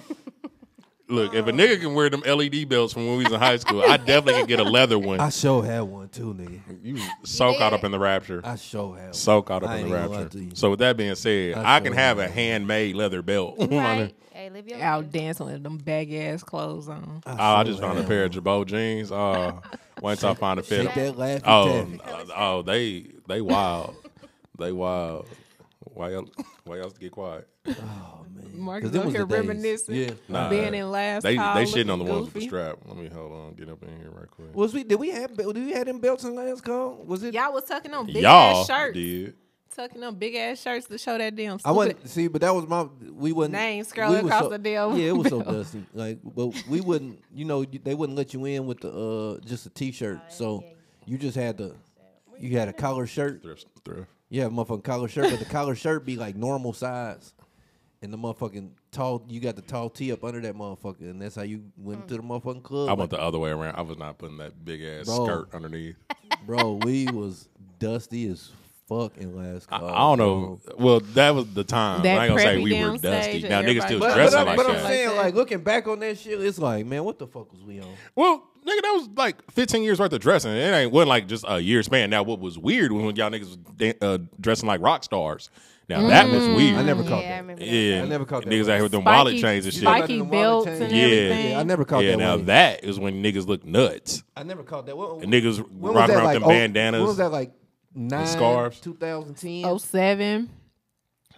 [SPEAKER 4] Look, if a nigga can wear them LED belts from when we was in high school, I definitely can get a leather one.
[SPEAKER 5] sure had one too, nigga.
[SPEAKER 4] You so caught up in the rapture.
[SPEAKER 5] I sure had one.
[SPEAKER 4] So caught up
[SPEAKER 5] I
[SPEAKER 4] in
[SPEAKER 5] ain't
[SPEAKER 4] the
[SPEAKER 5] gonna lie
[SPEAKER 4] rapture.
[SPEAKER 5] to you.
[SPEAKER 4] So with that being said,
[SPEAKER 5] I
[SPEAKER 4] I, can
[SPEAKER 5] sure
[SPEAKER 4] have a
[SPEAKER 5] am.
[SPEAKER 4] handmade leather belt.
[SPEAKER 3] right. Hey, live your life.
[SPEAKER 2] Out dancing with them bag ass clothes on.
[SPEAKER 4] Oh, I just found a pair of Jabot jeans. Oh, once I find a fit,
[SPEAKER 5] Shake that laffy
[SPEAKER 4] oh,
[SPEAKER 5] taffy.
[SPEAKER 4] uh, oh, they they wild, they wild. Why y'all why y'all get quiet?
[SPEAKER 2] Marcus
[SPEAKER 5] 'Cause them
[SPEAKER 2] out
[SPEAKER 5] was
[SPEAKER 2] here
[SPEAKER 5] the days.
[SPEAKER 2] reminiscing.
[SPEAKER 5] Yeah.
[SPEAKER 4] Nah,
[SPEAKER 2] being in last
[SPEAKER 4] They
[SPEAKER 2] call,
[SPEAKER 4] they shitting on the
[SPEAKER 2] looking
[SPEAKER 4] ones with the
[SPEAKER 2] goofy.
[SPEAKER 4] strap. Let me hold on, get up in here right quick.
[SPEAKER 5] Was we did we have did we have them belts in last call? Was it
[SPEAKER 2] Y'all was tucking on big
[SPEAKER 4] y'all
[SPEAKER 2] ass shirts.
[SPEAKER 4] did.
[SPEAKER 2] Tucking on big ass shirts to show that damn
[SPEAKER 5] I
[SPEAKER 2] stupid.
[SPEAKER 5] wasn't see, but that was my we wasn't
[SPEAKER 2] Name scrolling
[SPEAKER 5] was
[SPEAKER 2] across
[SPEAKER 5] so-
[SPEAKER 2] the damn
[SPEAKER 5] Yeah, it was so
[SPEAKER 2] bill.
[SPEAKER 5] dusty. Like, but we wouldn't. You know, you- they wouldn't let you in with the uh just a
[SPEAKER 4] Oh,
[SPEAKER 5] t-shirt. So you just had to. You had a collar shirt.
[SPEAKER 4] Thrift, thrift.
[SPEAKER 5] You had a motherfucking collar shirt, but the collar shirt be like normal size, and the motherfucking tall. You got the tall tee up under that motherfucker, and that's how you went
[SPEAKER 2] Mm.
[SPEAKER 5] to the motherfucking club.
[SPEAKER 4] I went the other way around. I was not putting that big ass
[SPEAKER 5] Bro.
[SPEAKER 4] skirt underneath.
[SPEAKER 5] bro, we was dusty as fuck in last
[SPEAKER 4] I,
[SPEAKER 5] call.
[SPEAKER 4] I don't
[SPEAKER 5] bro.
[SPEAKER 4] know. Well, that was the time.
[SPEAKER 2] That
[SPEAKER 4] I ain't gonna say
[SPEAKER 2] prairie
[SPEAKER 4] we were
[SPEAKER 2] down
[SPEAKER 4] dusty.
[SPEAKER 2] stage
[SPEAKER 4] Now
[SPEAKER 2] and
[SPEAKER 4] niggas still
[SPEAKER 2] everybody was
[SPEAKER 5] But,
[SPEAKER 4] dressing
[SPEAKER 5] but,
[SPEAKER 4] like
[SPEAKER 5] but I'm
[SPEAKER 4] that.
[SPEAKER 5] saying,
[SPEAKER 2] that.
[SPEAKER 5] like looking back on that shit, it's like, man, what the fuck was we on?
[SPEAKER 4] Well, nigga, that was like 15 years worth of dressing. It ain't wasn't like just a year span. Now, what was weird was when y'all niggas was da- uh, dressing like rock stars. Now that
[SPEAKER 2] Mm.
[SPEAKER 4] was weird.
[SPEAKER 5] I never caught
[SPEAKER 3] Yeah, I
[SPEAKER 5] that.
[SPEAKER 3] remember. that.
[SPEAKER 4] Mm. yeah,
[SPEAKER 5] I never caught that
[SPEAKER 4] Niggas
[SPEAKER 5] wave.
[SPEAKER 4] out here with them
[SPEAKER 2] Spiky-
[SPEAKER 4] wallet chains and shit.
[SPEAKER 2] spiky
[SPEAKER 5] Like the wallet
[SPEAKER 2] belts
[SPEAKER 5] chain.
[SPEAKER 2] and
[SPEAKER 4] Yeah.
[SPEAKER 2] everything.
[SPEAKER 5] Yeah, I never caught
[SPEAKER 4] yeah,
[SPEAKER 5] that.
[SPEAKER 4] now
[SPEAKER 5] wave.
[SPEAKER 4] that is when niggas look nuts.
[SPEAKER 5] I never caught that. What,
[SPEAKER 4] And niggas
[SPEAKER 5] when was
[SPEAKER 4] riding
[SPEAKER 5] that,
[SPEAKER 4] around
[SPEAKER 5] like,
[SPEAKER 4] with them
[SPEAKER 5] oh,
[SPEAKER 4] bandanas.
[SPEAKER 5] When was that like nine
[SPEAKER 4] scarves.
[SPEAKER 5] 2010?
[SPEAKER 2] Oh seven.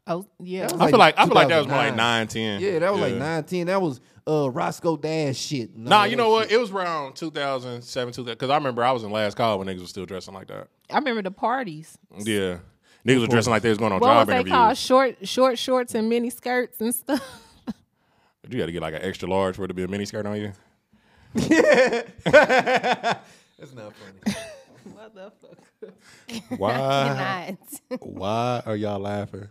[SPEAKER 2] Oh yeah.
[SPEAKER 5] That was
[SPEAKER 4] I feel like I feel like that was more like
[SPEAKER 5] 2009.
[SPEAKER 4] nine, ten.
[SPEAKER 5] yeah, that was like nine ten. That was uh Roscoe Dash shit. and all
[SPEAKER 4] Nah,
[SPEAKER 5] that
[SPEAKER 4] you know what?
[SPEAKER 5] shit.
[SPEAKER 4] It was around 2007, 2000. Because I remember I was in last call when niggas was still dressing like that.
[SPEAKER 2] I remember the parties.
[SPEAKER 4] Yeah, niggas were dressing like they was going on
[SPEAKER 2] What was
[SPEAKER 4] job
[SPEAKER 2] they
[SPEAKER 4] interviews.
[SPEAKER 2] called? Short short shorts and mini skirts and stuff.
[SPEAKER 4] You got to get like an extra large for it to be a mini skirt on you.
[SPEAKER 5] That's not funny.
[SPEAKER 4] Why?
[SPEAKER 3] Not.
[SPEAKER 4] Why are y'all laughing?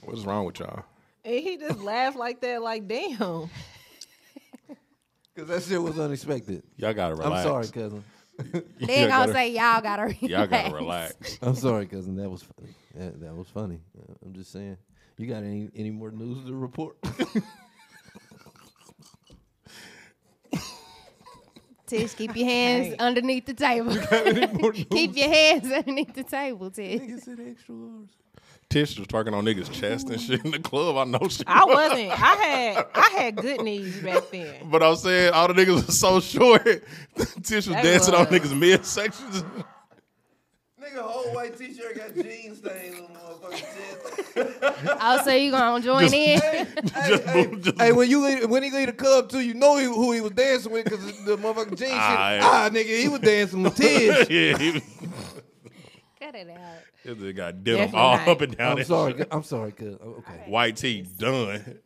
[SPEAKER 4] What's wrong with y'all?
[SPEAKER 2] And he just laughed like that, like, damn.
[SPEAKER 5] Because that shit was unexpected.
[SPEAKER 4] Y'all gotta relax.
[SPEAKER 5] I'm sorry, cousin.
[SPEAKER 3] Then
[SPEAKER 4] Y'all
[SPEAKER 3] gonna
[SPEAKER 4] gotta-
[SPEAKER 3] say y'all gotta relax.
[SPEAKER 4] Y'all gotta relax.
[SPEAKER 5] I'm sorry, cousin. That was funny. That, that was funny. Uh, I'm just saying. You got any any more news to report?
[SPEAKER 3] Tish, keep your hands underneath the table. keep your hands underneath the table, Tish.
[SPEAKER 5] Niggas said extra hours.
[SPEAKER 4] Tish was twerking on niggas' chest and shit in the club. I know she.
[SPEAKER 2] I wasn't. I had I had good knees back then.
[SPEAKER 4] But I'm saying all the niggas was so short. Tish was dancing on
[SPEAKER 2] was.
[SPEAKER 4] niggas' midsections.
[SPEAKER 5] Nigga, whole white t-shirt got jean stains on motherfucking chest.
[SPEAKER 3] Oh, so you gonna join in?
[SPEAKER 4] just, just,
[SPEAKER 5] Hey, when you leave, when he leave the club too, you know he, who he was dancing with because the motherfucking jean shit.
[SPEAKER 4] Aight.
[SPEAKER 5] Ah, nigga, he was dancing with Tish.
[SPEAKER 4] yeah, he,
[SPEAKER 3] Cut it out.
[SPEAKER 4] this nigga got denim
[SPEAKER 2] Definitely
[SPEAKER 4] all
[SPEAKER 2] not.
[SPEAKER 4] up and down.
[SPEAKER 5] I'm
[SPEAKER 4] that
[SPEAKER 5] sorry.
[SPEAKER 4] shit.
[SPEAKER 5] c- I'm sorry, cuz. Oh, Okay.
[SPEAKER 4] White tee done.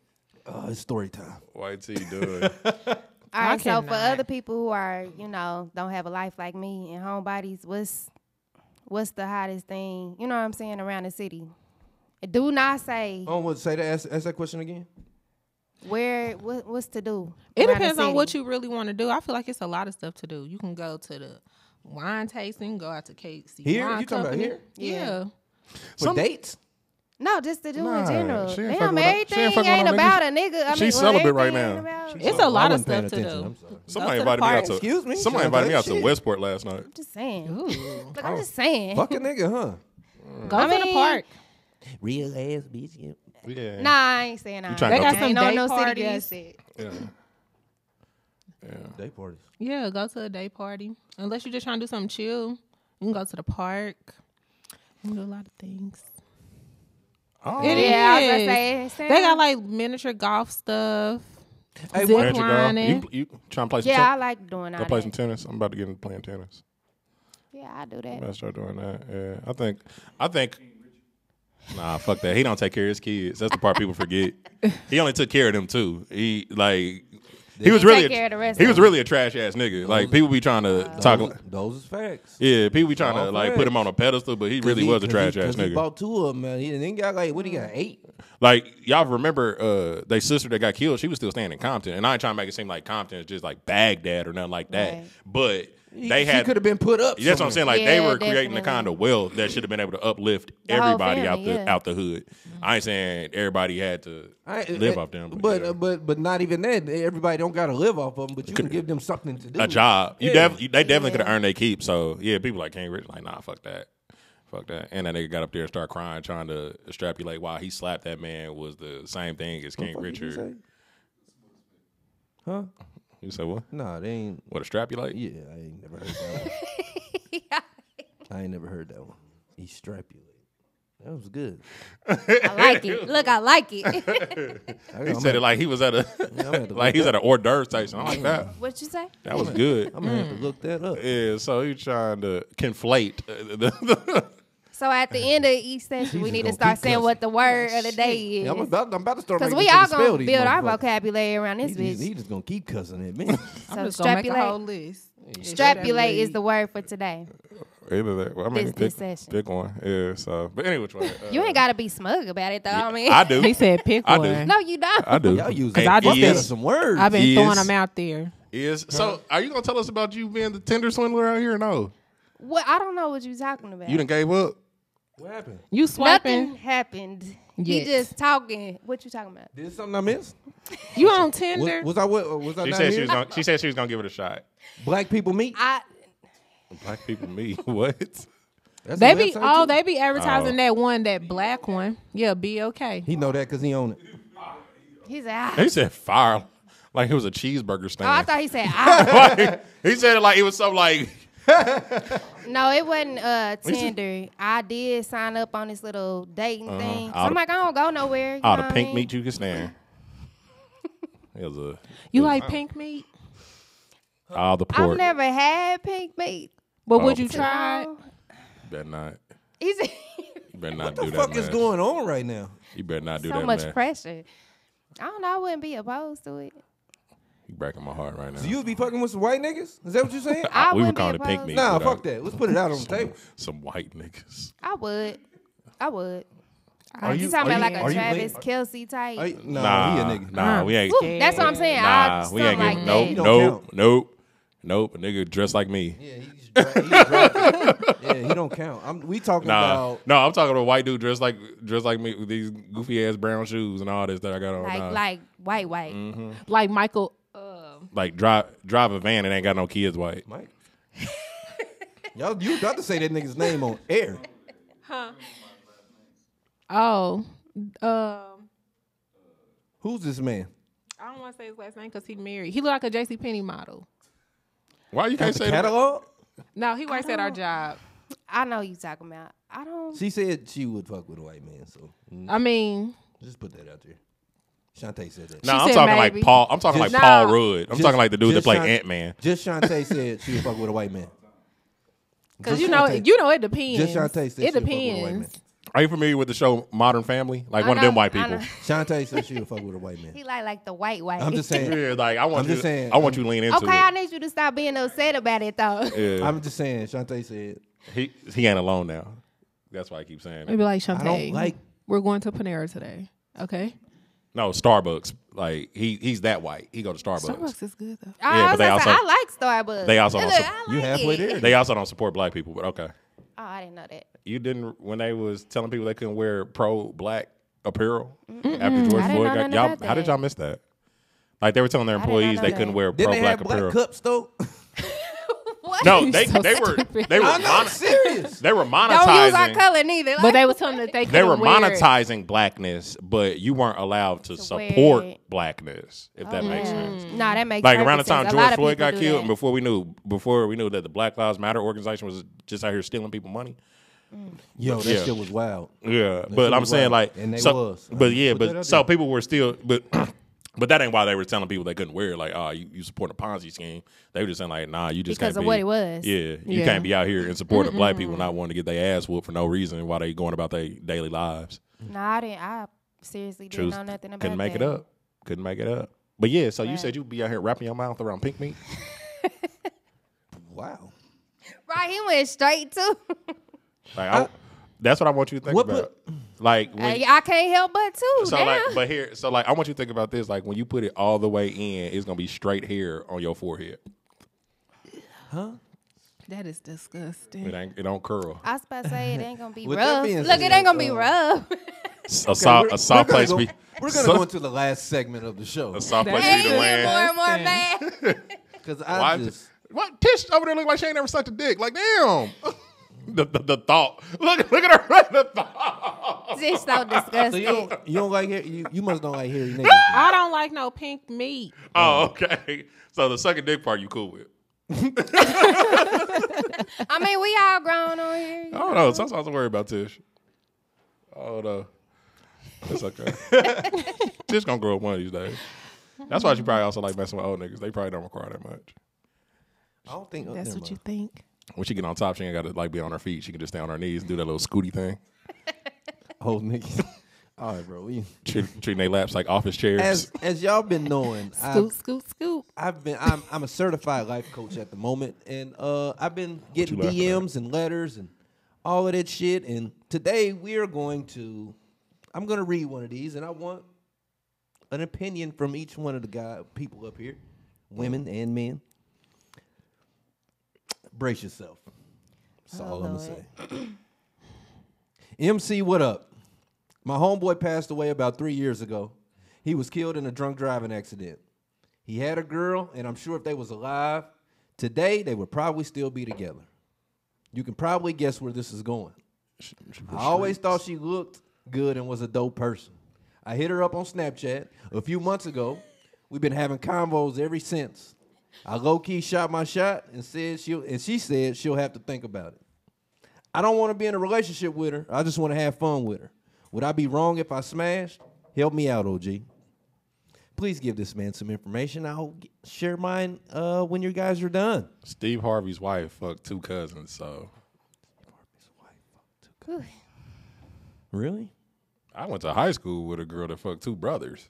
[SPEAKER 5] Uh, it's story time.
[SPEAKER 4] White tee done.
[SPEAKER 3] All right, so for
[SPEAKER 2] cannot.
[SPEAKER 3] other people who are, you know, don't have a life like me and homebodies, what's what's the hottest thing? You know what I'm saying around the city. Do not say
[SPEAKER 5] Oh, what? Say that. Ask, ask that question again.
[SPEAKER 3] where what, what's to do.
[SPEAKER 2] It
[SPEAKER 3] around the
[SPEAKER 2] depends on
[SPEAKER 3] city.
[SPEAKER 2] what you really want to do. I feel like it's a lot of stuff to do. You can go to the wine tasting, go out to KC
[SPEAKER 5] Here?
[SPEAKER 2] Wine
[SPEAKER 5] You talking about
[SPEAKER 2] Company.
[SPEAKER 5] here?
[SPEAKER 2] Yeah.
[SPEAKER 5] For dates?
[SPEAKER 3] No, just to do
[SPEAKER 4] Nah,
[SPEAKER 3] in general.
[SPEAKER 4] she ain't
[SPEAKER 3] Damn,
[SPEAKER 4] fucking with- she
[SPEAKER 3] everything
[SPEAKER 4] ain't fucking
[SPEAKER 3] ain't
[SPEAKER 4] with no
[SPEAKER 3] about a nigga. I
[SPEAKER 4] She
[SPEAKER 3] mean, well,
[SPEAKER 4] celibate right
[SPEAKER 3] everything ain't
[SPEAKER 4] now.
[SPEAKER 3] about-
[SPEAKER 4] She
[SPEAKER 2] It's
[SPEAKER 5] Oh,
[SPEAKER 2] a
[SPEAKER 5] I
[SPEAKER 2] lot of
[SPEAKER 5] wasn't paying
[SPEAKER 2] stuff to
[SPEAKER 5] attention.
[SPEAKER 2] do.
[SPEAKER 5] I'm sorry.
[SPEAKER 4] Somebody
[SPEAKER 2] Go to the
[SPEAKER 4] invited me out
[SPEAKER 2] park.
[SPEAKER 4] to.
[SPEAKER 5] Excuse me?
[SPEAKER 4] Somebody
[SPEAKER 5] Sounds
[SPEAKER 4] invited me
[SPEAKER 5] like
[SPEAKER 4] out to
[SPEAKER 5] shit.
[SPEAKER 4] Westport last night.
[SPEAKER 3] I'm just saying.
[SPEAKER 2] Ooh.
[SPEAKER 4] Oh,
[SPEAKER 3] Look, I'm just saying.
[SPEAKER 5] Fuck a nigga, huh?
[SPEAKER 2] Go
[SPEAKER 3] I
[SPEAKER 2] to the
[SPEAKER 3] mean,
[SPEAKER 2] park.
[SPEAKER 5] Real ass bitch. Yeah.
[SPEAKER 4] Yeah.
[SPEAKER 3] Nah, I ain't saying that.
[SPEAKER 4] trying to They go got
[SPEAKER 2] to- some
[SPEAKER 3] on
[SPEAKER 2] day
[SPEAKER 3] no city girl
[SPEAKER 2] parties.
[SPEAKER 3] shit.
[SPEAKER 4] Yeah. Yeah.
[SPEAKER 5] Day parties.
[SPEAKER 2] Yeah, go to a day party. Unless you're just trying to do something chill, you can go to the park. You can do a lot of things.
[SPEAKER 4] Oh.
[SPEAKER 2] It
[SPEAKER 3] Yeah, I was gonna
[SPEAKER 2] is.
[SPEAKER 3] say, same.
[SPEAKER 2] They got like miniature golf stuff.
[SPEAKER 5] Hey,
[SPEAKER 2] Zip
[SPEAKER 4] Andrew, girl,
[SPEAKER 2] lining.
[SPEAKER 4] you, you trying to play some
[SPEAKER 3] Yeah, I
[SPEAKER 4] ten-
[SPEAKER 3] like doing all
[SPEAKER 4] go play
[SPEAKER 3] that.
[SPEAKER 4] some tennis? I'm about to get into playing tennis.
[SPEAKER 3] yeah, I do
[SPEAKER 4] I'm
[SPEAKER 3] that.
[SPEAKER 4] about to start doing that. Yeah. I think I think Nah, fuck that. He don't take care of his kids. That's the part people forget. He only took care of them too. He like he was
[SPEAKER 3] He
[SPEAKER 4] really
[SPEAKER 3] take care
[SPEAKER 4] a,
[SPEAKER 3] of the rest
[SPEAKER 4] he
[SPEAKER 3] of
[SPEAKER 4] was
[SPEAKER 3] them.
[SPEAKER 4] really a trash ass nigga. Like people be trying to
[SPEAKER 5] Those,
[SPEAKER 4] talk
[SPEAKER 5] those is facts.
[SPEAKER 4] Yeah, people be trying to
[SPEAKER 5] All
[SPEAKER 4] like
[SPEAKER 5] facts.
[SPEAKER 4] put him on a pedestal, but he
[SPEAKER 5] 'Cause
[SPEAKER 4] really
[SPEAKER 5] he-
[SPEAKER 4] was a
[SPEAKER 5] 'cause
[SPEAKER 4] trash
[SPEAKER 5] he-
[SPEAKER 4] ass
[SPEAKER 5] 'cause
[SPEAKER 4] nigga.
[SPEAKER 5] He bought two of them, man. He then got like, what he got, eight?
[SPEAKER 4] Like y'all remember uh they sister that got killed, she was still staying in Compton. And I ain't trying to make it seem like Compton is just like Baghdad or nothing like that.
[SPEAKER 3] Right.
[SPEAKER 4] But they
[SPEAKER 5] He
[SPEAKER 4] had
[SPEAKER 5] could have been put up.
[SPEAKER 4] that's what I'm saying. Like they
[SPEAKER 3] Yeah,
[SPEAKER 4] were creating the
[SPEAKER 3] definitely.
[SPEAKER 4] kind of wealth that should have been able to uplift
[SPEAKER 3] The whole
[SPEAKER 4] everybody out
[SPEAKER 3] family,
[SPEAKER 4] the
[SPEAKER 3] yeah.
[SPEAKER 4] out the hood. I ain't saying everybody had to
[SPEAKER 5] I,
[SPEAKER 4] live off them, but,
[SPEAKER 5] but
[SPEAKER 4] yeah.
[SPEAKER 5] uh, but but not even that. Everybody don't got to live off of them, but you can give them something to do.
[SPEAKER 4] a job. You
[SPEAKER 5] uh, Yeah.
[SPEAKER 4] definitely they definitely could have earned their keep. So yeah, people like King Rich, like nah, fuck that, fuck that. And that nigga got up there and started crying, trying to extrapolate why he slapped that man was the same thing as King
[SPEAKER 5] Fuck you
[SPEAKER 4] Richard.
[SPEAKER 5] say?
[SPEAKER 4] You, said what?
[SPEAKER 5] Nah, they ain't.
[SPEAKER 4] What extrapolate?
[SPEAKER 5] Yeah, I ain't never heard that one. I ain't never heard that one. Extrapolate. That was good.
[SPEAKER 3] I like it. Look, I like it.
[SPEAKER 5] I,
[SPEAKER 4] He
[SPEAKER 5] I'm
[SPEAKER 4] said it like he was at a
[SPEAKER 5] had to
[SPEAKER 4] like he was at an hors d'oeuvres tasting. I'm like that.
[SPEAKER 3] what you say?
[SPEAKER 4] That was good.
[SPEAKER 5] gonna have
[SPEAKER 3] Mm.
[SPEAKER 5] to look that up.
[SPEAKER 4] Yeah, so he trying to conflate uh, the, the,
[SPEAKER 3] So at the end of each session, we
[SPEAKER 5] Jesus
[SPEAKER 3] need
[SPEAKER 5] gonna
[SPEAKER 3] to start
[SPEAKER 5] keep
[SPEAKER 3] saying
[SPEAKER 5] cussing.
[SPEAKER 3] what the word of the day
[SPEAKER 5] Yeah, I'm
[SPEAKER 3] is.
[SPEAKER 5] about, I'm about to start
[SPEAKER 3] Because we
[SPEAKER 5] making this
[SPEAKER 3] all
[SPEAKER 5] nigga spell
[SPEAKER 3] going to
[SPEAKER 5] these
[SPEAKER 3] build our
[SPEAKER 5] motherfuckers.
[SPEAKER 3] vocabulary around this
[SPEAKER 5] He just, he
[SPEAKER 3] bitch.
[SPEAKER 5] just gonna keep cussing at me.
[SPEAKER 2] I'm
[SPEAKER 3] So
[SPEAKER 2] just gonna make a whole
[SPEAKER 3] strapulate,
[SPEAKER 2] list.
[SPEAKER 3] strapulate is the word for today.
[SPEAKER 4] either that. Well, I mean,
[SPEAKER 3] This-
[SPEAKER 4] pick,
[SPEAKER 3] this session.
[SPEAKER 4] pick one. Yeah. So, but anyway, which one? Uh,
[SPEAKER 3] You ain't got to be smug about it, though. I mean,
[SPEAKER 4] I do.
[SPEAKER 2] He said pick
[SPEAKER 4] I do.
[SPEAKER 2] one.
[SPEAKER 3] no, you don't.
[SPEAKER 4] I do.
[SPEAKER 5] Y'all use
[SPEAKER 4] 'Cause
[SPEAKER 2] I just
[SPEAKER 4] is,
[SPEAKER 2] said-
[SPEAKER 5] some words.
[SPEAKER 2] I've been
[SPEAKER 4] Yes.
[SPEAKER 2] throwing them out there.
[SPEAKER 4] is so. Are you gonna tell us about you being the Tinder swindler out here? or No,
[SPEAKER 3] Well, I don't know what you're talking about.
[SPEAKER 4] you done gave up.
[SPEAKER 5] what happened?
[SPEAKER 2] You
[SPEAKER 3] Nothing
[SPEAKER 2] swiping?
[SPEAKER 3] happened.
[SPEAKER 2] Yet.
[SPEAKER 3] You just talking. What you talking about?
[SPEAKER 5] Did something I missed?
[SPEAKER 2] You on Tinder?
[SPEAKER 5] Was, was I what? Was I
[SPEAKER 4] She
[SPEAKER 5] not
[SPEAKER 4] said she
[SPEAKER 5] here?
[SPEAKER 4] was gonna. She said she was gonna give it a shot.
[SPEAKER 5] Black people meet.
[SPEAKER 3] I
[SPEAKER 4] Black people, me. What?
[SPEAKER 5] That's a
[SPEAKER 2] They be
[SPEAKER 5] website,
[SPEAKER 2] oh,
[SPEAKER 5] too?
[SPEAKER 2] they be advertising that one, that black one. Yeah, be okay.
[SPEAKER 5] He know that because he own it.
[SPEAKER 3] he's ah.
[SPEAKER 4] He said fire, like it was a cheeseburger
[SPEAKER 3] Oh, I
[SPEAKER 4] stand.
[SPEAKER 3] thought he said ah.
[SPEAKER 4] like, he said it like it was something like.
[SPEAKER 3] no, it wasn't uh Tinder. I did sign up on this little dating
[SPEAKER 5] Uh-huh.
[SPEAKER 3] thing. So
[SPEAKER 4] Outta-
[SPEAKER 3] I'm like, I don't go nowhere. You
[SPEAKER 4] Oh,
[SPEAKER 3] know
[SPEAKER 4] the
[SPEAKER 3] what I
[SPEAKER 4] pink
[SPEAKER 3] mean?
[SPEAKER 4] meat you can stand. It was a
[SPEAKER 2] You like pink meat?
[SPEAKER 4] all the
[SPEAKER 3] I've
[SPEAKER 4] pork.
[SPEAKER 3] never had pink meat.
[SPEAKER 2] But
[SPEAKER 4] Oh,
[SPEAKER 2] would you
[SPEAKER 4] okay.
[SPEAKER 2] try? it?
[SPEAKER 3] No.
[SPEAKER 4] better not.
[SPEAKER 3] He's
[SPEAKER 4] You better not
[SPEAKER 5] What
[SPEAKER 4] do
[SPEAKER 5] the
[SPEAKER 4] that.
[SPEAKER 5] fuck is
[SPEAKER 4] man.
[SPEAKER 5] going on right now?
[SPEAKER 4] You better not do
[SPEAKER 3] so
[SPEAKER 4] that,
[SPEAKER 3] much
[SPEAKER 4] man.
[SPEAKER 3] pressure. I don't know. I wouldn't be opposed to it.
[SPEAKER 4] You breaking my heart right now.
[SPEAKER 5] So you be fucking with some white niggas? Is that what you saying?
[SPEAKER 3] I
[SPEAKER 4] we were
[SPEAKER 3] wouldn't be
[SPEAKER 4] calling it pink
[SPEAKER 3] opposed.
[SPEAKER 4] meat.
[SPEAKER 5] nah,
[SPEAKER 4] but I-
[SPEAKER 5] fuck that. Let's put it out on the
[SPEAKER 4] Some,
[SPEAKER 5] table.
[SPEAKER 4] some white niggas.
[SPEAKER 3] I would. I would.
[SPEAKER 5] Are
[SPEAKER 3] you,
[SPEAKER 5] you-
[SPEAKER 3] talking
[SPEAKER 5] are
[SPEAKER 3] about
[SPEAKER 5] you-
[SPEAKER 3] like
[SPEAKER 5] are
[SPEAKER 3] a
[SPEAKER 5] you
[SPEAKER 3] Travis
[SPEAKER 5] late?
[SPEAKER 3] Kelsey type?
[SPEAKER 5] Hey, nah, he a
[SPEAKER 4] Nah,
[SPEAKER 5] nigga.
[SPEAKER 4] nah, we ain't.
[SPEAKER 3] Woo, that's what I'm saying.
[SPEAKER 4] Nah,
[SPEAKER 3] I,
[SPEAKER 4] we ain't
[SPEAKER 3] something
[SPEAKER 4] getting
[SPEAKER 3] like
[SPEAKER 4] nope,
[SPEAKER 3] that.
[SPEAKER 5] Don't
[SPEAKER 4] nope,
[SPEAKER 5] count.
[SPEAKER 4] nope, nope. A nigga dressed like me.
[SPEAKER 5] Yeah, he's dra- he's dra- yeah, he don't count. I'm, we talking
[SPEAKER 4] Nah,
[SPEAKER 5] about
[SPEAKER 4] no, I'm talking to a white dude dressed like dressed like me with these goofy ass brown shoes and all this that I got on.
[SPEAKER 3] Like
[SPEAKER 4] Nah.
[SPEAKER 3] like white white.
[SPEAKER 5] Mm-hmm.
[SPEAKER 2] Like Michael. Uh,
[SPEAKER 4] like drive drive a van and ain't got no kids. White.
[SPEAKER 5] Mike. Y'all, you got to say that nigga's name on air.
[SPEAKER 2] oh, um, I
[SPEAKER 5] Who's this man?
[SPEAKER 2] don't want to say his last name because he married. He looked like a J.C. Penney model.
[SPEAKER 4] Why you can't
[SPEAKER 5] Got the
[SPEAKER 4] say that?
[SPEAKER 5] catalog?
[SPEAKER 2] No, he works
[SPEAKER 3] Oh.
[SPEAKER 2] at our job.
[SPEAKER 3] I know you talking about. I don't.
[SPEAKER 5] She said she would fuck with a white man, so mm,
[SPEAKER 2] I mean,
[SPEAKER 5] just put that out there. Shantae said that.
[SPEAKER 4] No, nah, I'm
[SPEAKER 2] said
[SPEAKER 4] talking
[SPEAKER 2] maybe.
[SPEAKER 4] like Paul. I'm talking
[SPEAKER 5] Just-
[SPEAKER 4] like Paul
[SPEAKER 2] Nah.
[SPEAKER 4] Rudd. I'm
[SPEAKER 5] Just-
[SPEAKER 4] talking like the dude that
[SPEAKER 5] just
[SPEAKER 4] played
[SPEAKER 5] Shan-
[SPEAKER 4] Ant Man.
[SPEAKER 5] Just Shantae said she would fuck with a white man.
[SPEAKER 2] because
[SPEAKER 5] Just
[SPEAKER 2] you know,
[SPEAKER 5] Shantae-
[SPEAKER 2] you know, it depends.
[SPEAKER 5] Just Shantae said
[SPEAKER 2] it
[SPEAKER 5] she would fuck with a white man.
[SPEAKER 2] depends.
[SPEAKER 4] Are you familiar with the show Modern Family? Like
[SPEAKER 3] I
[SPEAKER 4] one of them
[SPEAKER 3] know-
[SPEAKER 4] white
[SPEAKER 3] Oh, I
[SPEAKER 4] people.
[SPEAKER 3] know.
[SPEAKER 5] Shantae said she would fuck with a white man.
[SPEAKER 3] He like like the white white.
[SPEAKER 5] I'm just saying.
[SPEAKER 4] Yeah, like I want
[SPEAKER 5] I'm
[SPEAKER 4] you.
[SPEAKER 5] just saying, um,
[SPEAKER 4] I want you to lean into
[SPEAKER 3] okay, I need you to stop being upset about it though.
[SPEAKER 4] it. Yeah.
[SPEAKER 5] I'm just saying. Shantae said
[SPEAKER 4] He he ain't alone now. That's why I keep saying it.
[SPEAKER 2] Maybe like
[SPEAKER 5] don't
[SPEAKER 2] Shantae.
[SPEAKER 5] like-
[SPEAKER 2] We're going to Panera today. Okay.
[SPEAKER 4] No, Starbucks. Like he he's that white. He go to Starbucks.
[SPEAKER 2] Starbucks is good though.
[SPEAKER 3] I,
[SPEAKER 4] Yeah,
[SPEAKER 3] was
[SPEAKER 4] but they
[SPEAKER 3] gonna say,
[SPEAKER 4] also-
[SPEAKER 3] I like Starbucks.
[SPEAKER 4] they also
[SPEAKER 3] Look,
[SPEAKER 4] also-
[SPEAKER 3] I like
[SPEAKER 5] you halfway
[SPEAKER 3] it.
[SPEAKER 5] there.
[SPEAKER 4] They also don't support black people, but okay.
[SPEAKER 3] Oh, I didn't know that.
[SPEAKER 4] You didn't when they was telling people they couldn't wear pro black apparel after George
[SPEAKER 3] I didn't
[SPEAKER 4] Floyd
[SPEAKER 3] know
[SPEAKER 4] got
[SPEAKER 3] nothing
[SPEAKER 4] y'all.
[SPEAKER 3] about
[SPEAKER 4] How did
[SPEAKER 3] that.
[SPEAKER 4] y'all miss that? Like they were telling their
[SPEAKER 3] did not
[SPEAKER 4] employees
[SPEAKER 3] know
[SPEAKER 4] they
[SPEAKER 3] that.
[SPEAKER 4] couldn't wear
[SPEAKER 5] Did
[SPEAKER 4] pro
[SPEAKER 5] they
[SPEAKER 4] black
[SPEAKER 5] have black
[SPEAKER 4] apparel.
[SPEAKER 5] cups though?
[SPEAKER 3] What?
[SPEAKER 4] No, they
[SPEAKER 2] So
[SPEAKER 4] they were
[SPEAKER 2] stupid.
[SPEAKER 4] they were
[SPEAKER 5] I'm not
[SPEAKER 4] mono-
[SPEAKER 5] serious.
[SPEAKER 4] they were
[SPEAKER 3] don't use our
[SPEAKER 4] monetizing
[SPEAKER 3] color neither.
[SPEAKER 2] But
[SPEAKER 3] Like,
[SPEAKER 2] they were telling them that they
[SPEAKER 4] they were
[SPEAKER 2] couldn't wear it.
[SPEAKER 4] monetizing blackness, but you weren't allowed to
[SPEAKER 3] wear
[SPEAKER 4] support
[SPEAKER 3] it. Oh,
[SPEAKER 4] blackness. If that makes sense.
[SPEAKER 3] Nah, that makes
[SPEAKER 4] mm. like
[SPEAKER 3] perfect
[SPEAKER 4] around the time
[SPEAKER 3] sense. A lot
[SPEAKER 4] George
[SPEAKER 3] of
[SPEAKER 4] Floyd
[SPEAKER 3] people
[SPEAKER 4] got
[SPEAKER 3] do
[SPEAKER 4] killed,
[SPEAKER 3] that.
[SPEAKER 4] and before we knew, before we knew that the Black Lives Matter organization was just out here stealing people money.
[SPEAKER 5] Yo, that
[SPEAKER 4] Yeah.
[SPEAKER 5] shit was wild.
[SPEAKER 4] Yeah, but
[SPEAKER 5] shit
[SPEAKER 4] I'm
[SPEAKER 5] was
[SPEAKER 4] saying
[SPEAKER 5] wild,
[SPEAKER 4] like,
[SPEAKER 5] and they
[SPEAKER 4] so,
[SPEAKER 5] was. I
[SPEAKER 4] but
[SPEAKER 5] mean,
[SPEAKER 4] yeah,
[SPEAKER 5] put that
[SPEAKER 4] but
[SPEAKER 5] out
[SPEAKER 4] so
[SPEAKER 5] there.
[SPEAKER 4] people were still, but but that ain't why they were telling people they couldn't wear it, like, oh, you, you supporting a Ponzi scheme. They were just saying like, nah, you just
[SPEAKER 3] Because
[SPEAKER 4] can't
[SPEAKER 3] of
[SPEAKER 4] be,
[SPEAKER 3] what it was.
[SPEAKER 4] Yeah, you
[SPEAKER 2] Yeah.
[SPEAKER 4] can't be out here in support of black people not wanting to get their ass whooped for no reason while they going about their daily lives.
[SPEAKER 3] Nah, I didn't. I seriously didn't
[SPEAKER 4] Truth.
[SPEAKER 3] know nothing about
[SPEAKER 4] Couldn't make
[SPEAKER 3] that.
[SPEAKER 4] it up. Couldn't make it up. But yeah, so you said you'd be out here wrapping your mouth around pink meat.
[SPEAKER 5] Wow.
[SPEAKER 3] Right, he went straight to.
[SPEAKER 4] Like, I, that's what I want you to think
[SPEAKER 5] What
[SPEAKER 4] about. like, when,
[SPEAKER 3] Hey, I can't help but too.
[SPEAKER 4] So
[SPEAKER 3] now.
[SPEAKER 4] like, but here, so like, I want you to think about this. Like, when you put it all the way in, it's gonna be straight hair on your forehead.
[SPEAKER 2] That is disgusting.
[SPEAKER 4] It ain't, it don't curl.
[SPEAKER 3] I was about to say it ain't gonna be
[SPEAKER 5] With that
[SPEAKER 3] rough.
[SPEAKER 5] being
[SPEAKER 3] Look,
[SPEAKER 5] said,
[SPEAKER 3] it ain't gonna be
[SPEAKER 5] uh,
[SPEAKER 3] rough.
[SPEAKER 4] S- a soft, Uh, a soft
[SPEAKER 5] we're gonna
[SPEAKER 4] place.
[SPEAKER 5] go-
[SPEAKER 4] be,
[SPEAKER 5] We're gonna
[SPEAKER 4] so-
[SPEAKER 5] go into the last segment of the show
[SPEAKER 4] a soft place for
[SPEAKER 3] Hey,
[SPEAKER 4] you
[SPEAKER 3] you
[SPEAKER 4] to
[SPEAKER 3] get more
[SPEAKER 4] land.
[SPEAKER 3] and more bad.
[SPEAKER 5] because I
[SPEAKER 4] Why-
[SPEAKER 5] just
[SPEAKER 4] What Tish over there look like she ain't never sucked a dick? Like, damn. the, the the thought. Look look at her. The thought.
[SPEAKER 3] It's just so
[SPEAKER 5] so you
[SPEAKER 3] disgusting.
[SPEAKER 5] don't, you don't like hair, you, you must don't like hairy niggas.
[SPEAKER 2] I don't like no pink meat.
[SPEAKER 4] Oh,
[SPEAKER 5] Mm.
[SPEAKER 4] okay. So the sucking dick part you cool with?
[SPEAKER 3] I mean, we all grown on here.
[SPEAKER 4] I don't know. Sometimes I worry about Tish. Oh no, it's okay. Tish gonna grow up one of these days. That's why she probably also like messing with old niggas. They probably don't require that much.
[SPEAKER 5] I don't think oh,
[SPEAKER 2] That's what you think.
[SPEAKER 4] When she get on top, she ain't gotta like be on her feet. She can just stay on her knees, do that little scooty thing,
[SPEAKER 5] old niggas. All right, bro. We,
[SPEAKER 4] treat, treating their laps like office chairs.
[SPEAKER 5] as as y'all been knowing,
[SPEAKER 2] Scoop,
[SPEAKER 5] I've,
[SPEAKER 2] scoop, scoop.
[SPEAKER 5] I've been I'm I'm a certified life coach at the moment, and uh, I've been getting
[SPEAKER 4] you laughing
[SPEAKER 5] DMs and letters and all of that shit. And today we are going to I'm gonna read one of these, and I want an opinion from each one of the guy people up here, women and men. Brace yourself. That's all I'm gonna say. MC, what up? My homeboy passed away about three years ago. He was killed in a drunk driving accident. He had a girl, and I'm sure if they was alive today, they would probably still be together. You can probably guess where this is going. I always thought she looked good and was a dope person. I hit her up on Snapchat a few months ago. We've been having convos ever since. I low key shot my shot and said she will and she said she'll have to think about it. I don't want to be in a relationship with her. I just want to have fun with her. Would I be wrong if I smashed? Help me out, OG. Please give this man some information. I'll g- share mine uh, when you guys are done.
[SPEAKER 4] Steve Harvey's wife fucked two cousins, so
[SPEAKER 5] Really?
[SPEAKER 4] I went to high school with a girl that fucked two brothers.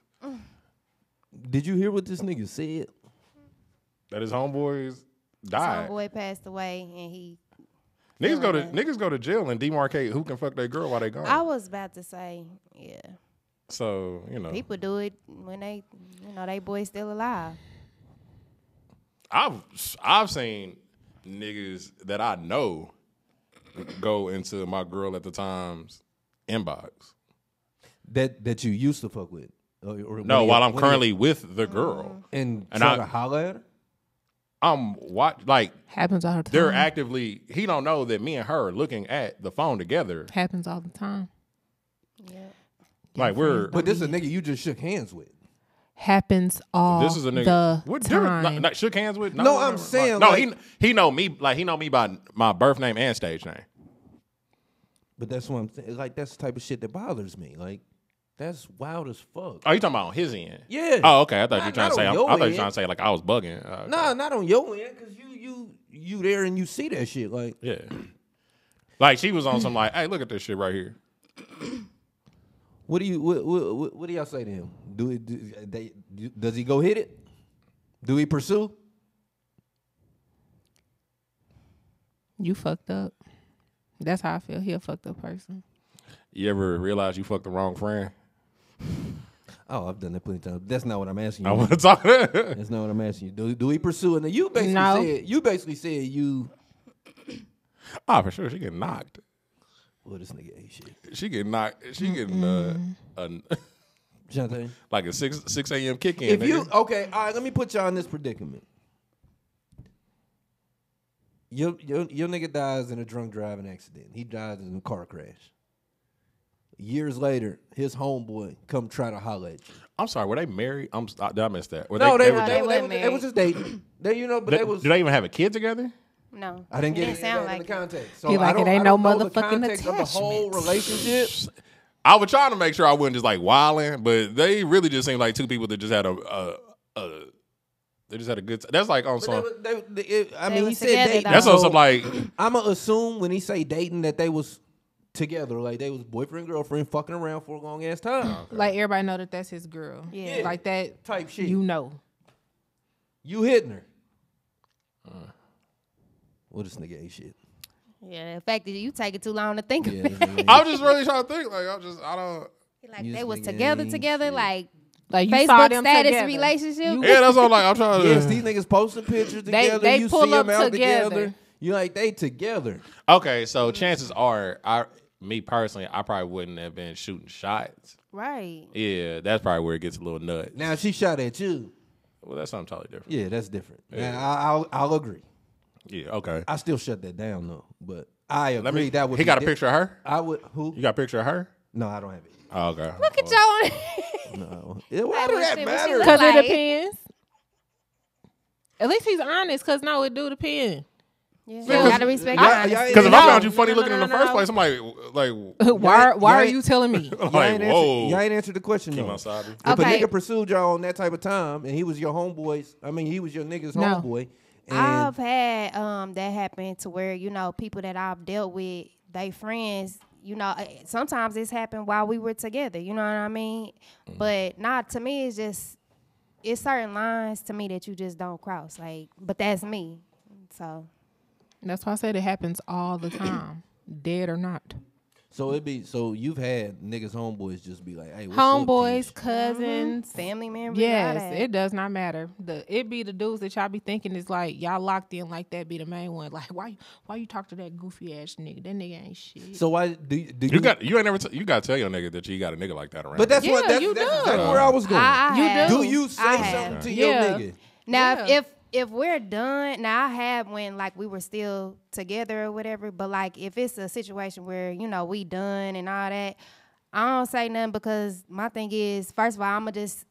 [SPEAKER 5] Did you hear what this nigga said?
[SPEAKER 4] That his homeboys
[SPEAKER 3] His
[SPEAKER 4] died.
[SPEAKER 3] homeboy passed away, and he
[SPEAKER 4] Niggas go to
[SPEAKER 3] feeling
[SPEAKER 4] niggas go to jail and demarcate who can fuck their girl while they gone.
[SPEAKER 3] I was about to say, yeah,
[SPEAKER 4] so you know,
[SPEAKER 3] people do it when they, you know, they boy still alive.
[SPEAKER 4] I've I've seen niggas that I know go into my girl at the times inbox.
[SPEAKER 5] that that you used to fuck with. Oh, Or, or
[SPEAKER 4] No, while
[SPEAKER 5] when you-
[SPEAKER 4] I'm
[SPEAKER 5] when you-
[SPEAKER 4] currently with the girl,
[SPEAKER 5] and,
[SPEAKER 4] and
[SPEAKER 5] try
[SPEAKER 4] I-
[SPEAKER 5] to holler at her.
[SPEAKER 4] Mm-hmm. I'm watch like
[SPEAKER 2] Happens all the time.
[SPEAKER 4] they're actively. He don't know that me and her are looking at the phone together.
[SPEAKER 2] Happens all the time.
[SPEAKER 4] Like we're
[SPEAKER 5] But this is a nigga you just shook hands with.
[SPEAKER 2] Happens all
[SPEAKER 4] This is a nigga.
[SPEAKER 2] the
[SPEAKER 4] what
[SPEAKER 2] time.
[SPEAKER 4] difference? Not, not shook hands with.
[SPEAKER 5] No,
[SPEAKER 4] whatever.
[SPEAKER 5] I'm saying,
[SPEAKER 4] Like,
[SPEAKER 5] like-
[SPEAKER 4] no, he he know me like he know me by my birth name and stage name.
[SPEAKER 5] But that's what I'm saying. Like that's the type of shit that bothers me. Like that's wild as fuck.
[SPEAKER 4] Oh, you talking about on his end?
[SPEAKER 5] Yeah.
[SPEAKER 4] Oh, okay. I thought you were
[SPEAKER 5] Not-
[SPEAKER 4] trying
[SPEAKER 5] not
[SPEAKER 4] to say.
[SPEAKER 5] on
[SPEAKER 4] I'm-
[SPEAKER 5] your
[SPEAKER 4] I thought you were
[SPEAKER 5] end.
[SPEAKER 4] trying to say like I was bugging. Uh, okay.
[SPEAKER 5] Nah, not on your end, cause you you you there and you see that shit. Like
[SPEAKER 4] Yeah. Like she was on some like, hey, look at this shit right here.
[SPEAKER 5] what do you what what, what, what do y'all say to him? Do, it- do they, do- does he go hit it? Do he pursue?
[SPEAKER 2] You fucked up. That's how I feel. He a fucked up person.
[SPEAKER 4] You ever realize you fucked the wrong friend?
[SPEAKER 5] Oh, I've done that plenty of times. That's not what I'm asking
[SPEAKER 4] I
[SPEAKER 5] you.
[SPEAKER 4] want to talk.
[SPEAKER 5] That's not what I'm asking you. Do do we pursue? And then you basically
[SPEAKER 2] No.
[SPEAKER 5] said you basically said you.
[SPEAKER 4] Ah, for sure. She getting knocked.
[SPEAKER 5] Well, this nigga ate shit.
[SPEAKER 4] She getting knocked. She getting uh, a,
[SPEAKER 5] Jonathan.
[SPEAKER 4] like a six six a.m. kick in.
[SPEAKER 5] if you okay, all right, let me put y'all in this predicament. Your, your your nigga dies in a drunk driving accident. He dies in a car crash. Years later, his homeboy come try to holler at you.
[SPEAKER 4] I'm sorry. Were they married? I'm. s- Did I miss that? Were
[SPEAKER 5] No, they, were
[SPEAKER 4] were
[SPEAKER 5] they,
[SPEAKER 3] they
[SPEAKER 5] were
[SPEAKER 3] wasn't
[SPEAKER 5] they, was just dating. they you know, but they,
[SPEAKER 4] They-
[SPEAKER 5] was
[SPEAKER 4] do they even have a kid together?
[SPEAKER 3] No,
[SPEAKER 5] I didn't get it,
[SPEAKER 3] sound
[SPEAKER 5] in
[SPEAKER 3] like
[SPEAKER 5] the
[SPEAKER 3] it.
[SPEAKER 5] context. So
[SPEAKER 2] He like,
[SPEAKER 5] I don't,
[SPEAKER 2] it ain't
[SPEAKER 5] I
[SPEAKER 2] no
[SPEAKER 5] don't know the
[SPEAKER 2] motherfucking
[SPEAKER 5] context of the whole
[SPEAKER 2] attachment.
[SPEAKER 5] relationship.
[SPEAKER 4] I was trying to make sure I wasn't just like wilding, but they really just seemed like two people that just had a, a, a they just had a good. T- that's like on some.
[SPEAKER 5] But they Oh. were- they- they- it- I
[SPEAKER 3] They
[SPEAKER 5] mean,
[SPEAKER 3] was
[SPEAKER 5] he said
[SPEAKER 3] together,
[SPEAKER 5] dating.
[SPEAKER 3] though.
[SPEAKER 4] That's on some like.
[SPEAKER 5] I'm gonna assume when he say dating that they was together, like they was boyfriend girlfriend fucking around for a long ass time.
[SPEAKER 2] Like everybody know that that's his girl.
[SPEAKER 3] Yeah.
[SPEAKER 2] Like that
[SPEAKER 5] Type shit.
[SPEAKER 2] You
[SPEAKER 5] You,
[SPEAKER 2] know.
[SPEAKER 5] hitting her? Uh-huh. Well, this nigga ate shit.
[SPEAKER 3] Yeah, the fact that you take it too long to think
[SPEAKER 5] Yeah,
[SPEAKER 3] of it.
[SPEAKER 5] this nigga ate-
[SPEAKER 4] I was just really trying to think. Like I'm just. I don't.
[SPEAKER 3] Like
[SPEAKER 5] You
[SPEAKER 3] they was
[SPEAKER 5] nigga
[SPEAKER 3] together,
[SPEAKER 5] ain't
[SPEAKER 3] together,
[SPEAKER 5] shit.
[SPEAKER 3] like
[SPEAKER 2] Like you saw
[SPEAKER 3] Facebook
[SPEAKER 2] them
[SPEAKER 3] status
[SPEAKER 2] together.
[SPEAKER 3] relationship.
[SPEAKER 2] You-
[SPEAKER 4] Yeah, that's all. Like I'm trying to.
[SPEAKER 5] yes, these niggas posting pictures
[SPEAKER 2] They-
[SPEAKER 5] together.
[SPEAKER 2] they
[SPEAKER 5] you
[SPEAKER 2] pull
[SPEAKER 5] see
[SPEAKER 2] up
[SPEAKER 5] them out
[SPEAKER 2] together.
[SPEAKER 5] together. You like they together?
[SPEAKER 4] Okay, so chances are, I me personally, I probably wouldn't have been shooting shots.
[SPEAKER 3] right.
[SPEAKER 4] Yeah, that's probably where it gets a little nuts.
[SPEAKER 5] Now she shot at you.
[SPEAKER 4] well, that's something totally different.
[SPEAKER 5] Yeah, that's different. Yeah, I, I'll I'll agree.
[SPEAKER 4] Yeah, okay.
[SPEAKER 5] I still shut that down though, but I agree
[SPEAKER 4] Let me.
[SPEAKER 5] that would.
[SPEAKER 4] he
[SPEAKER 5] be
[SPEAKER 4] got a
[SPEAKER 5] di-
[SPEAKER 4] picture of her.
[SPEAKER 5] I would. Who?
[SPEAKER 4] You got a picture of her?
[SPEAKER 5] No, I don't have it.
[SPEAKER 4] Oh, okay.
[SPEAKER 3] Look at y'all.
[SPEAKER 5] No. Yeah, Why does
[SPEAKER 3] what
[SPEAKER 5] that
[SPEAKER 3] she- what she
[SPEAKER 5] matter?
[SPEAKER 3] look
[SPEAKER 2] Because
[SPEAKER 3] Like-
[SPEAKER 2] it depends. At least he's honest. Because no, it do depend.
[SPEAKER 3] yeah,
[SPEAKER 4] Because-
[SPEAKER 3] gotta respect
[SPEAKER 5] Y'all-
[SPEAKER 3] your
[SPEAKER 5] y'all
[SPEAKER 3] honesty.
[SPEAKER 5] ain't
[SPEAKER 4] Because if I
[SPEAKER 5] No,
[SPEAKER 4] found you funny
[SPEAKER 2] no, no,
[SPEAKER 4] looking
[SPEAKER 2] no,
[SPEAKER 4] in the first
[SPEAKER 2] no.
[SPEAKER 4] place, I'm like, like,
[SPEAKER 2] why? Why are
[SPEAKER 5] y'all-
[SPEAKER 2] you telling me?
[SPEAKER 4] I'm
[SPEAKER 5] Y'all
[SPEAKER 4] like,
[SPEAKER 5] ain't answer-
[SPEAKER 4] whoa.
[SPEAKER 5] Y'all ain't answered the question though.
[SPEAKER 4] outside, dude.
[SPEAKER 5] If
[SPEAKER 3] Okay.
[SPEAKER 5] a nigga pursued y'all on that type of time, and he was your homeboy's, I mean, he was your nigga's
[SPEAKER 2] No.
[SPEAKER 5] homeboy, and
[SPEAKER 3] I've had um that happen to where you know people that I've dealt with, they friends. You know, eh, sometimes it's happened while we were together. You know what I mean? But not to me. It's just it's certain lines to me that you just don't cross. Like, but that's me. So
[SPEAKER 2] That's why I said it happens all the time, dead or not.
[SPEAKER 5] so it'd be so you've had niggas homeboys just be like, hey, what's up,
[SPEAKER 2] Homeboys,
[SPEAKER 5] Keisha?
[SPEAKER 2] cousins.
[SPEAKER 3] Mm-hmm. family members. all
[SPEAKER 2] Yes,
[SPEAKER 3] that.
[SPEAKER 2] Uh-huh. it does not matter. The it be the dudes that y'all be thinking is like y'all locked in like that be the main one. Like why you why you talk to that goofy ass nigga? That nigga ain't shit.
[SPEAKER 5] So why do you- do you,
[SPEAKER 4] You got you ain't never t- you gotta tell your nigga that you got a nigga like that around.
[SPEAKER 5] But that's
[SPEAKER 2] Yeah,
[SPEAKER 5] what that's,
[SPEAKER 2] you
[SPEAKER 5] that's
[SPEAKER 2] do.
[SPEAKER 5] exactly where I was going.
[SPEAKER 3] I, I
[SPEAKER 2] You
[SPEAKER 3] have.
[SPEAKER 5] do you
[SPEAKER 3] I
[SPEAKER 5] say
[SPEAKER 3] have.
[SPEAKER 5] something to
[SPEAKER 2] Yeah.
[SPEAKER 5] your nigga?
[SPEAKER 3] Now,
[SPEAKER 2] Yeah.
[SPEAKER 3] if, if if we're done, now I have when like we were still together or whatever. But like if it's a situation where you know we done and all that, I don't say nothing because my thing is first of all I'ma just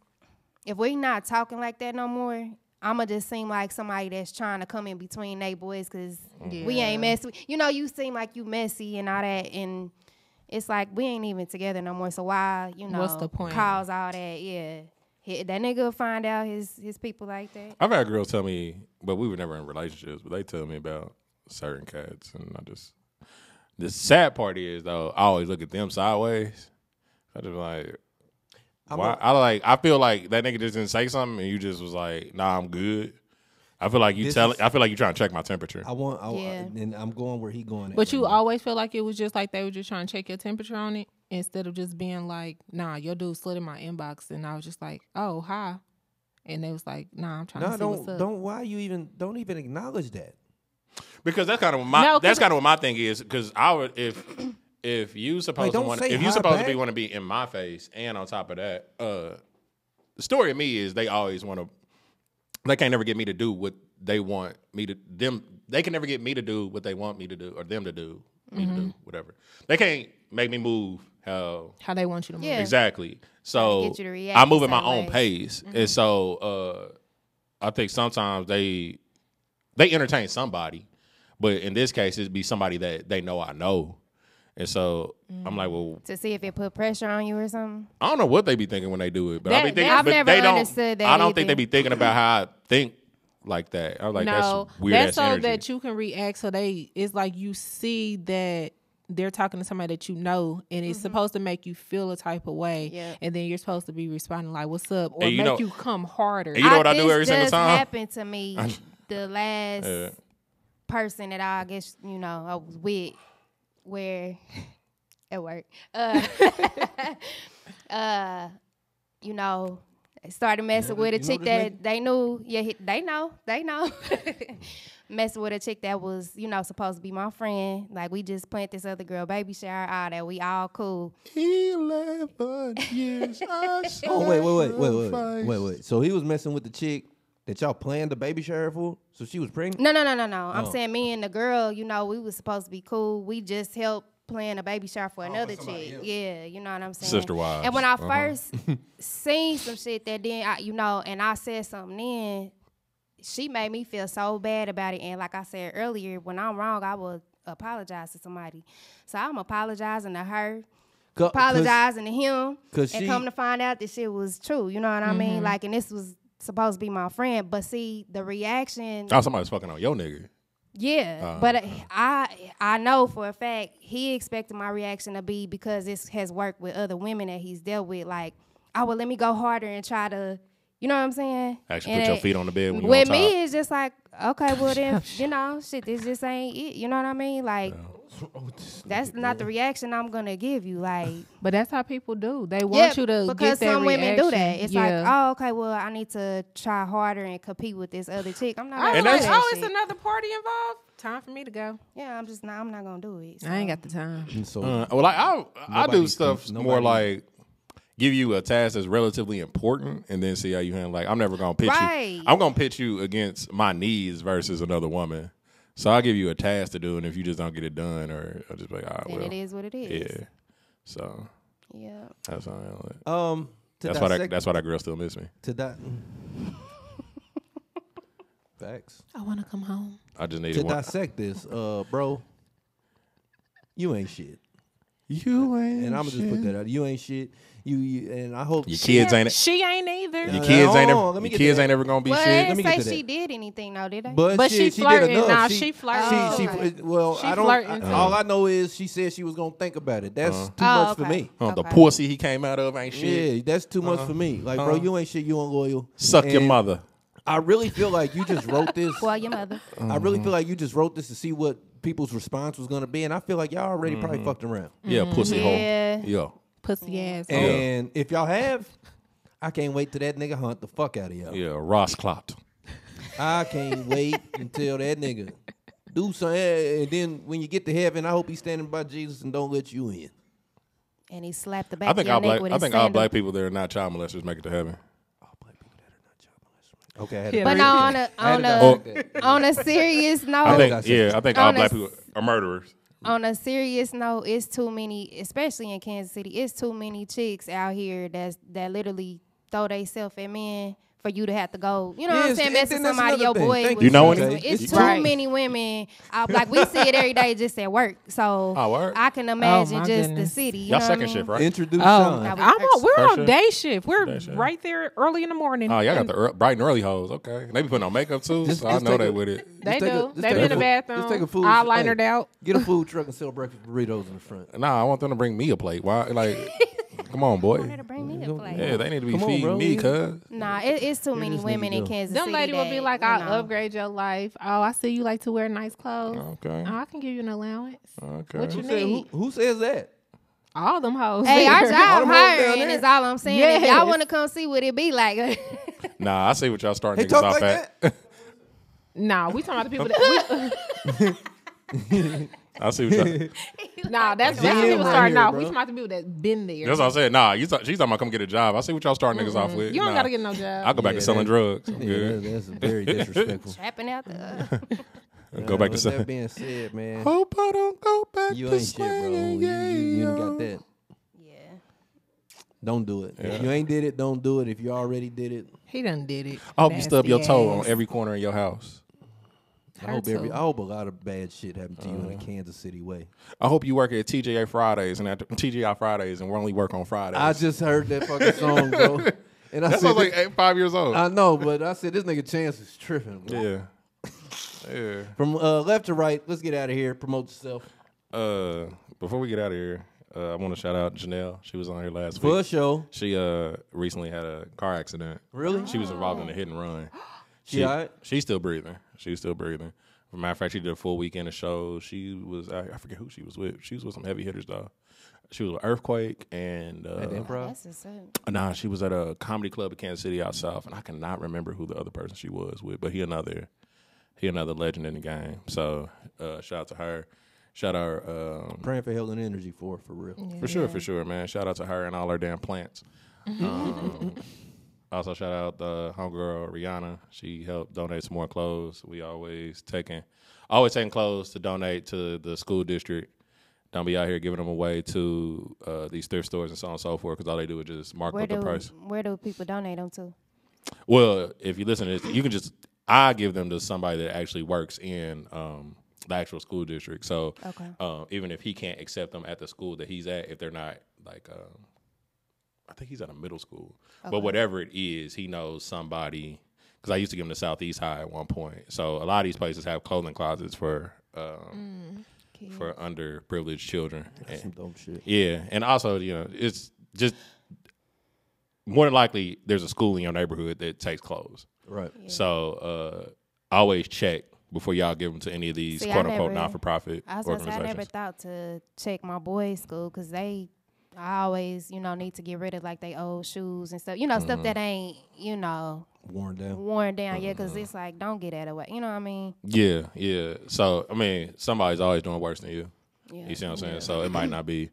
[SPEAKER 3] if we not talking like that no more. I'ma just seem like somebody that's trying to come in between they boys because we ain't messy. You know, you seem like you messy and all that, and it's like we ain't even together no more. So why, you know,
[SPEAKER 2] What's the point?
[SPEAKER 3] Cause all that, yeah. He, that nigga will find out his his people like that.
[SPEAKER 4] I've had girls tell me, but we were never in relationships, but they tell me about certain cats and I just the sad part is though, I always look at them sideways. I just like why I like I feel like that nigga just didn't say something and you just was like, nah, I'm good. I feel like you
[SPEAKER 5] This
[SPEAKER 4] telling.
[SPEAKER 5] is-
[SPEAKER 4] I feel like you trying to check my temperature.
[SPEAKER 5] I want. I,
[SPEAKER 3] Yeah.
[SPEAKER 5] I, and I'm going where he going. At
[SPEAKER 2] But you
[SPEAKER 5] right now.
[SPEAKER 2] always feel like it was just like they were just trying to check your temperature on it instead of just being like, nah, your dude slid in my inbox and I was just like, oh, hi. And they was like, nah, I'm trying to
[SPEAKER 5] No,
[SPEAKER 2] see
[SPEAKER 5] don't
[SPEAKER 2] what's up.
[SPEAKER 5] don't. Why you even don't even acknowledge that?
[SPEAKER 4] Because that's kind of what my
[SPEAKER 2] No, 'cause-
[SPEAKER 4] that's kind of what my thing is. Because I would if if you supposed to
[SPEAKER 5] don't
[SPEAKER 4] want
[SPEAKER 5] say
[SPEAKER 4] if you
[SPEAKER 5] hi
[SPEAKER 4] supposed to
[SPEAKER 5] back.
[SPEAKER 4] be want to be in my face, and on top of that, uh, the story of me is they always want to. They can't never get me to do what they want me to them. They can never get me to do what they want me to do or them to do me
[SPEAKER 2] Mm-hmm.
[SPEAKER 4] to do whatever. They can't make me move how
[SPEAKER 2] How they want you to move.
[SPEAKER 3] Yeah.
[SPEAKER 4] Exactly. So
[SPEAKER 3] get you to react
[SPEAKER 4] I move at
[SPEAKER 3] the
[SPEAKER 4] my
[SPEAKER 3] same
[SPEAKER 4] own
[SPEAKER 3] way.
[SPEAKER 4] pace,
[SPEAKER 3] Mm-hmm.
[SPEAKER 4] and so uh, I think sometimes they they entertain somebody, but in this case, it'd be somebody that they know I know, and so I'm
[SPEAKER 3] Mm.
[SPEAKER 4] like, well,
[SPEAKER 3] to see if it put pressure on you or something.
[SPEAKER 4] I don't know what they be thinking when they do it, but I
[SPEAKER 2] That-
[SPEAKER 4] be thinking,
[SPEAKER 2] I've
[SPEAKER 4] but
[SPEAKER 3] never
[SPEAKER 4] they don't.
[SPEAKER 3] understood that
[SPEAKER 4] I don't think they
[SPEAKER 3] either.
[SPEAKER 4] be thinking about how I think like that. I'm like,
[SPEAKER 2] no,
[SPEAKER 4] that's weird. ass
[SPEAKER 2] so
[SPEAKER 4] energy.
[SPEAKER 2] that you can react. So they, it's like you see that they're talking to somebody that you know, and it's supposed to make you feel a type of way,
[SPEAKER 3] Yep.
[SPEAKER 2] and then you're supposed to be responding like, "What's up?" or
[SPEAKER 4] And you
[SPEAKER 2] make
[SPEAKER 4] know-
[SPEAKER 2] you come harder.
[SPEAKER 4] and you know what I do
[SPEAKER 3] this
[SPEAKER 4] every single
[SPEAKER 3] just
[SPEAKER 4] time?
[SPEAKER 3] happened to me the last
[SPEAKER 4] Yeah.
[SPEAKER 3] person that I guess you know I was with, where at work, uh, uh, you know, started messing with a
[SPEAKER 5] you know
[SPEAKER 3] chick
[SPEAKER 5] this
[SPEAKER 3] that
[SPEAKER 5] nigga?
[SPEAKER 3] they knew. Yeah, he- they know, they know. messing with a chick that was you know supposed to be my friend. Like we just planned this other girl baby shower, all that. We all cool.
[SPEAKER 4] Eleven years. I
[SPEAKER 5] Oh wait, wait, wait, wait, wait, wait, wait. So he was messing with the chick that y'all planned the baby shower for. So she was pregnant.
[SPEAKER 3] No, no, no, no, no.
[SPEAKER 5] Oh.
[SPEAKER 3] I'm saying me and the girl, you know, we was supposed to be cool. We just helped plan a baby shower for another chick. Yeah, you know what I'm saying?
[SPEAKER 4] Sister wives.
[SPEAKER 3] And when I
[SPEAKER 5] Uh-huh.
[SPEAKER 3] first seen some shit that then, I, you know, and I said something then, she made me feel so bad about it. And like I said earlier, when I'm wrong, I will apologize to somebody. So I'm apologizing to her,
[SPEAKER 5] Co- 'cause-
[SPEAKER 3] apologizing to him, and
[SPEAKER 5] 'cause she- Mm-hmm.
[SPEAKER 3] come to find out this shit was true. You know what I mean? Like, and this was supposed to be my friend, but see, the reaction.
[SPEAKER 4] Oh, somebody's fucking on your nigga.
[SPEAKER 3] Yeah,
[SPEAKER 4] Uh,
[SPEAKER 3] but uh, I I know for a fact he expected my reaction to be because this has worked with other women that he's dealt with. Like, oh well, let me go harder and try to, you know what I'm saying?
[SPEAKER 4] Actually,
[SPEAKER 3] And
[SPEAKER 4] put your
[SPEAKER 3] it-
[SPEAKER 4] feet on the bed when you
[SPEAKER 3] With
[SPEAKER 4] on top.
[SPEAKER 3] me, it's just like, okay, well then, you know, shit, this just ain't it. You know what I mean? Like,
[SPEAKER 5] Oh,
[SPEAKER 3] that's not the reaction I'm gonna give you. Like,
[SPEAKER 2] But that's how people do. They
[SPEAKER 3] yeah,
[SPEAKER 2] want you to
[SPEAKER 3] because
[SPEAKER 2] get that
[SPEAKER 3] some women do that.
[SPEAKER 2] reaction.
[SPEAKER 3] It's
[SPEAKER 2] Yeah.
[SPEAKER 3] like, oh, okay, well, I need to try harder and compete with this other chick. I'm not.
[SPEAKER 2] I
[SPEAKER 3] gonna
[SPEAKER 2] was
[SPEAKER 4] And
[SPEAKER 3] do
[SPEAKER 2] like,
[SPEAKER 3] that
[SPEAKER 4] that's-
[SPEAKER 2] oh, it's
[SPEAKER 3] shit.
[SPEAKER 2] another party involved. Time for me to go.
[SPEAKER 3] Yeah, I'm just not. I'm not gonna do it. so.
[SPEAKER 2] I ain't got the time.
[SPEAKER 5] And so
[SPEAKER 4] Uh, well, like I, I do
[SPEAKER 5] Nobody's
[SPEAKER 4] stuff
[SPEAKER 5] com-
[SPEAKER 4] more
[SPEAKER 5] nobody-
[SPEAKER 4] like give you a task that's relatively important, and then see how you handle. Like I'm never gonna pitch
[SPEAKER 3] Right.
[SPEAKER 4] you. I'm gonna pitch you against my knees versus another woman. So I'll give you a task to do, and if you just don't get it done, or I'll just be like, all right,
[SPEAKER 3] then
[SPEAKER 4] well,
[SPEAKER 3] it is what it is.
[SPEAKER 4] yeah. So
[SPEAKER 3] Yeah.
[SPEAKER 4] that's how I handle it.
[SPEAKER 5] um, to
[SPEAKER 4] That's why that,
[SPEAKER 5] dissect-
[SPEAKER 4] that's why that girl still miss me.
[SPEAKER 5] to that. Facts.
[SPEAKER 2] I want to come home.
[SPEAKER 4] I just
[SPEAKER 5] To
[SPEAKER 4] needed one.
[SPEAKER 5] dissect this, uh, bro, you ain't shit,
[SPEAKER 4] You ain't
[SPEAKER 5] and I'm gonna just put that out. You ain't shit. You, you and I hope
[SPEAKER 4] Your kids ain't it.
[SPEAKER 2] She ain't either.
[SPEAKER 4] Your
[SPEAKER 5] Yeah.
[SPEAKER 4] kids ain't
[SPEAKER 5] Hold on,
[SPEAKER 4] ever.
[SPEAKER 5] let me
[SPEAKER 4] Your
[SPEAKER 5] get
[SPEAKER 4] kids
[SPEAKER 5] that.
[SPEAKER 4] ain't ever gonna be
[SPEAKER 3] Well,
[SPEAKER 4] shit.
[SPEAKER 3] they
[SPEAKER 5] Let me
[SPEAKER 3] didn't
[SPEAKER 5] get
[SPEAKER 3] say
[SPEAKER 5] to
[SPEAKER 3] she
[SPEAKER 5] that.
[SPEAKER 3] did anything though, did they?
[SPEAKER 5] But,
[SPEAKER 2] But
[SPEAKER 5] shit,
[SPEAKER 2] she
[SPEAKER 5] she did
[SPEAKER 2] flirting.
[SPEAKER 5] enough.
[SPEAKER 2] Nah, she flirting.
[SPEAKER 4] Oh,
[SPEAKER 5] She, she,
[SPEAKER 3] Okay.
[SPEAKER 5] well,
[SPEAKER 2] She
[SPEAKER 5] I don't.
[SPEAKER 2] flirting,
[SPEAKER 5] I-
[SPEAKER 2] too.
[SPEAKER 5] all I know is she said she was gonna think about it. That's too
[SPEAKER 3] Oh,
[SPEAKER 5] much for
[SPEAKER 3] okay.
[SPEAKER 5] me.
[SPEAKER 4] Huh, The
[SPEAKER 3] Okay.
[SPEAKER 4] pussy he came out of ain't Uh-huh. shit. Uh-huh.
[SPEAKER 5] Yeah, that's too much for me. Like, bro, you ain't shit. You unloyal.
[SPEAKER 4] Suck your
[SPEAKER 5] And
[SPEAKER 4] mother.
[SPEAKER 5] I really feel like you just wrote this.
[SPEAKER 3] well, your mother.
[SPEAKER 5] I really
[SPEAKER 4] Uh-huh.
[SPEAKER 5] feel like you just wrote this to see what people's response was gonna be, and I feel like y'all already
[SPEAKER 4] Mm-hmm.
[SPEAKER 5] probably fucked around.
[SPEAKER 4] Yeah, pussy
[SPEAKER 3] Mm-hmm. Yeah.
[SPEAKER 4] hole. Yeah.
[SPEAKER 2] Pussy ass.
[SPEAKER 5] And if y'all have, I can't wait till that nigga hunt the fuck out of y'all.
[SPEAKER 4] Yeah, Ross clopped.
[SPEAKER 5] I can't wait until that nigga do something. And then when you get to heaven, I hope he's standing by Jesus and don't let you in.
[SPEAKER 3] And he slapped the back
[SPEAKER 4] I think
[SPEAKER 3] of your
[SPEAKER 4] all
[SPEAKER 3] neck
[SPEAKER 4] black.
[SPEAKER 3] with
[SPEAKER 4] I
[SPEAKER 3] his
[SPEAKER 4] think all
[SPEAKER 3] sandal.
[SPEAKER 4] black people that are not child molesters make it to heaven.
[SPEAKER 5] Okay, I had
[SPEAKER 2] Yeah,
[SPEAKER 5] to,
[SPEAKER 3] But no, on a
[SPEAKER 5] I had
[SPEAKER 3] on
[SPEAKER 5] to
[SPEAKER 3] a
[SPEAKER 5] dissect that.
[SPEAKER 3] on a serious
[SPEAKER 4] I
[SPEAKER 3] note,
[SPEAKER 4] think.
[SPEAKER 5] I
[SPEAKER 4] Yeah, I think all
[SPEAKER 3] On a
[SPEAKER 4] black
[SPEAKER 3] s-
[SPEAKER 4] people are murderers.
[SPEAKER 3] on a serious note, it's too many, especially in Kansas City, it's too many chicks out here that's that literally throw themselves at men for you to have to go. You know what I'm
[SPEAKER 5] Yes,
[SPEAKER 3] saying?
[SPEAKER 5] and
[SPEAKER 3] Mess
[SPEAKER 5] then
[SPEAKER 3] with
[SPEAKER 5] that's
[SPEAKER 3] somebody,
[SPEAKER 5] another
[SPEAKER 3] your
[SPEAKER 5] thing.
[SPEAKER 3] boy.
[SPEAKER 5] Thank
[SPEAKER 3] was
[SPEAKER 4] you. You know
[SPEAKER 3] messing
[SPEAKER 4] any-
[SPEAKER 3] with- It's
[SPEAKER 4] you-
[SPEAKER 3] too
[SPEAKER 2] Right.
[SPEAKER 3] many women. Uh, like we see it every day, just at work. So
[SPEAKER 4] Oh, word?
[SPEAKER 3] I can imagine
[SPEAKER 2] my
[SPEAKER 3] just
[SPEAKER 2] goodness.
[SPEAKER 3] the city. You
[SPEAKER 4] Y'all
[SPEAKER 3] know
[SPEAKER 4] second
[SPEAKER 3] what I mean?
[SPEAKER 4] shift, right?
[SPEAKER 5] Introduce
[SPEAKER 2] Oh,
[SPEAKER 5] Sean.
[SPEAKER 2] I'm on, we're
[SPEAKER 4] First
[SPEAKER 2] on
[SPEAKER 4] shift?
[SPEAKER 2] day shift. We're
[SPEAKER 4] Day shift.
[SPEAKER 2] right there early in the morning.
[SPEAKER 4] Oh, y'all got the ear- bright and early hoes. Okay, they be putting on makeup too.
[SPEAKER 5] Just-
[SPEAKER 4] so I
[SPEAKER 5] just
[SPEAKER 4] know
[SPEAKER 5] take
[SPEAKER 4] they
[SPEAKER 5] a-
[SPEAKER 4] with it.
[SPEAKER 2] They
[SPEAKER 5] Just take
[SPEAKER 2] do.
[SPEAKER 5] just
[SPEAKER 2] They
[SPEAKER 5] take
[SPEAKER 2] be in the
[SPEAKER 5] food-
[SPEAKER 2] bathroom.
[SPEAKER 5] just take a food-
[SPEAKER 2] Eyelinered out.
[SPEAKER 5] Get a food truck and sell breakfast burritos in the front.
[SPEAKER 4] Nah, I want them to bring me a plate. Why? Like, Come on,
[SPEAKER 3] wanted
[SPEAKER 4] boy.
[SPEAKER 3] to bring me a plate.
[SPEAKER 4] Yeah, they need to be
[SPEAKER 5] Come on,
[SPEAKER 4] feeding
[SPEAKER 5] bro.
[SPEAKER 4] me, cuz.
[SPEAKER 3] Nah, it, it's too many
[SPEAKER 5] this nigga
[SPEAKER 3] women in
[SPEAKER 5] go.
[SPEAKER 3] Kansas
[SPEAKER 2] Them
[SPEAKER 3] City.
[SPEAKER 2] lady will be
[SPEAKER 3] that,
[SPEAKER 2] like,
[SPEAKER 3] you
[SPEAKER 2] I'll
[SPEAKER 3] know.
[SPEAKER 2] upgrade your life. Oh, I see you like to wear nice clothes.
[SPEAKER 4] Okay.
[SPEAKER 2] Oh, I can give you an allowance.
[SPEAKER 4] Okay.
[SPEAKER 2] What you
[SPEAKER 5] Who said- who,
[SPEAKER 2] need?
[SPEAKER 5] who says that?
[SPEAKER 2] All them hoes.
[SPEAKER 3] Hey, our
[SPEAKER 2] there.
[SPEAKER 3] job
[SPEAKER 5] them hoes down
[SPEAKER 3] hiring
[SPEAKER 5] there.
[SPEAKER 3] is all I'm saying. If y'all
[SPEAKER 2] Yes.
[SPEAKER 3] want to come see what it be like.
[SPEAKER 4] Nah, I see what y'all starting niggas
[SPEAKER 5] They talk
[SPEAKER 4] off
[SPEAKER 5] like
[SPEAKER 4] at.
[SPEAKER 5] that.
[SPEAKER 2] Nah, we talking about the people that.
[SPEAKER 4] I see what y'all.
[SPEAKER 2] We, nah, that's that's
[SPEAKER 5] Damn
[SPEAKER 2] people
[SPEAKER 5] right
[SPEAKER 2] starting
[SPEAKER 5] here,
[SPEAKER 2] off. We
[SPEAKER 5] bro.
[SPEAKER 2] talking about the people that been there.
[SPEAKER 4] That's what I said. Nah, you talk, she's talking about come get a job. I see what y'all starting niggas off with.
[SPEAKER 2] you don't
[SPEAKER 4] Nah.
[SPEAKER 2] gotta get no job.
[SPEAKER 4] I'll go back
[SPEAKER 5] Yeah,
[SPEAKER 4] to selling
[SPEAKER 5] that-
[SPEAKER 4] drugs. I'm
[SPEAKER 5] Yeah,
[SPEAKER 4] good.
[SPEAKER 5] that's, that's very disrespectful.
[SPEAKER 3] Trapping out the. uh,
[SPEAKER 4] go back to
[SPEAKER 5] With that
[SPEAKER 4] selling.
[SPEAKER 5] being said, man,
[SPEAKER 4] Hope I don't go back
[SPEAKER 5] you
[SPEAKER 4] to
[SPEAKER 5] ain't shit, bro. You,
[SPEAKER 4] slanging,
[SPEAKER 5] you, you
[SPEAKER 4] yeah,
[SPEAKER 5] done got
[SPEAKER 4] yo.
[SPEAKER 5] that.
[SPEAKER 3] Yeah.
[SPEAKER 5] Don't do it. If you ain't did it, don't do it. If you already did it,
[SPEAKER 2] He done did it.
[SPEAKER 4] I hope you stub your toe on
[SPEAKER 2] Nasty ass.
[SPEAKER 4] every corner in your house.
[SPEAKER 5] I hope
[SPEAKER 2] Her
[SPEAKER 5] every Uh-huh.
[SPEAKER 2] too.
[SPEAKER 5] I hope a lot of bad shit happened to you in a Kansas City way.
[SPEAKER 4] I hope you work at TJA Fridays and at TJI Fridays and we only work on Fridays.
[SPEAKER 5] I just heard that fucking song, bro. And I
[SPEAKER 4] that
[SPEAKER 5] said,
[SPEAKER 4] sounds like eight, five years old.
[SPEAKER 5] I know, but I said this nigga Chance is tripping. Bro.
[SPEAKER 4] yeah. Yeah.
[SPEAKER 5] From uh, left to right, let's get out of here. Promote yourself
[SPEAKER 4] Uh, before we get out of here, uh, I want to shout out Janelle. She was on here last
[SPEAKER 5] for a
[SPEAKER 4] week.
[SPEAKER 5] show.
[SPEAKER 4] She uh recently had a car accident.
[SPEAKER 5] Really?
[SPEAKER 4] She was involved in a hit and run.
[SPEAKER 5] She alright?
[SPEAKER 4] She's still breathing. She's still breathing. As a matter of fact, she did a full weekend of shows. She was I, I forget who she was with. She was with some heavy hitters though. She was with Earthquake and uh,
[SPEAKER 5] Improv.
[SPEAKER 3] That's what's up.
[SPEAKER 4] Nah, she was at a comedy club in Kansas City out south, and I cannot remember who the other person she was with, but he another he another legend in the game. So uh, shout out to her. Shout out her, um,
[SPEAKER 5] Praying for health and energy for her, for real.
[SPEAKER 4] for sure, for sure, man. Shout out to her and all her damn plants.
[SPEAKER 3] Mm-hmm.
[SPEAKER 4] Um, also shout out the homegirl Rihanna. She helped donate some more clothes. We always taking always taking clothes to donate to the school district. Don't be out here giving them away to uh, these thrift stores and so on and so forth because all they do is just mark
[SPEAKER 3] Where
[SPEAKER 4] up the
[SPEAKER 3] do
[SPEAKER 4] price.
[SPEAKER 3] where do people donate them to?
[SPEAKER 4] Well, if you listen to this, you can just I give them to somebody that actually works in um, the actual school district. So
[SPEAKER 3] Okay.
[SPEAKER 4] uh, even if he can't accept them at the school that he's at, if they're not like um, I think he's at a middle school, but whatever it is, he knows somebody. Because I used to give him to Southeast High at one point. So a lot of these places have clothing closets for um, for underprivileged children. And-
[SPEAKER 5] Some dope shit.
[SPEAKER 4] yeah, and also you know it's just more than likely there's a school in your neighborhood that takes clothes.
[SPEAKER 5] Right.
[SPEAKER 4] So uh, always check before y'all give them to any of these
[SPEAKER 3] See, I
[SPEAKER 4] quote unquote
[SPEAKER 3] never-
[SPEAKER 4] non for profit
[SPEAKER 3] I was gonna say I never
[SPEAKER 4] organizations.
[SPEAKER 3] thought to check my boys' school because they, I always you know need to get rid of like they old shoes and stuff. You know
[SPEAKER 4] Mm-hmm.
[SPEAKER 3] stuff that ain't you know
[SPEAKER 5] Worn down.
[SPEAKER 3] worn down yet
[SPEAKER 4] Mm-hmm.
[SPEAKER 3] because it's like don't get that away. You know what I mean?
[SPEAKER 4] Yeah, yeah. So I mean, somebody's always doing worse than you.
[SPEAKER 3] Yeah.
[SPEAKER 4] You see what I'm saying? So it might not be,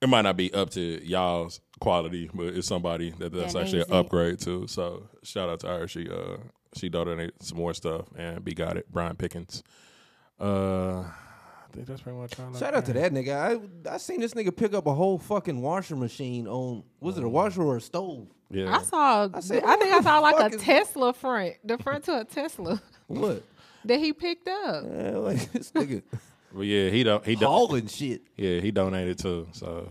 [SPEAKER 4] it might not be up to y'all's quality, but it's somebody that that's
[SPEAKER 3] That
[SPEAKER 4] actually an
[SPEAKER 3] needs it.
[SPEAKER 4] upgrade to. So shout out to her. She uh she donated some more stuff and be got it. Brian Pickens. Uh, I think that's pretty much all. I
[SPEAKER 5] Shout out to that nigga. I I seen this nigga pick up a whole fucking washing machine on was
[SPEAKER 4] Mm.
[SPEAKER 5] it a washer or a stove?
[SPEAKER 4] Yeah.
[SPEAKER 2] I saw. I,
[SPEAKER 5] said,
[SPEAKER 2] think I saw
[SPEAKER 5] what
[SPEAKER 2] like
[SPEAKER 5] the fuck
[SPEAKER 2] a
[SPEAKER 5] is-
[SPEAKER 2] Tesla front, the front to a Tesla
[SPEAKER 5] What?
[SPEAKER 2] that he picked up.
[SPEAKER 5] Man, like, this nigga
[SPEAKER 4] But yeah, he don't. He don't.
[SPEAKER 5] hauling shit.
[SPEAKER 4] Yeah, he donated too. So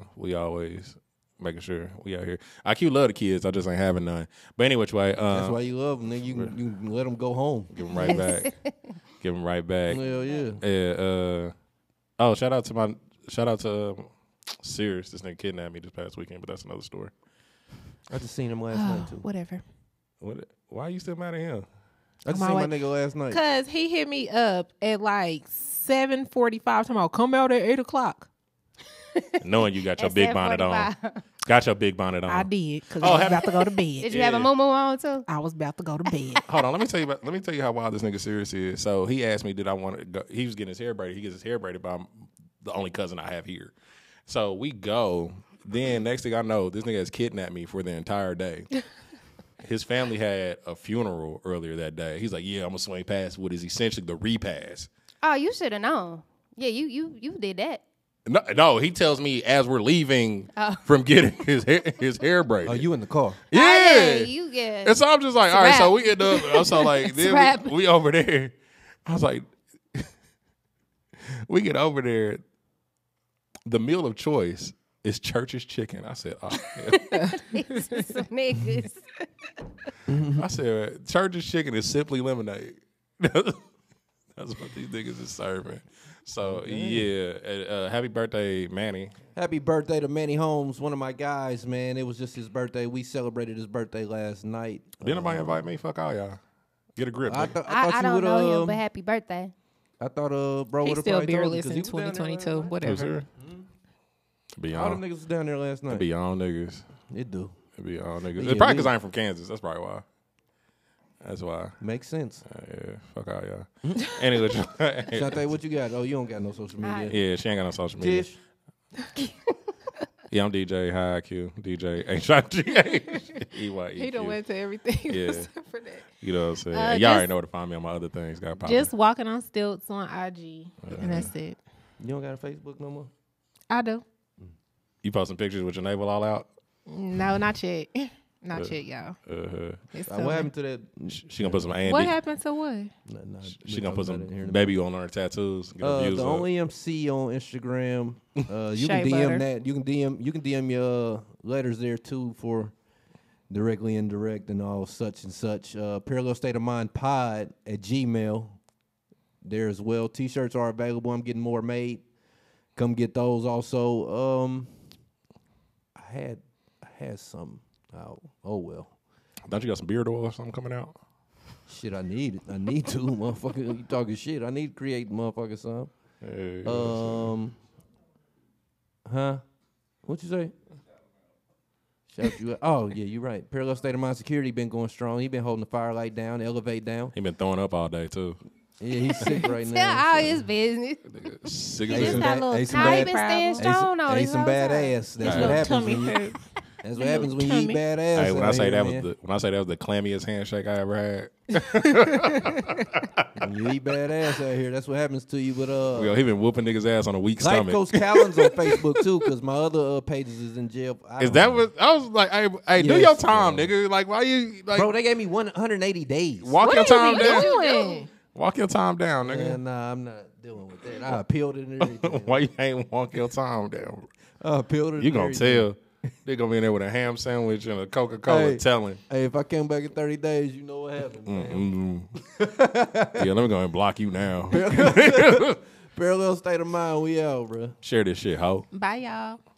[SPEAKER 4] uh, we always making sure we out here. I cute love the kids. I just ain't having none. But anyway, which way,
[SPEAKER 5] That's
[SPEAKER 4] um,
[SPEAKER 5] why you love him. Nigga, you can, you can let him go home.
[SPEAKER 4] give them right back. give them right back.
[SPEAKER 5] Hell yeah.
[SPEAKER 4] Yeah. Uh, oh, shout out to my shout out to um, Sirius. This nigga kidnapped me this past weekend, but that's another story.
[SPEAKER 5] I just seen him last night too.
[SPEAKER 2] Whatever.
[SPEAKER 4] What? Why are you still mad at him?
[SPEAKER 5] I just
[SPEAKER 2] My
[SPEAKER 5] seen my
[SPEAKER 2] way-
[SPEAKER 5] nigga last night.
[SPEAKER 2] Cause he hit me up at like seven forty five tomorrow. Come out at eight o'clock.
[SPEAKER 4] Knowing you got your
[SPEAKER 3] At
[SPEAKER 4] big bonnet on.
[SPEAKER 3] 7:45.
[SPEAKER 4] Got your big bonnet on.
[SPEAKER 5] Oh.
[SPEAKER 2] I did because I was about to go to bed.
[SPEAKER 3] Did you have a
[SPEAKER 4] Yeah.
[SPEAKER 3] moo on too?
[SPEAKER 2] I was about to go to bed.
[SPEAKER 4] Hold on, let me tell you about let me tell you how wild this nigga serious is. So he asked me, did I want to go? He was getting his hair braided. He gets his hair braided by the only cousin I have here. So we go. Then next thing I know, this nigga has kidnapped me for the entire day. His family had a funeral earlier that day. He's like, yeah, I'm gonna swing past what is essentially the repass.
[SPEAKER 3] Oh, you should have known. Yeah, you you you did that.
[SPEAKER 4] No, no, he tells me as we're leaving from getting his hair, his hair braided.
[SPEAKER 5] Oh, you in the car.
[SPEAKER 4] yeah.
[SPEAKER 3] Oh, yeah, you yeah.
[SPEAKER 4] And so I'm just like, all right, so
[SPEAKER 3] wrap.
[SPEAKER 4] we end up. I'm so like, then
[SPEAKER 3] wrap.
[SPEAKER 4] we, we over there. I was like, we get over there. The meal of choice is church's chicken. I said, oh, hell.
[SPEAKER 3] Some niggas.
[SPEAKER 5] Mm-hmm.
[SPEAKER 4] I said, church's chicken is simply lemonade. That's That's what these niggas is serving. So yeah, uh, uh, happy birthday, Manny.
[SPEAKER 5] Happy birthday to Manny Holmes, one of my guys, man. It was just his birthday. We celebrated his birthday last night.
[SPEAKER 4] Did anybody invite me? Fuck all y'all. Get a grip.
[SPEAKER 5] Uh, I,
[SPEAKER 4] nigga.
[SPEAKER 5] thought I
[SPEAKER 3] I,
[SPEAKER 5] thought
[SPEAKER 3] I
[SPEAKER 5] you
[SPEAKER 3] don't
[SPEAKER 5] would,
[SPEAKER 3] know
[SPEAKER 5] uh,
[SPEAKER 3] him, but happy birthday.
[SPEAKER 5] I thought uh, bro
[SPEAKER 7] He's
[SPEAKER 5] would have
[SPEAKER 7] still
[SPEAKER 5] probably told
[SPEAKER 7] beerless
[SPEAKER 5] you, 'cause
[SPEAKER 7] in
[SPEAKER 5] he was down there last
[SPEAKER 7] 2022.
[SPEAKER 5] night.
[SPEAKER 4] Who's
[SPEAKER 7] Whatever.
[SPEAKER 4] here? Be
[SPEAKER 5] All them
[SPEAKER 4] on.
[SPEAKER 5] niggas was down there last night.
[SPEAKER 4] Be on niggas.
[SPEAKER 5] It do
[SPEAKER 4] It be all niggas.
[SPEAKER 5] Yeah,
[SPEAKER 4] it's probably
[SPEAKER 5] we-
[SPEAKER 4] because I ain't from Kansas. That's probably why. That's why.
[SPEAKER 5] makes sense.
[SPEAKER 4] Uh, yeah, fuck all y'all. anyway,
[SPEAKER 5] Shante, what you got? Oh, you don't got no social media.
[SPEAKER 4] yeah, she ain't got no social media.
[SPEAKER 5] Tish,
[SPEAKER 4] Yeah, I'm DJ High IQ, DJ H I G A E Y
[SPEAKER 2] He
[SPEAKER 4] E
[SPEAKER 2] done
[SPEAKER 4] Q.
[SPEAKER 2] went to everything
[SPEAKER 4] Yeah.
[SPEAKER 2] except for that.
[SPEAKER 4] You know what I'm saying?
[SPEAKER 2] Uh,
[SPEAKER 4] Y'all
[SPEAKER 2] just-
[SPEAKER 4] already know where to find me on my other things. Got poppin'.
[SPEAKER 2] Just walking on stilts on IG, and that's it.
[SPEAKER 5] you don't got a Facebook no more.
[SPEAKER 2] I do.
[SPEAKER 4] you posting pictures with your navel all out.
[SPEAKER 2] No, not yet. Not yet, y'all.
[SPEAKER 4] Uh,
[SPEAKER 2] It's
[SPEAKER 5] Like, what
[SPEAKER 2] coming.
[SPEAKER 5] happened to that?
[SPEAKER 4] she, she gonna put some Andy.
[SPEAKER 2] What happened to what?
[SPEAKER 5] Nah, nah,
[SPEAKER 4] She
[SPEAKER 5] we
[SPEAKER 4] gonna put
[SPEAKER 5] talked
[SPEAKER 4] some
[SPEAKER 5] about it here in a
[SPEAKER 4] baby on her tattoos. Get her
[SPEAKER 5] Uh,
[SPEAKER 4] views
[SPEAKER 5] the
[SPEAKER 4] up.
[SPEAKER 5] only MC on Instagram. Uh, you
[SPEAKER 7] Shea
[SPEAKER 5] can DM
[SPEAKER 7] butter.
[SPEAKER 5] that. You can DM. You can DM your uh, letters there too for directly indirect and all such and such. Uh, Parallel State of Mind Pod at Gmail. There as well. T-shirts are available. I'm getting more made. Come get those also. Um, I had I had some. Oh, oh well.
[SPEAKER 4] Don't you got some beard oil or something coming out?
[SPEAKER 5] Shit, I need it. I need to, motherfucker. You talking shit? I need to create, motherfucker, some.
[SPEAKER 4] Hey,
[SPEAKER 5] Um, huh? What you say? Shout you out. Oh yeah, you're right. Parallel State of Mind Security been going strong. He been holding the firelight down, elevate down.
[SPEAKER 4] he been throwing up all day too.
[SPEAKER 5] Yeah, he's sick right
[SPEAKER 3] Tell
[SPEAKER 5] now.
[SPEAKER 3] all his business.
[SPEAKER 5] uh,
[SPEAKER 4] Sick
[SPEAKER 5] Hey,
[SPEAKER 4] as
[SPEAKER 3] This
[SPEAKER 5] some
[SPEAKER 4] a-
[SPEAKER 5] bad-
[SPEAKER 3] that little
[SPEAKER 5] hey, some
[SPEAKER 3] Nah, he
[SPEAKER 5] bad-
[SPEAKER 3] been staying
[SPEAKER 7] Ain't
[SPEAKER 5] Ain't
[SPEAKER 3] strong on
[SPEAKER 5] some, ain't
[SPEAKER 3] this
[SPEAKER 5] some
[SPEAKER 3] whole
[SPEAKER 5] bad
[SPEAKER 3] time.
[SPEAKER 5] ass. That's what
[SPEAKER 7] Little
[SPEAKER 5] happens.
[SPEAKER 7] tummy
[SPEAKER 5] When you,
[SPEAKER 7] hurt.
[SPEAKER 5] that's what happens when you eat
[SPEAKER 7] tummy.
[SPEAKER 5] bad ass.
[SPEAKER 4] Hey, when
[SPEAKER 5] out
[SPEAKER 4] I say
[SPEAKER 5] here,
[SPEAKER 4] that
[SPEAKER 5] man.
[SPEAKER 4] was the, when I say that was the clammiest handshake I ever had.
[SPEAKER 5] when you eat bad ass out here, that's what happens to you. But
[SPEAKER 4] Yo,
[SPEAKER 2] Oh.
[SPEAKER 5] uh,
[SPEAKER 4] he been whooping niggas ass on a weak
[SPEAKER 5] like
[SPEAKER 4] stomach.
[SPEAKER 5] Coach Callens on Facebook too, because my other uh, pages is in jail. I
[SPEAKER 4] Is
[SPEAKER 5] don't
[SPEAKER 4] that
[SPEAKER 5] know.
[SPEAKER 4] what I was like? Hey, hey do
[SPEAKER 5] Yes,
[SPEAKER 4] your time,
[SPEAKER 5] bro.
[SPEAKER 4] nigga. Like, why you like
[SPEAKER 5] Bro, they gave me 180 days.
[SPEAKER 4] walk
[SPEAKER 2] What
[SPEAKER 4] your
[SPEAKER 2] are you
[SPEAKER 4] time down?
[SPEAKER 2] doing?
[SPEAKER 4] Walk your time down, nigga.
[SPEAKER 5] Yeah, nah, uh, I'm not dealing with that. I appealed it and everything.
[SPEAKER 4] Why you ain't walk your time down?
[SPEAKER 5] I appealed it.
[SPEAKER 4] You
[SPEAKER 5] and
[SPEAKER 4] gonna
[SPEAKER 5] everything.
[SPEAKER 4] tell? They gonna be in there with a ham sandwich and a Coca Cola,
[SPEAKER 5] Hey.
[SPEAKER 4] telling.
[SPEAKER 5] Hey, if I came back in 30 days, you know what happened. man.
[SPEAKER 4] Mm. Mm-hmm. yeah, let me go and block you now.
[SPEAKER 5] Parallel state of mind, we out, bro.
[SPEAKER 4] Share this shit, hoe.
[SPEAKER 2] Bye, y'all.